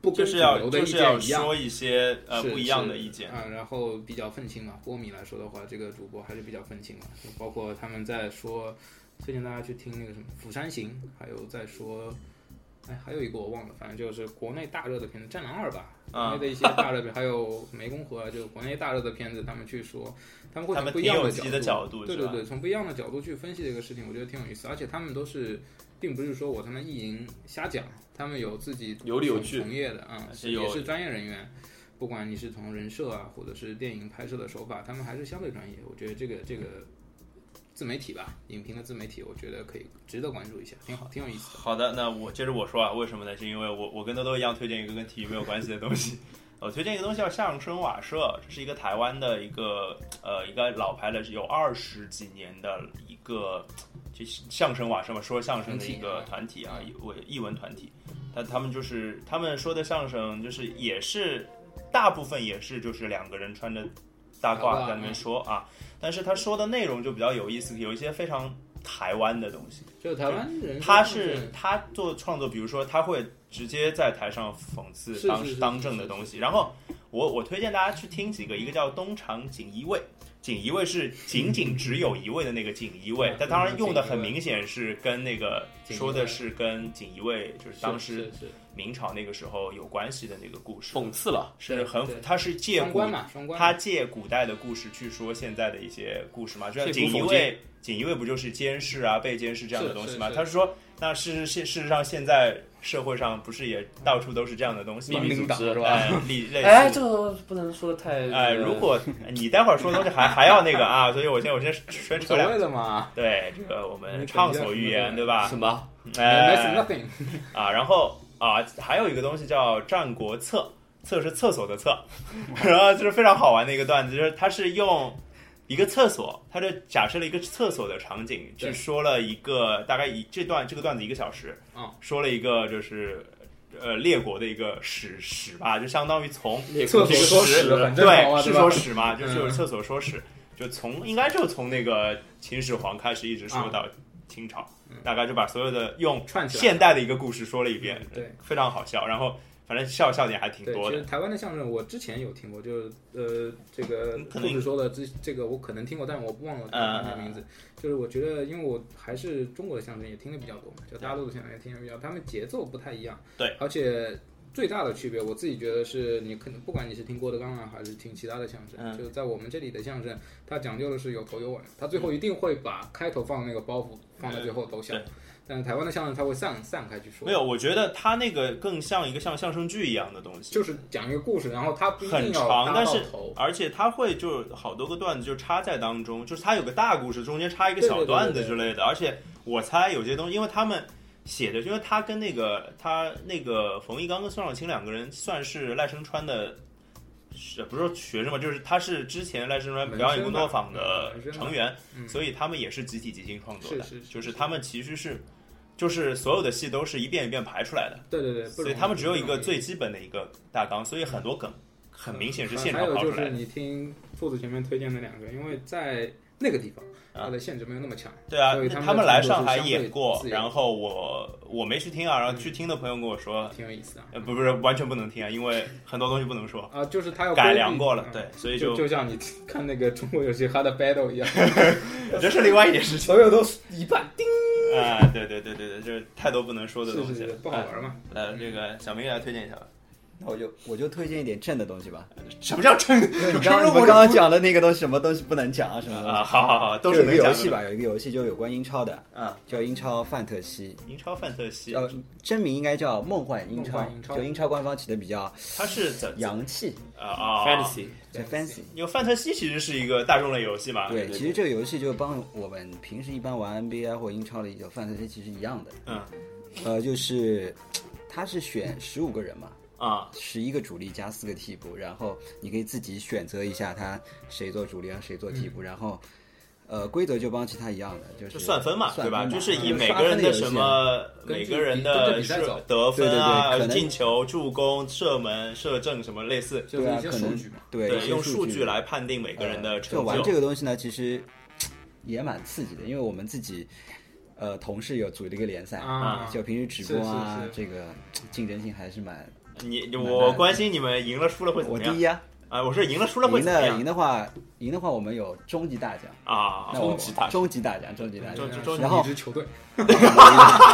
Speaker 4: 不
Speaker 1: 就
Speaker 4: 跟主
Speaker 1: 是要
Speaker 4: 流的
Speaker 1: 就
Speaker 4: 意
Speaker 1: 是要
Speaker 4: 见一样，
Speaker 1: 说一些呃
Speaker 4: 是
Speaker 1: 不一样的意见
Speaker 4: 是。啊，然后比较愤青嘛。波米来说的话，这个主播还是比较愤青嘛，就包括他们在说，最近大家去听那个什么《釜山行》，还有在说。哎，还有一个我忘了，反正就是国内大热的片子《战狼二》吧，
Speaker 1: 啊
Speaker 4: 国内的一些大热片，还有《湄公河》啊，就是国内大热的片子，他们去说，他们会
Speaker 1: 他
Speaker 4: 从
Speaker 1: 们
Speaker 4: 不一
Speaker 1: 挺
Speaker 4: 样
Speaker 1: 有
Speaker 4: 的
Speaker 1: 自己
Speaker 4: 角度，
Speaker 1: 的角度
Speaker 4: 对
Speaker 1: 是
Speaker 4: 对
Speaker 1: 吧
Speaker 4: 对，从不一样的角度去分析这个事情，我觉得挺有意思。而且他们都是，并不是说我他妈意淫瞎讲，他们有自己
Speaker 3: 有理有据
Speaker 4: 从业的啊，
Speaker 1: 而且
Speaker 4: 也
Speaker 1: 有
Speaker 4: 是专业人员。不管你是从人设啊，或者是电影拍摄的手法，他们还是相对专业。我觉得这个这个自媒体吧，影评的自媒体，我觉得可以值得关注一下，挺好，挺有意思的。
Speaker 1: 好的，那我接着我说啊，为什么呢？是因为我我跟多多一样推荐一个跟体育没有关系的东西。 我推荐一个东西啊叫相声瓦舍，这是一个台湾的一个呃一个老牌的有二十几年的一个就是相声瓦舍嘛，说相声的一个团体啊，一我艺文团体。但他们就是他们说的相声，就是也是大部分也是就是两个人穿着大褂在那边说啊，但是他说的内容就比较有意思，有一些非常台湾的东西。
Speaker 4: 就台湾人，
Speaker 1: 他是他做创作，比如说他会直接在台上讽刺
Speaker 4: 是
Speaker 1: 当
Speaker 4: 是是
Speaker 1: 当
Speaker 4: 是
Speaker 1: 政的
Speaker 4: 是
Speaker 1: 东西。然后我我推荐大家去听几个，一个叫东厂锦衣卫，锦衣卫是仅仅只有一位的那个锦衣卫
Speaker 4: 嗯，
Speaker 1: 但当然用的很
Speaker 4: 锦衣卫
Speaker 1: 明显是跟那个
Speaker 4: 锦衣
Speaker 1: 说的
Speaker 4: 卫
Speaker 1: 是跟锦衣卫就是当时
Speaker 4: 是是
Speaker 1: 明朝那个时候有关系的那个故事，
Speaker 3: 讽刺了，
Speaker 1: 是很
Speaker 4: 对
Speaker 1: 他是
Speaker 4: 是
Speaker 1: 借
Speaker 4: 双
Speaker 1: 古
Speaker 4: 关嘛，双关
Speaker 1: 他
Speaker 4: 嘛，
Speaker 1: 借古代的故事去说现在的一些故事嘛，就像
Speaker 3: 借古
Speaker 1: 锦衣
Speaker 3: 讽
Speaker 1: 卫，锦衣卫不就是监视啊、被监视这样的
Speaker 4: 是
Speaker 1: 东西
Speaker 4: 是
Speaker 1: 嘛？
Speaker 4: 是
Speaker 1: 他是说，那事事事实上现在社会上不是也到处都是这样的东西
Speaker 3: 秘
Speaker 1: 吗？
Speaker 3: 密组织
Speaker 4: 是吧
Speaker 1: 哎，类类
Speaker 3: 哎，
Speaker 1: 似
Speaker 3: 这。个不能说的太。
Speaker 1: 哎，如果你待会儿说的东西还还要那个啊，所以我先我先宣
Speaker 4: 无
Speaker 1: 扯
Speaker 4: 所
Speaker 1: 两
Speaker 4: 谓的嗯嘛。
Speaker 1: 对这个我们
Speaker 4: 你
Speaker 1: 畅
Speaker 4: 肯定
Speaker 1: 所
Speaker 4: 要
Speaker 1: 欲
Speaker 4: 说的
Speaker 1: 言，对吧
Speaker 3: 什？么？
Speaker 1: 哎
Speaker 4: That's nothing。
Speaker 1: 啊，然后啊，还有一个东西叫《战国策》，厕是厕所的 厕，然后就是非常好玩的一个段子，就是它是用一个厕所，它就假设了一个厕所的场景，去
Speaker 4: 对
Speaker 1: 说了一个大概以这段这个段子一个小时，
Speaker 4: 嗯
Speaker 1: 说了一个就是呃列国的一个史史吧，就相当于从
Speaker 4: 厕所说
Speaker 1: 屎
Speaker 4: 屎很正常
Speaker 1: 对
Speaker 4: 嘛，
Speaker 1: 是
Speaker 4: 对吧
Speaker 1: 说屎嘛，就是
Speaker 4: 嗯
Speaker 1: 就是厕所说屎，就从应该就从那个秦始皇开始一直说
Speaker 4: 啊
Speaker 1: 到清朝，
Speaker 4: 嗯
Speaker 1: 大概就把所有的用
Speaker 4: 串起来嗯
Speaker 1: 现代的一个故事说了一遍，
Speaker 4: 对，
Speaker 1: 非常好笑，然后反正笑笑点还挺
Speaker 4: 对，
Speaker 1: 多
Speaker 4: 其
Speaker 1: 的
Speaker 4: 实。台湾的相声我之前有听过，就是呃，这个
Speaker 1: 嗯可
Speaker 4: 兔
Speaker 1: 能
Speaker 4: 子说的这这个我可能听过，但是我忘了
Speaker 1: 嗯
Speaker 4: 他的名字。就是我觉得，因为我还是中国的相声也听的比较多嘛，就大陆的相声也听的比较，他们节奏不太一样。
Speaker 1: 对，
Speaker 4: 而且最大的区别，我自己觉得是你可能不管你是听郭德纲啊，还是听其他的相声，
Speaker 1: 嗯
Speaker 4: 就是在我们这里的相声，它讲究的是有头有尾，它最后一定会把开头放的那个包袱放在最后都笑。
Speaker 1: 嗯对
Speaker 4: 但是台湾的相声，它会散散开去说
Speaker 1: 没，有，我觉得他那个更像一个像相声剧一样的东西，
Speaker 4: 就是讲一个故事，然后它不一定
Speaker 1: 很
Speaker 4: 要
Speaker 1: 长，
Speaker 4: 搭
Speaker 1: 但
Speaker 4: 到
Speaker 1: 是
Speaker 4: 头。
Speaker 1: 而且他会就好多个段子就插在当中，就是他有个大故事，中间插一个小
Speaker 4: 对对对
Speaker 1: 段子
Speaker 4: 对
Speaker 1: 之类的。而且我猜有些东西，因为他们写的，因为他跟那个他那个冯一刚跟宋少卿两个人算是赖声川的。是不是说学生嘛？就是他是之前赖声川表演工作坊的
Speaker 4: 门生吧
Speaker 1: 成员，
Speaker 4: 嗯
Speaker 1: 所以他们也是集体即兴创作的。
Speaker 4: 是是是
Speaker 1: 就是他们其实是，就是所有的戏都是一遍一遍排出来的。
Speaker 4: 对对对，不
Speaker 1: 所以
Speaker 4: 容易
Speaker 1: 他们只有一
Speaker 4: 不
Speaker 1: 个
Speaker 4: 容易
Speaker 1: 最基本的一个大纲，所以很多梗很明显是现
Speaker 4: 嗯还
Speaker 1: 场
Speaker 4: 有
Speaker 1: 跑
Speaker 4: 就
Speaker 1: 出来
Speaker 4: 是
Speaker 1: 的。
Speaker 4: 你听兔子前面推荐的两个，因为在那个地方，
Speaker 1: 啊
Speaker 4: 它的限制没有那么强。
Speaker 1: 对啊
Speaker 4: 所以，他
Speaker 1: 那
Speaker 4: 们
Speaker 1: 他们来上海演
Speaker 4: 的
Speaker 1: 过
Speaker 4: 创作是相对自，由
Speaker 1: 然后我我没去听啊，然后
Speaker 4: 嗯
Speaker 1: 去听的朋友跟我说，
Speaker 4: 挺有意思的。
Speaker 1: 呃，不不是完全不能听啊，因为很多东西不能说，
Speaker 4: 啊，就是他要
Speaker 1: 改良过了
Speaker 4: 规，避，
Speaker 1: 对，所
Speaker 4: 嗯
Speaker 1: 以
Speaker 4: 就
Speaker 1: 就
Speaker 4: 像你看那个中国有嘻哈的 battle 一样，
Speaker 1: 这是另外一件事情
Speaker 4: 所有都是一半，叮，
Speaker 1: 啊，对对对对对，就是太多不能说的
Speaker 4: 是
Speaker 1: 东
Speaker 4: 是
Speaker 1: 西
Speaker 4: 是
Speaker 1: 了，，
Speaker 4: 不好玩嘛。
Speaker 1: 哎。呃，这个小明给大家推荐一下吧。
Speaker 2: 那我就我就推荐一点正的东西吧。
Speaker 1: 什么叫真？
Speaker 2: 你
Speaker 1: 就跟
Speaker 2: 刚刚
Speaker 1: 着
Speaker 2: 你
Speaker 1: 我
Speaker 2: 们刚刚讲的那个东西，什么东西不能讲啊，什
Speaker 4: 嗯
Speaker 2: 么东
Speaker 1: 啊，
Speaker 2: 西？
Speaker 1: 好好好，都
Speaker 2: 就是有
Speaker 1: 能
Speaker 2: 一个
Speaker 1: 讲
Speaker 2: 游戏
Speaker 1: 的。
Speaker 2: 吧，有一个游戏就有关英超的，
Speaker 1: 嗯，
Speaker 2: 叫英超范特西，
Speaker 1: 英超范特西，
Speaker 2: 呃，真名应该叫梦幻英
Speaker 4: 梦
Speaker 2: 超
Speaker 4: 幻英，超
Speaker 2: 就英超官方起的比较
Speaker 1: 它是怎
Speaker 2: 洋气，
Speaker 1: 啊啊
Speaker 3: fantasy
Speaker 2: 就 fancy。
Speaker 1: 因为范特西其实是一个大众类游戏嘛，
Speaker 2: 对，
Speaker 3: 对
Speaker 2: 其实这个游戏就帮我们平时一般玩 NBA 啊或英超的有范特西其实一样的，
Speaker 1: 嗯
Speaker 2: 呃，就是它是选十五个人嘛，
Speaker 1: 啊，
Speaker 2: 十一个主力加四个替补，然后你可以自己选择一下他谁做主力啊，谁做替补，然后呃规则就帮其他一样的，就是
Speaker 1: 嗯就算分嘛，对吧？就是以
Speaker 2: 嗯
Speaker 1: 每个人
Speaker 2: 刷分的游戏啊
Speaker 1: 什么，每个人的是
Speaker 4: 根据比根据比赛走
Speaker 1: 得分啊、
Speaker 2: 对对对可能
Speaker 1: 进球、助攻、射门、射正什么类似，
Speaker 4: 就是
Speaker 2: 对啊
Speaker 4: 一些
Speaker 2: 可
Speaker 4: 数
Speaker 2: 能
Speaker 4: 据嘛。
Speaker 2: 对一些
Speaker 1: 用
Speaker 2: 数
Speaker 1: 据来判定每个人的
Speaker 2: 呃
Speaker 1: 成
Speaker 2: 就玩这
Speaker 1: 就。
Speaker 2: 个东西呢，其实也蛮刺激的，因为我们自己呃同事有组了一个联赛，
Speaker 4: 啊
Speaker 2: 哎就平时直播啊，
Speaker 4: 是是
Speaker 2: 这个竞争性还是蛮。
Speaker 1: 你你
Speaker 2: 蛮
Speaker 1: 我
Speaker 2: 难
Speaker 1: 关心你们赢了输了会怎
Speaker 2: 我
Speaker 1: 么
Speaker 2: 第
Speaker 1: 样
Speaker 2: 一啊，
Speaker 1: 啊？我说赢了输了会
Speaker 2: 赢
Speaker 1: 怎么
Speaker 2: 的赢
Speaker 1: 样
Speaker 2: 的话，赢的话我们有终极大奖。
Speaker 1: 啊
Speaker 2: 那？我
Speaker 3: 终极大奖
Speaker 2: 终极大奖，终极大
Speaker 1: 终
Speaker 2: 奖
Speaker 1: 极，
Speaker 4: 就
Speaker 1: 就
Speaker 2: 然后
Speaker 4: 一支球队，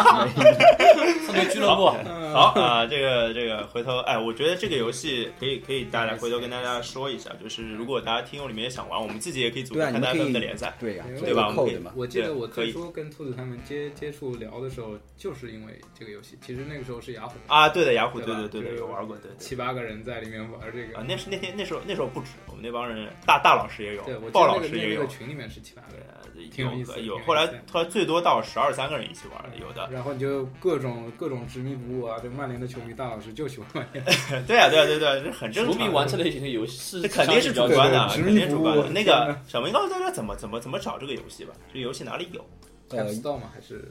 Speaker 3: 上面俱乐部，
Speaker 1: 好啊，这个这个回头哎，我觉得这个游戏可以可以大家回头跟大家说一下，就是如果大家听友里面也想玩，我们自己也可以组织
Speaker 2: 对啊，你
Speaker 1: 看
Speaker 2: 们
Speaker 1: 大
Speaker 2: 可
Speaker 1: 家
Speaker 2: 以
Speaker 1: 的联赛。
Speaker 2: 对呀，
Speaker 4: 对吧
Speaker 2: 这
Speaker 1: 我
Speaker 2: 个扣
Speaker 1: 们可以
Speaker 2: 的嘛，
Speaker 4: 我记得
Speaker 1: 对
Speaker 4: 我
Speaker 1: 可以
Speaker 4: 最初跟兔子他们接接触聊的时候，就是因为这个游戏。其实那个时候是雅虎
Speaker 1: 啊，对的，雅虎，
Speaker 4: 对
Speaker 1: 对
Speaker 4: 吧
Speaker 1: 对对
Speaker 4: 就
Speaker 1: 对，
Speaker 4: 是
Speaker 1: 有玩过，对对。
Speaker 4: 七八个人在里面玩这个
Speaker 1: 啊，，那是那天那时候那时候不止，我们那帮人大大老师也有
Speaker 4: 对我，记
Speaker 1: 鲍
Speaker 4: 得那
Speaker 1: 老
Speaker 4: 个
Speaker 1: 师也
Speaker 4: 那
Speaker 1: 有
Speaker 4: 个，群里面是七八个人。
Speaker 1: 呃
Speaker 4: 挺有意思
Speaker 1: 有
Speaker 4: 挺有
Speaker 1: 有
Speaker 4: 意思
Speaker 1: 后来后来最多到十二三个人一起玩儿，有的。
Speaker 4: 然后你就各种各种执迷不悟啊！这曼联的球迷大老师就喜欢曼
Speaker 2: 呃
Speaker 4: 联，
Speaker 1: 对啊对啊对啊对啊，这很正
Speaker 3: 球迷
Speaker 1: 常。
Speaker 3: 玩这类型的游戏，
Speaker 1: 这肯定是主
Speaker 3: 比较
Speaker 1: 观的啊，
Speaker 4: 对对
Speaker 1: 肯定
Speaker 4: 执迷
Speaker 1: 是主
Speaker 4: 不
Speaker 1: 观的。
Speaker 4: 悟
Speaker 1: 那
Speaker 4: 天
Speaker 1: 个小明告诉大家怎么怎么怎么找这个游戏吧，这游戏哪里有
Speaker 4: App
Speaker 2: 呃，
Speaker 4: Store 吗？还是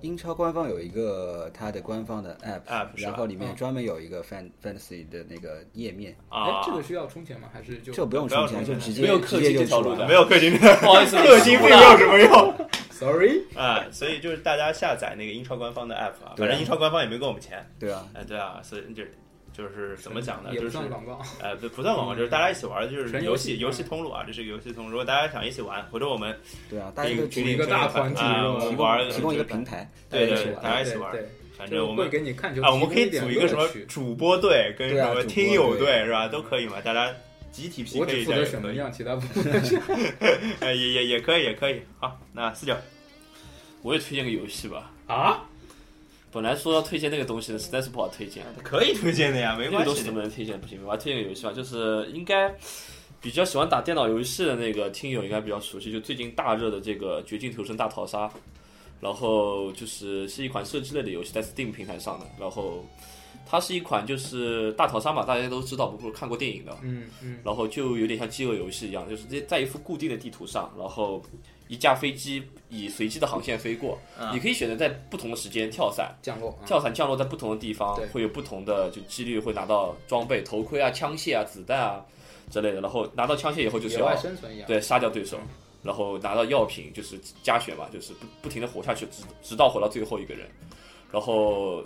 Speaker 2: 英超官方有一个它的官方的 app，
Speaker 1: App，是吧嗯
Speaker 2: 然后里面专门有一个 fan fantasy 的那个页面，
Speaker 4: 哎
Speaker 1: 啊，？
Speaker 4: 这个需要充钱吗？还是就
Speaker 2: 这不用
Speaker 1: 不要
Speaker 2: 充钱，
Speaker 1: 充
Speaker 2: 就
Speaker 1: 钱
Speaker 2: 直接
Speaker 3: 没有
Speaker 2: 直
Speaker 3: 氪
Speaker 2: 接
Speaker 3: 金
Speaker 2: 就
Speaker 3: 这条
Speaker 2: 出
Speaker 3: 路
Speaker 2: 来
Speaker 3: 的
Speaker 2: 了
Speaker 1: 没有氪金的，
Speaker 3: 不好意思，
Speaker 4: 啊
Speaker 1: 氪金
Speaker 3: 不
Speaker 1: 费有什么用
Speaker 4: Sorry，
Speaker 1: 啊？所以就是大家下载那个英超官方的 app 啊，
Speaker 2: 对
Speaker 1: 反
Speaker 2: 啊
Speaker 1: 正英超官方也没给我们钱，
Speaker 2: 对啊，
Speaker 1: 哎，对啊，所以就就是 怎么讲呢？
Speaker 4: 也
Speaker 1: 就
Speaker 4: 不
Speaker 1: 是
Speaker 4: 算广告，
Speaker 1: 呃，不不算广告，就是大家一起玩，就是
Speaker 4: 纯
Speaker 1: 游
Speaker 4: 游
Speaker 1: 戏
Speaker 4: 戏
Speaker 1: 游戏通路啊，这是个游戏通路。如果大家想一起玩，回头我们
Speaker 2: 对啊，大家都
Speaker 1: 群
Speaker 2: 提
Speaker 1: 里
Speaker 4: 一个大团体
Speaker 1: 啊，我们
Speaker 2: 供
Speaker 1: 玩
Speaker 2: 呃提供一个
Speaker 1: 平
Speaker 2: 平台，
Speaker 1: 对
Speaker 2: 大家一起
Speaker 1: 对，
Speaker 2: 玩
Speaker 1: 大家一起
Speaker 4: 对
Speaker 1: 玩
Speaker 4: 对。
Speaker 1: 反
Speaker 4: 就是
Speaker 1: 正我
Speaker 4: 会
Speaker 1: 们
Speaker 4: 给你看球
Speaker 1: 啊，我们可以
Speaker 4: 提供
Speaker 1: 组
Speaker 4: 一
Speaker 1: 一个
Speaker 4: 点
Speaker 1: 什么
Speaker 4: 乐趣
Speaker 1: 主播队跟
Speaker 2: 对
Speaker 1: 什
Speaker 2: 啊
Speaker 1: 么
Speaker 2: 主播
Speaker 1: 听友
Speaker 2: 队
Speaker 1: 队是吧？都可以嘛，大家集体匹
Speaker 4: 我
Speaker 1: 配
Speaker 4: 只
Speaker 1: 一
Speaker 4: 负
Speaker 1: 下
Speaker 4: 责
Speaker 1: 也
Speaker 4: 选
Speaker 1: 可
Speaker 4: 门
Speaker 1: 以，
Speaker 4: 将，其他不
Speaker 1: 呃，也也也可以，也可以。好，那四九
Speaker 3: 我也推荐个游戏吧。
Speaker 4: 啊，
Speaker 3: 本来说要推荐那个东西的，实在是不好推荐。
Speaker 1: 可以推荐的呀，没
Speaker 3: 那个
Speaker 1: 关
Speaker 3: 东西
Speaker 1: 系
Speaker 3: 怎
Speaker 1: 的。
Speaker 3: 么能推荐不行？我还推荐个游戏吧，就是应该比较喜欢打电脑游戏的那个听友应该比较熟悉，就最近大热的这个《绝境求生大逃杀》，然后就是是一款射击类的游戏，在 Steam 平台上的，然后它是一款就是大逃杀嘛，大家都知道，不过看过电影的，
Speaker 4: 嗯嗯，
Speaker 3: 然后就有点像饥饿游戏一样，就是在一幅固定的地图上，然后一架飞机以随机的航线飞过，
Speaker 4: 嗯
Speaker 3: 你可以选择在不同的时间跳伞。
Speaker 4: 降落啊，
Speaker 3: 跳伞降落在不同的地方
Speaker 4: 对，
Speaker 3: 会有不同的就几率会拿到装备、头盔啊、枪械啊、子弹啊之类的。然后拿到枪械以后就是
Speaker 4: 野
Speaker 3: 要
Speaker 4: 外生存一样，
Speaker 3: 对杀掉对手，然后拿到药品就是加血嘛，就是不不停的活下去，直直到活到最后一个人。然后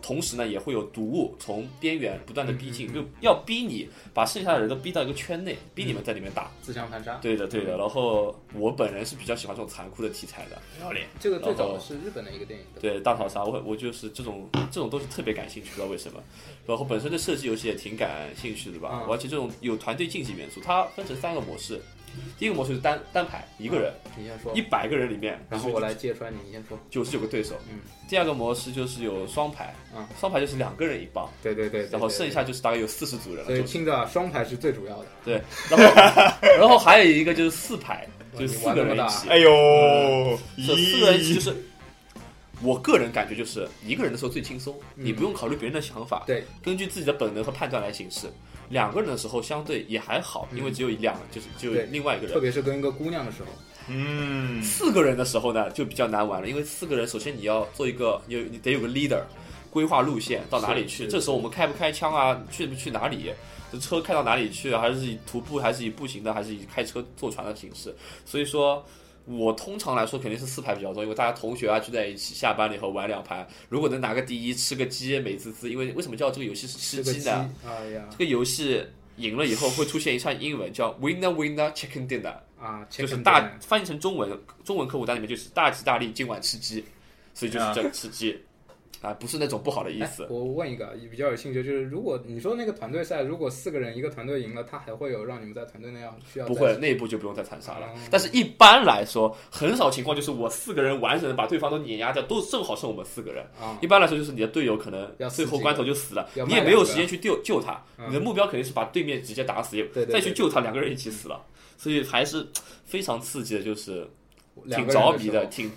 Speaker 3: 同时呢，也会有毒物从边缘不断的逼
Speaker 4: 嗯
Speaker 3: 近，就要逼你把剩下的人都逼到一个圈内，逼你们在里面打。
Speaker 4: 自相残杀。
Speaker 3: 对的，对的。然后我本人是比较喜欢这种残酷的题材的，
Speaker 1: 不要脸，
Speaker 4: 这个最
Speaker 1: 哦
Speaker 3: 然
Speaker 4: 早
Speaker 3: 后
Speaker 4: 是日本的一个电影的，
Speaker 3: 对大逃杀，我我就是这种这种东西特别感兴趣，不知道为什么。然后本身对射击游戏也挺感兴趣的吧，
Speaker 4: 嗯
Speaker 3: 而且这种有团队竞技元素，它分成三个模式。第一个模式是单单排一个人，
Speaker 4: 你先说
Speaker 3: 一，百个人里面，
Speaker 4: 然后我来揭穿你，你先说。
Speaker 3: 九十九个对手。
Speaker 4: 嗯。
Speaker 3: 第二个模式就是有双排，
Speaker 4: 嗯
Speaker 3: 双排就是两个人一帮，
Speaker 4: 对对对，对
Speaker 3: 然后
Speaker 4: 对
Speaker 3: 剩下就是大概有四十组人了。
Speaker 4: 所以
Speaker 3: 就是
Speaker 4: 听着双排是最主要的。
Speaker 3: 对，然后 然后还有一个就是四排，
Speaker 4: 哇
Speaker 3: 就是
Speaker 4: 你
Speaker 3: 四
Speaker 4: 玩
Speaker 3: 个
Speaker 4: 那么
Speaker 3: 人一
Speaker 4: 大
Speaker 3: 起。
Speaker 1: 哎呦，
Speaker 4: 嗯
Speaker 3: 这四个人一起就是，我个人感觉就是一个人的时候最轻松，
Speaker 4: 嗯
Speaker 3: 你不用考虑别人的想法，
Speaker 4: 对，
Speaker 3: 根据自己的本能和判断来行事。两个人的时候相对也还好，因为只有两，就是只有
Speaker 4: 嗯对
Speaker 3: 另外一个
Speaker 4: 特
Speaker 3: 人。
Speaker 4: 别是跟一个姑娘的时候，
Speaker 1: 嗯，
Speaker 3: 四个人的时候呢，就比较难玩了，因为四个人首先你要做一个，你有你得有个 leader，规划路线到哪里去。
Speaker 4: 是
Speaker 3: 这时候我们开不开枪啊？去不去哪里？这车开到哪里去啊？还是以徒步，还是以步行的，还是以开车坐船的形式？所以说。我通常来说肯定是四排比较多，因为大家同学啊聚在一起，下班了以后玩两排，如果能拿个第一，吃个鸡，美滋滋。因为为什么叫这个游戏是吃
Speaker 4: 这个
Speaker 3: 鸡
Speaker 4: 鸡，
Speaker 3: 呢？
Speaker 4: 哎呀
Speaker 3: 这个游戏赢了以后会出现一串英文叫 “winner winner chicken dinner”，
Speaker 4: 啊，
Speaker 3: 就是
Speaker 4: chicken
Speaker 3: 大
Speaker 4: dinner
Speaker 3: 翻译成中文，中文客户单里面就是大吉大利，今晚吃鸡，所以就是这吃鸡，啊，不是那种不好的意
Speaker 4: 哎
Speaker 3: 思。
Speaker 4: 我问一个比较有兴趣，就是如果你说那个团队赛，如果四个人一个团队赢了，他还会有让你们在团队内要需要
Speaker 3: 不
Speaker 4: 再
Speaker 3: 会，内部就不用再残杀了
Speaker 4: 嗯。
Speaker 3: 但是一般来说，很少情况就是我四个人完整的把对方都碾压掉，都正好剩我们四个人。
Speaker 4: 啊
Speaker 3: 一般来说，就是你的队友可
Speaker 4: 要
Speaker 3: 能
Speaker 4: 死
Speaker 3: 最后
Speaker 4: 几个
Speaker 3: 关头就死了，
Speaker 4: 要
Speaker 3: 你
Speaker 4: 卖
Speaker 3: 也没有
Speaker 4: 两个
Speaker 3: 时间去救救他。
Speaker 4: 嗯
Speaker 3: 你的目标肯定是把对面直接打死，也
Speaker 4: 对对
Speaker 3: 再去
Speaker 4: 对
Speaker 3: 救他，两个人一起死了。所以还是非常刺激的，就是
Speaker 4: 两
Speaker 3: 挺
Speaker 4: 个人
Speaker 3: 着
Speaker 4: 的
Speaker 3: 迷
Speaker 4: 时
Speaker 3: 的，
Speaker 4: 候
Speaker 3: 挺。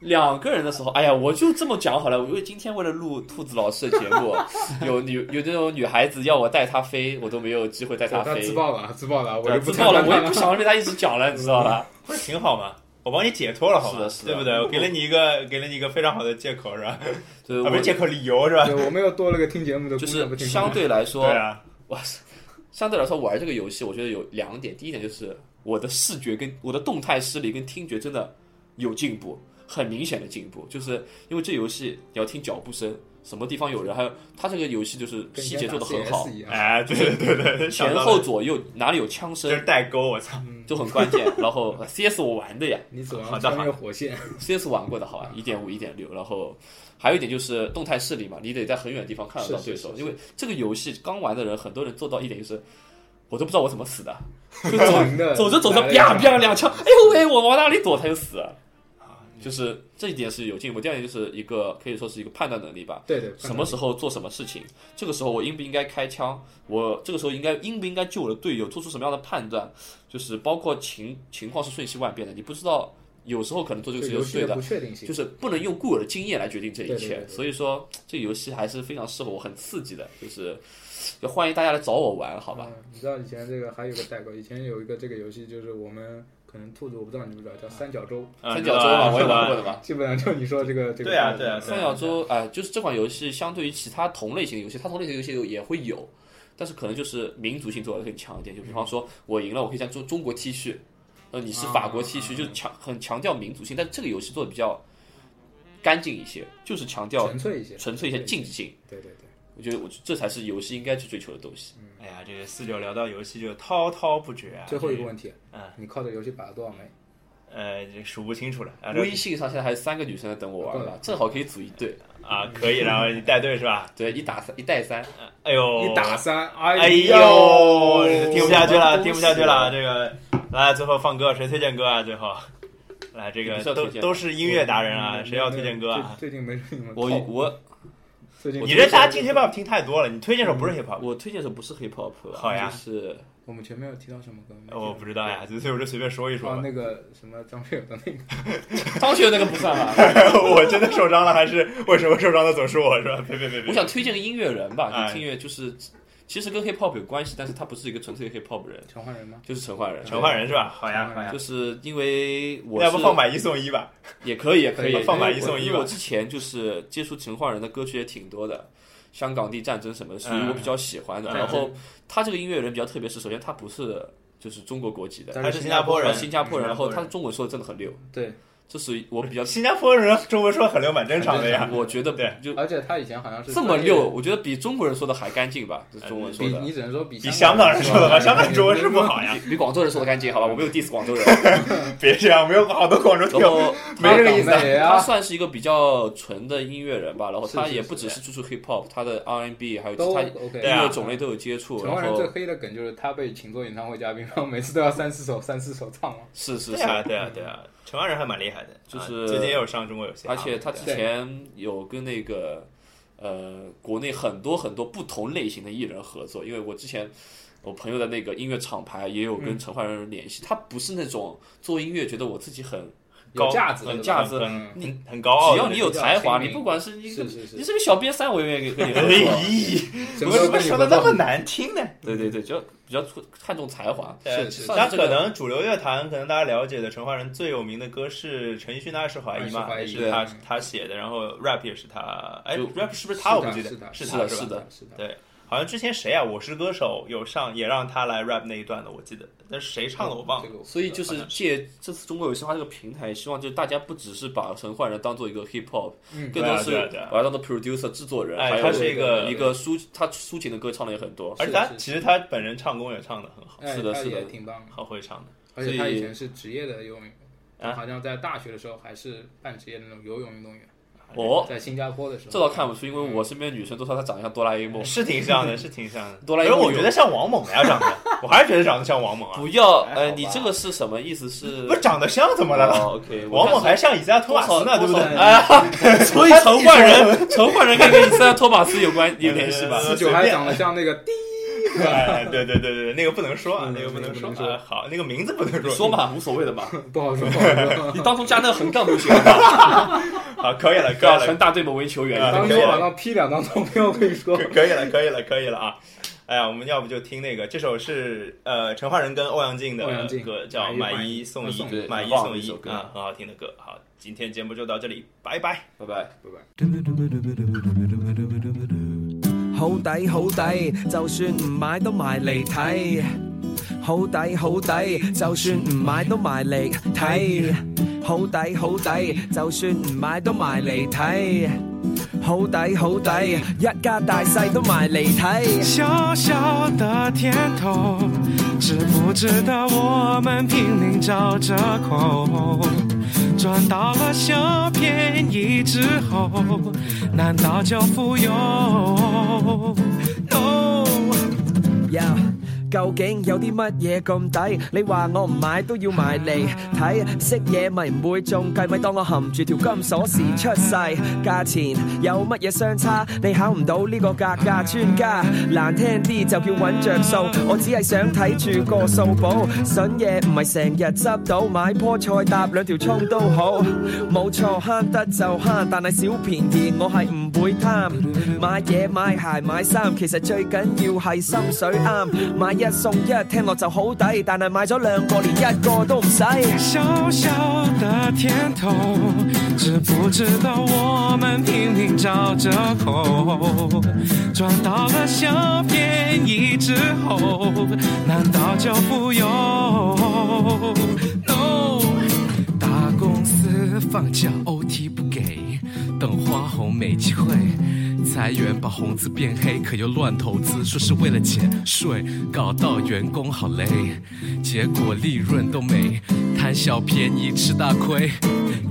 Speaker 3: 两个人的时候，哎呀，我就这么讲好了。因为今天为了录兔子老师的节目， 有女有那种女孩子要我带她飞，我都没有机会带她
Speaker 4: 他
Speaker 3: 飞
Speaker 4: 自。爆了，自爆了，我
Speaker 3: 对
Speaker 4: 就不
Speaker 3: 自爆了，
Speaker 4: 参
Speaker 3: 我
Speaker 4: 加
Speaker 3: 也不想被她一直讲了，你知道 吧？
Speaker 1: 不是挺好吗？我帮你解脱了，好
Speaker 3: 是
Speaker 1: 吗
Speaker 3: 的是？的
Speaker 1: 对不对？我给了你一个，给了你一个非常好的借口，是吧？
Speaker 3: 对，
Speaker 1: 啊，不
Speaker 3: 我
Speaker 1: 是借口，理由是吧？
Speaker 4: 对，我们又多了个听节目的姑
Speaker 3: 就
Speaker 4: 娘，不
Speaker 3: 是
Speaker 4: 听
Speaker 3: 相对 来说
Speaker 1: 对，啊，
Speaker 3: 哇塞，相对来说玩这个游戏，我觉得有两点。第一点就是我的视觉跟我的动态视力跟听觉真的有进步，很明显的进步。就是因为这游戏你要听脚步声，什么地方有人，还有它这个游戏就是
Speaker 4: 跟
Speaker 3: 细
Speaker 4: 以前
Speaker 3: 节做的很好
Speaker 4: 打 CS，一样
Speaker 1: 哎，对对对对对，想
Speaker 3: 前
Speaker 1: 到
Speaker 3: 后
Speaker 1: 了
Speaker 3: 左右哪里有枪
Speaker 1: 就
Speaker 3: 声
Speaker 1: 是代沟，我操！
Speaker 3: 就很关键。然后 CS 我玩的呀
Speaker 4: 你只
Speaker 1: 好
Speaker 4: 玩
Speaker 1: 的
Speaker 4: 穿
Speaker 1: 好
Speaker 4: 越
Speaker 1: 的
Speaker 4: 火线，
Speaker 3: ，CS 玩过的好啊吧，一点五、一点六，然后。还有一点就是动态视力嘛，你得在很远的地方看得到
Speaker 4: 是
Speaker 3: 对
Speaker 4: 是
Speaker 3: 手，
Speaker 4: 是
Speaker 3: 因为这个游戏刚玩的人，很多人做到一点就是，我都不知道我怎么 死的，就走
Speaker 4: 赢的
Speaker 3: 走着走着，
Speaker 4: 来了一
Speaker 3: 啪
Speaker 4: 场
Speaker 3: 啪两枪，哎呦喂，我往哪里躲他就死了。
Speaker 4: 啊
Speaker 3: 就是这一点是有进步，第二点就是一个可以说是一个判断能力吧。
Speaker 4: 对对，
Speaker 3: 什么时候做什么事情，这个时候我应不应该开枪，我这个时候应该应不应该救我的队友，做出什么样的判断，就是包括情情况是瞬息万变的，你不知道有时候可能做这
Speaker 4: 对
Speaker 3: 个事情
Speaker 4: 游
Speaker 3: 是
Speaker 4: 戏
Speaker 3: 对
Speaker 4: 的
Speaker 3: 的
Speaker 4: 不，确定性
Speaker 3: 就。是不能用固有的经验来决定这一
Speaker 4: 对对
Speaker 3: 切
Speaker 4: 对。对
Speaker 3: 所以说这个游戏还是非常适合我，很刺激的，就是要欢迎大家来找我玩，好吧？
Speaker 4: 嗯你知道以前这个还有个代沟，以前有一个这个游戏，就是我们可能兔子我不知道你知不知道，叫三角洲，
Speaker 1: 嗯
Speaker 3: 三角洲
Speaker 1: 是吧
Speaker 3: 嘛，我也玩过
Speaker 1: 是吧
Speaker 3: 的嘛。
Speaker 4: 基本上就你说这个这个。
Speaker 1: 对啊对啊
Speaker 3: 三角洲，哎、就是这款游戏相对于其他同类型的游戏，它同类型的游戏也会有，但是可能就是民族性做的更强一点。就比方说，我赢了，我可以像中中国 T 恤，呃，你是法国 T 恤，
Speaker 4: 啊
Speaker 3: 就是强很强调民族性，但这个游戏做的比较干净一些，就是强调
Speaker 4: 纯粹一些，
Speaker 3: 纯粹一些竞技性。
Speaker 4: 对对对，
Speaker 3: 我觉得我这才是游戏应该去追求的东西。
Speaker 1: 哎呀，这个四九聊到游戏就滔滔不绝啊。
Speaker 4: 最后一
Speaker 1: 这
Speaker 4: 个问题，
Speaker 1: 嗯
Speaker 4: 你靠这游戏打了多少枚？
Speaker 1: 呃，这数不清楚了啊这
Speaker 3: 微信上现在还有三个女生在等我玩吧，正好可以组一队，
Speaker 1: 啊，可以，然后你带队是吧？
Speaker 3: 对，一打三，一带三。
Speaker 1: 哎呦，
Speaker 4: 一打三，
Speaker 1: 哎
Speaker 4: 呦，
Speaker 3: 啊
Speaker 1: 呦，听不下去
Speaker 3: 什么东
Speaker 1: 了，
Speaker 3: 西
Speaker 1: 听不下去了。这个，来，最后放歌，谁推荐歌啊？最后，来，这
Speaker 3: 你
Speaker 1: 个
Speaker 3: 不是要
Speaker 1: 都
Speaker 3: 推荐吗
Speaker 1: 都是音乐达人啊，
Speaker 4: 嗯
Speaker 1: 谁要推荐歌啊？
Speaker 4: 最最近没什么靠
Speaker 3: 我
Speaker 4: 谱，
Speaker 3: 我
Speaker 4: 最近
Speaker 1: 你这大家听
Speaker 4: 今
Speaker 1: hip
Speaker 4: 天
Speaker 1: hop 听太多了，你推荐首不是 hip hop，
Speaker 3: 嗯我推荐的不是 hip hop，
Speaker 1: 好呀
Speaker 3: 啊就是
Speaker 4: 我们前面有提到什么歌吗？
Speaker 1: 哦我不知道呀，所以我就随便说一说
Speaker 4: 哦，
Speaker 1: 吧。
Speaker 4: 那个什么张学友的那个，
Speaker 3: 张学友那个不算啊吧。
Speaker 1: 我真的受伤了，还是 为什么受伤的总是我是吧？别别别别，
Speaker 3: 我想推荐个音乐人吧，
Speaker 1: 哎
Speaker 3: 就听乐就是，其实跟 hip hop 有关系，但是他不是一个纯粹的 hip hop 人，
Speaker 4: 陈奂仁吗？
Speaker 3: 就是陈奂仁。
Speaker 1: 陈奂仁是吧？好呀
Speaker 4: 陈奂仁
Speaker 1: 好呀
Speaker 3: 就，是因为我
Speaker 1: 要不放
Speaker 3: 是
Speaker 1: 买一送一吧？
Speaker 3: 也可以，也可以
Speaker 1: 放买一送一吧
Speaker 3: 因为我之前就是接触陈奂仁的歌曲也挺多的，香港地战争什么的，属于我比较喜欢的。
Speaker 1: 嗯
Speaker 3: 然后他这个音乐人比较特别是，首先他不是就是中国国籍的，
Speaker 1: 他是新加坡
Speaker 3: 他
Speaker 1: 人，嗯
Speaker 3: 是新加坡人，然后他
Speaker 1: 他
Speaker 3: 中文说的真的很溜，
Speaker 4: 对，
Speaker 3: 这是我比较
Speaker 1: 新加坡人中文说很溜蛮正常的呀。
Speaker 3: 我觉 得
Speaker 1: 对
Speaker 3: 就
Speaker 4: 而且他以前好像是
Speaker 3: 这么
Speaker 4: 专业
Speaker 3: 溜，，我觉得比中国人说的还干净吧，这中
Speaker 1: 呃
Speaker 3: 文说
Speaker 4: 比
Speaker 3: 的
Speaker 4: 你只能说比
Speaker 1: 比
Speaker 4: 香
Speaker 1: 香港人说的吧，
Speaker 4: 吧，
Speaker 1: 香港中 文是不好 呀。
Speaker 3: 比广州人说的干净，好吧，我没有 diss 广州人。
Speaker 1: 别这样，没有好多广州听
Speaker 3: 然后
Speaker 1: 友，没这个意思啊。
Speaker 4: 美
Speaker 3: 他
Speaker 4: 啊，
Speaker 3: 算是一个比较纯的音乐人吧，然后
Speaker 4: 是
Speaker 3: 他
Speaker 4: 是
Speaker 3: 也
Speaker 4: 是
Speaker 3: 不只是接触 hip hop，他的 R&B 还有
Speaker 4: 都
Speaker 3: 其他
Speaker 4: OK
Speaker 1: 对啊
Speaker 3: 音乐种类都有接触，
Speaker 4: 陈
Speaker 3: 然
Speaker 4: 奂仁
Speaker 3: 后
Speaker 4: 最黑的梗就是他被请做演唱会嘉宾，然后每次都要三四首三四首唱嘛。
Speaker 3: 是是
Speaker 1: 对
Speaker 3: 是，
Speaker 1: 啊，对啊，对啊，陈安人还蛮厉害的，
Speaker 3: 就是
Speaker 1: 啊最近也有上中国有嘻啊哈
Speaker 3: 而
Speaker 1: 嘛，
Speaker 3: 且他之前有跟那个呃国内很多很多不同类型的艺人合作，因为我之前我朋友的那个音乐厂牌也有跟陈奂仁联系，他不是那种做音乐觉得我自己很，
Speaker 1: 高
Speaker 4: 有价值的，
Speaker 3: 很价值
Speaker 1: 很
Speaker 4: 嗯
Speaker 1: 很很很高傲
Speaker 3: 只
Speaker 1: 的
Speaker 3: 要
Speaker 1: 那种。
Speaker 3: 你有才华，
Speaker 4: 比较亲民
Speaker 3: 你不管是你
Speaker 4: 是是是
Speaker 3: 你是个小瘪三，我也愿意跟你合作。
Speaker 1: 哎咦，
Speaker 4: 什
Speaker 1: 为什么
Speaker 4: 跟你
Speaker 1: 说的
Speaker 4: 合
Speaker 1: 那么
Speaker 4: 作
Speaker 1: 难听呢？
Speaker 3: 对对对，就比较看重才华。
Speaker 1: 呃
Speaker 4: 是是
Speaker 1: 那
Speaker 3: 是
Speaker 1: 可能主流乐坛，可能大家了解的陈奂仁最有名的歌是陈奕迅的《爱是怀疑》嘛，
Speaker 4: 爱
Speaker 1: 也
Speaker 4: 是怀疑
Speaker 1: 是他
Speaker 4: 对
Speaker 1: 他写的，然后 rap 也是他，哎
Speaker 3: 就
Speaker 1: ，rap 是不是他？我不记
Speaker 4: 是
Speaker 1: 得
Speaker 4: 的
Speaker 1: 是
Speaker 3: 是
Speaker 1: 他
Speaker 3: 的
Speaker 1: 吧
Speaker 3: 是？的
Speaker 4: 嗯是的，
Speaker 1: 对，好像之前谁啊，《我是歌手》有上，也让他来 rap 那一段的，我记得，但是谁唱的我忘了。
Speaker 4: 这个我
Speaker 3: 所以就是借这次中国有嘻哈这个平台，希望就大家不只是把陈奂仁当做一个 hip hop，、
Speaker 4: 嗯
Speaker 3: 更多是
Speaker 1: 对啊对啊对啊
Speaker 3: 把他当做 producer 制作人，
Speaker 1: 哎
Speaker 3: 还有
Speaker 1: 他是一个
Speaker 3: 一个抒他抒情的歌唱的也很多。
Speaker 1: 而且
Speaker 4: 是
Speaker 1: 他
Speaker 4: 是
Speaker 1: 其实他本人唱功也唱的很好，
Speaker 4: 哎
Speaker 3: 是的
Speaker 4: 他
Speaker 3: 是的
Speaker 4: 也挺棒的。
Speaker 1: 好会唱的。
Speaker 4: 而且他
Speaker 3: 所以
Speaker 4: 以前是职业的游泳运动
Speaker 1: 啊
Speaker 4: 员，好像在大学的时候还是半职业的那种游泳运动员。
Speaker 3: 哦，
Speaker 4: 在新加坡的时候，
Speaker 3: 这倒看不出，因为我身边的女生都说她长得像哆啦 A 梦。
Speaker 1: 是挺像的，是挺像的。
Speaker 3: 哆啦 A
Speaker 1: 可是
Speaker 3: 梦
Speaker 1: 我觉得像王猛呀，长得，我还是觉得长得像王猛啊。
Speaker 3: 不要，
Speaker 1: 还好吧
Speaker 3: 呃，你这个是什么意思？是
Speaker 1: 不是长得像怎么了？
Speaker 3: 哦？OK，我
Speaker 1: 王猛
Speaker 3: 看
Speaker 1: 还像以赛亚托马斯呢，对
Speaker 3: 多
Speaker 1: 不
Speaker 3: 少
Speaker 1: 对？
Speaker 3: 多少
Speaker 1: 哎，
Speaker 3: 是，所以陈奂仁，陈奂仁跟跟以色列托马斯有关有联 系吧？
Speaker 4: 四九还长得像那个 第
Speaker 1: 哎对对对对，那个不能说啊，
Speaker 4: 嗯
Speaker 1: 那个不能说
Speaker 4: 那个不能说
Speaker 1: 啊。好，那个名字不能
Speaker 3: 你
Speaker 1: 说。
Speaker 3: 说嘛，无所谓的嘛，
Speaker 4: 不好说，不好 说
Speaker 3: 你当初加那个横杠就行啊了嘛，
Speaker 1: 好，可以了，可
Speaker 3: 不要
Speaker 1: 以了
Speaker 3: 横，大对门啊为球员。
Speaker 1: 啊
Speaker 4: 当
Speaker 1: 可
Speaker 4: 时
Speaker 1: 以了
Speaker 4: 晚上 P 两张照片，我跟你说
Speaker 1: 可，可以了，可以了，可以了啊！哎呀，我们要不就听那个，这首是呃陈奂仁跟欧阳靖的
Speaker 4: 欧阳靖
Speaker 1: 歌，叫《买
Speaker 4: 买一
Speaker 1: 一送一
Speaker 4: 送》，
Speaker 3: 一
Speaker 1: 买一
Speaker 3: 对忘了
Speaker 1: 送
Speaker 3: 一
Speaker 1: 一
Speaker 3: 首歌
Speaker 1: 啊，很好听的歌。好，今天节目就到这里，拜拜。
Speaker 3: 拜拜。
Speaker 4: 拜拜。
Speaker 5: 好抵好抵，就算唔買都埋嚟睇。好抵好抵，就算唔買都埋嚟睇。好抵好抵，就算唔買都埋嚟睇。好抵好抵，一家大細都埋嚟睇。
Speaker 6: 小小的甜头，知不知道我们拼命找折扣，赚到了小便宜之后，难道就富有？No，
Speaker 5: 呀究竟有啲乜嘢咁抵？你話我唔買都要埋嚟睇，識嘢咪唔會中計，咪當我含住條金鎖匙出世。價錢有乜嘢相差？你考唔到呢個價格專家，難聽啲就叫揾着數。我只係想睇住個數簿，筍嘢唔係成日執到，買棵菜搭兩條葱都好。冇錯，慳得就慳，但係小便宜我係唔會貪。買嘢買鞋買衫，其實最緊要係心水啱。買一送一聽落就好抵，但係買咗兩個連一個都唔使。
Speaker 6: 小小的甜头，知不知道我们拼命找折扣，赚到了小便宜之后，难道就富有？No。大公司放假 OT 不给，等花红没机会。裁员把红字变黑，可又乱投资，说是为了减税，搞到员工好累，结果利润都没，贪小便宜吃大亏。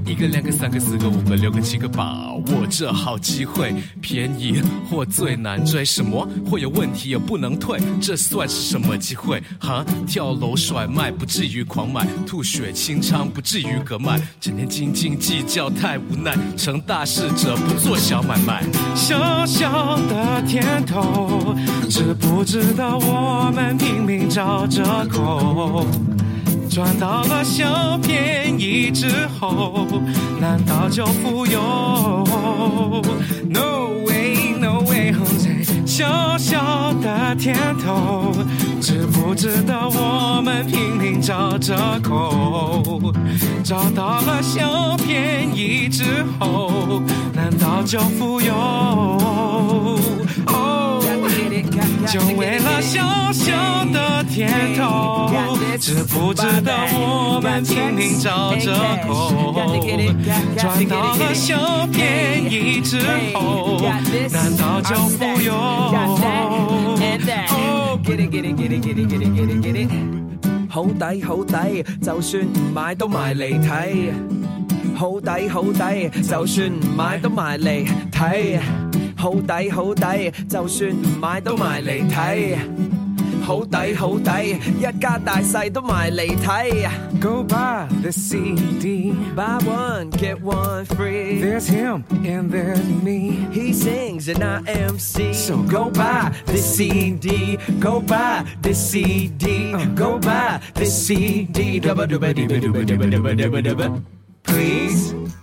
Speaker 6: 一个、两个、三个、四个、五个、六个、七个，把握这好机会，便宜或最难追，什么会有问题也不能退，这算是什么机会？哈，跳楼甩卖不至于狂买，吐血清仓不至于割脉，整天斤斤计较太无奈，成大事者不做小买卖。小小的甜头，知不知道我们拼命找折扣？赚到了小便宜之后，难道就富有？No way, no way, Jose 小小的甜头，知不知道我们拼命找折扣？找到了小便宜之后，难道就富有？Oh 哦
Speaker 5: Got to get it, got- got to
Speaker 6: 就
Speaker 5: get
Speaker 6: 为了
Speaker 5: it,
Speaker 6: 小小的
Speaker 5: 甜头，知不知道我们拼命找折扣，赚到了小便宜之后，难道就不用？
Speaker 6: 好抵好抵，就算唔買都埋嚟睇。好抵好抵，就算唔買都埋嚟睇。好抵好抵，就算唔買都埋嚟睇。好抵好抵，一家大細都埋嚟睇。
Speaker 5: Go buy the CD.
Speaker 6: Buy one get one free.
Speaker 5: There's him and there's me.
Speaker 6: He sings and I MC.
Speaker 5: So
Speaker 6: go buy this CD. Go buy this CD. Go buy this CD. Dubba dubba dubba dubba dubba dubba dubba dubba.
Speaker 5: Please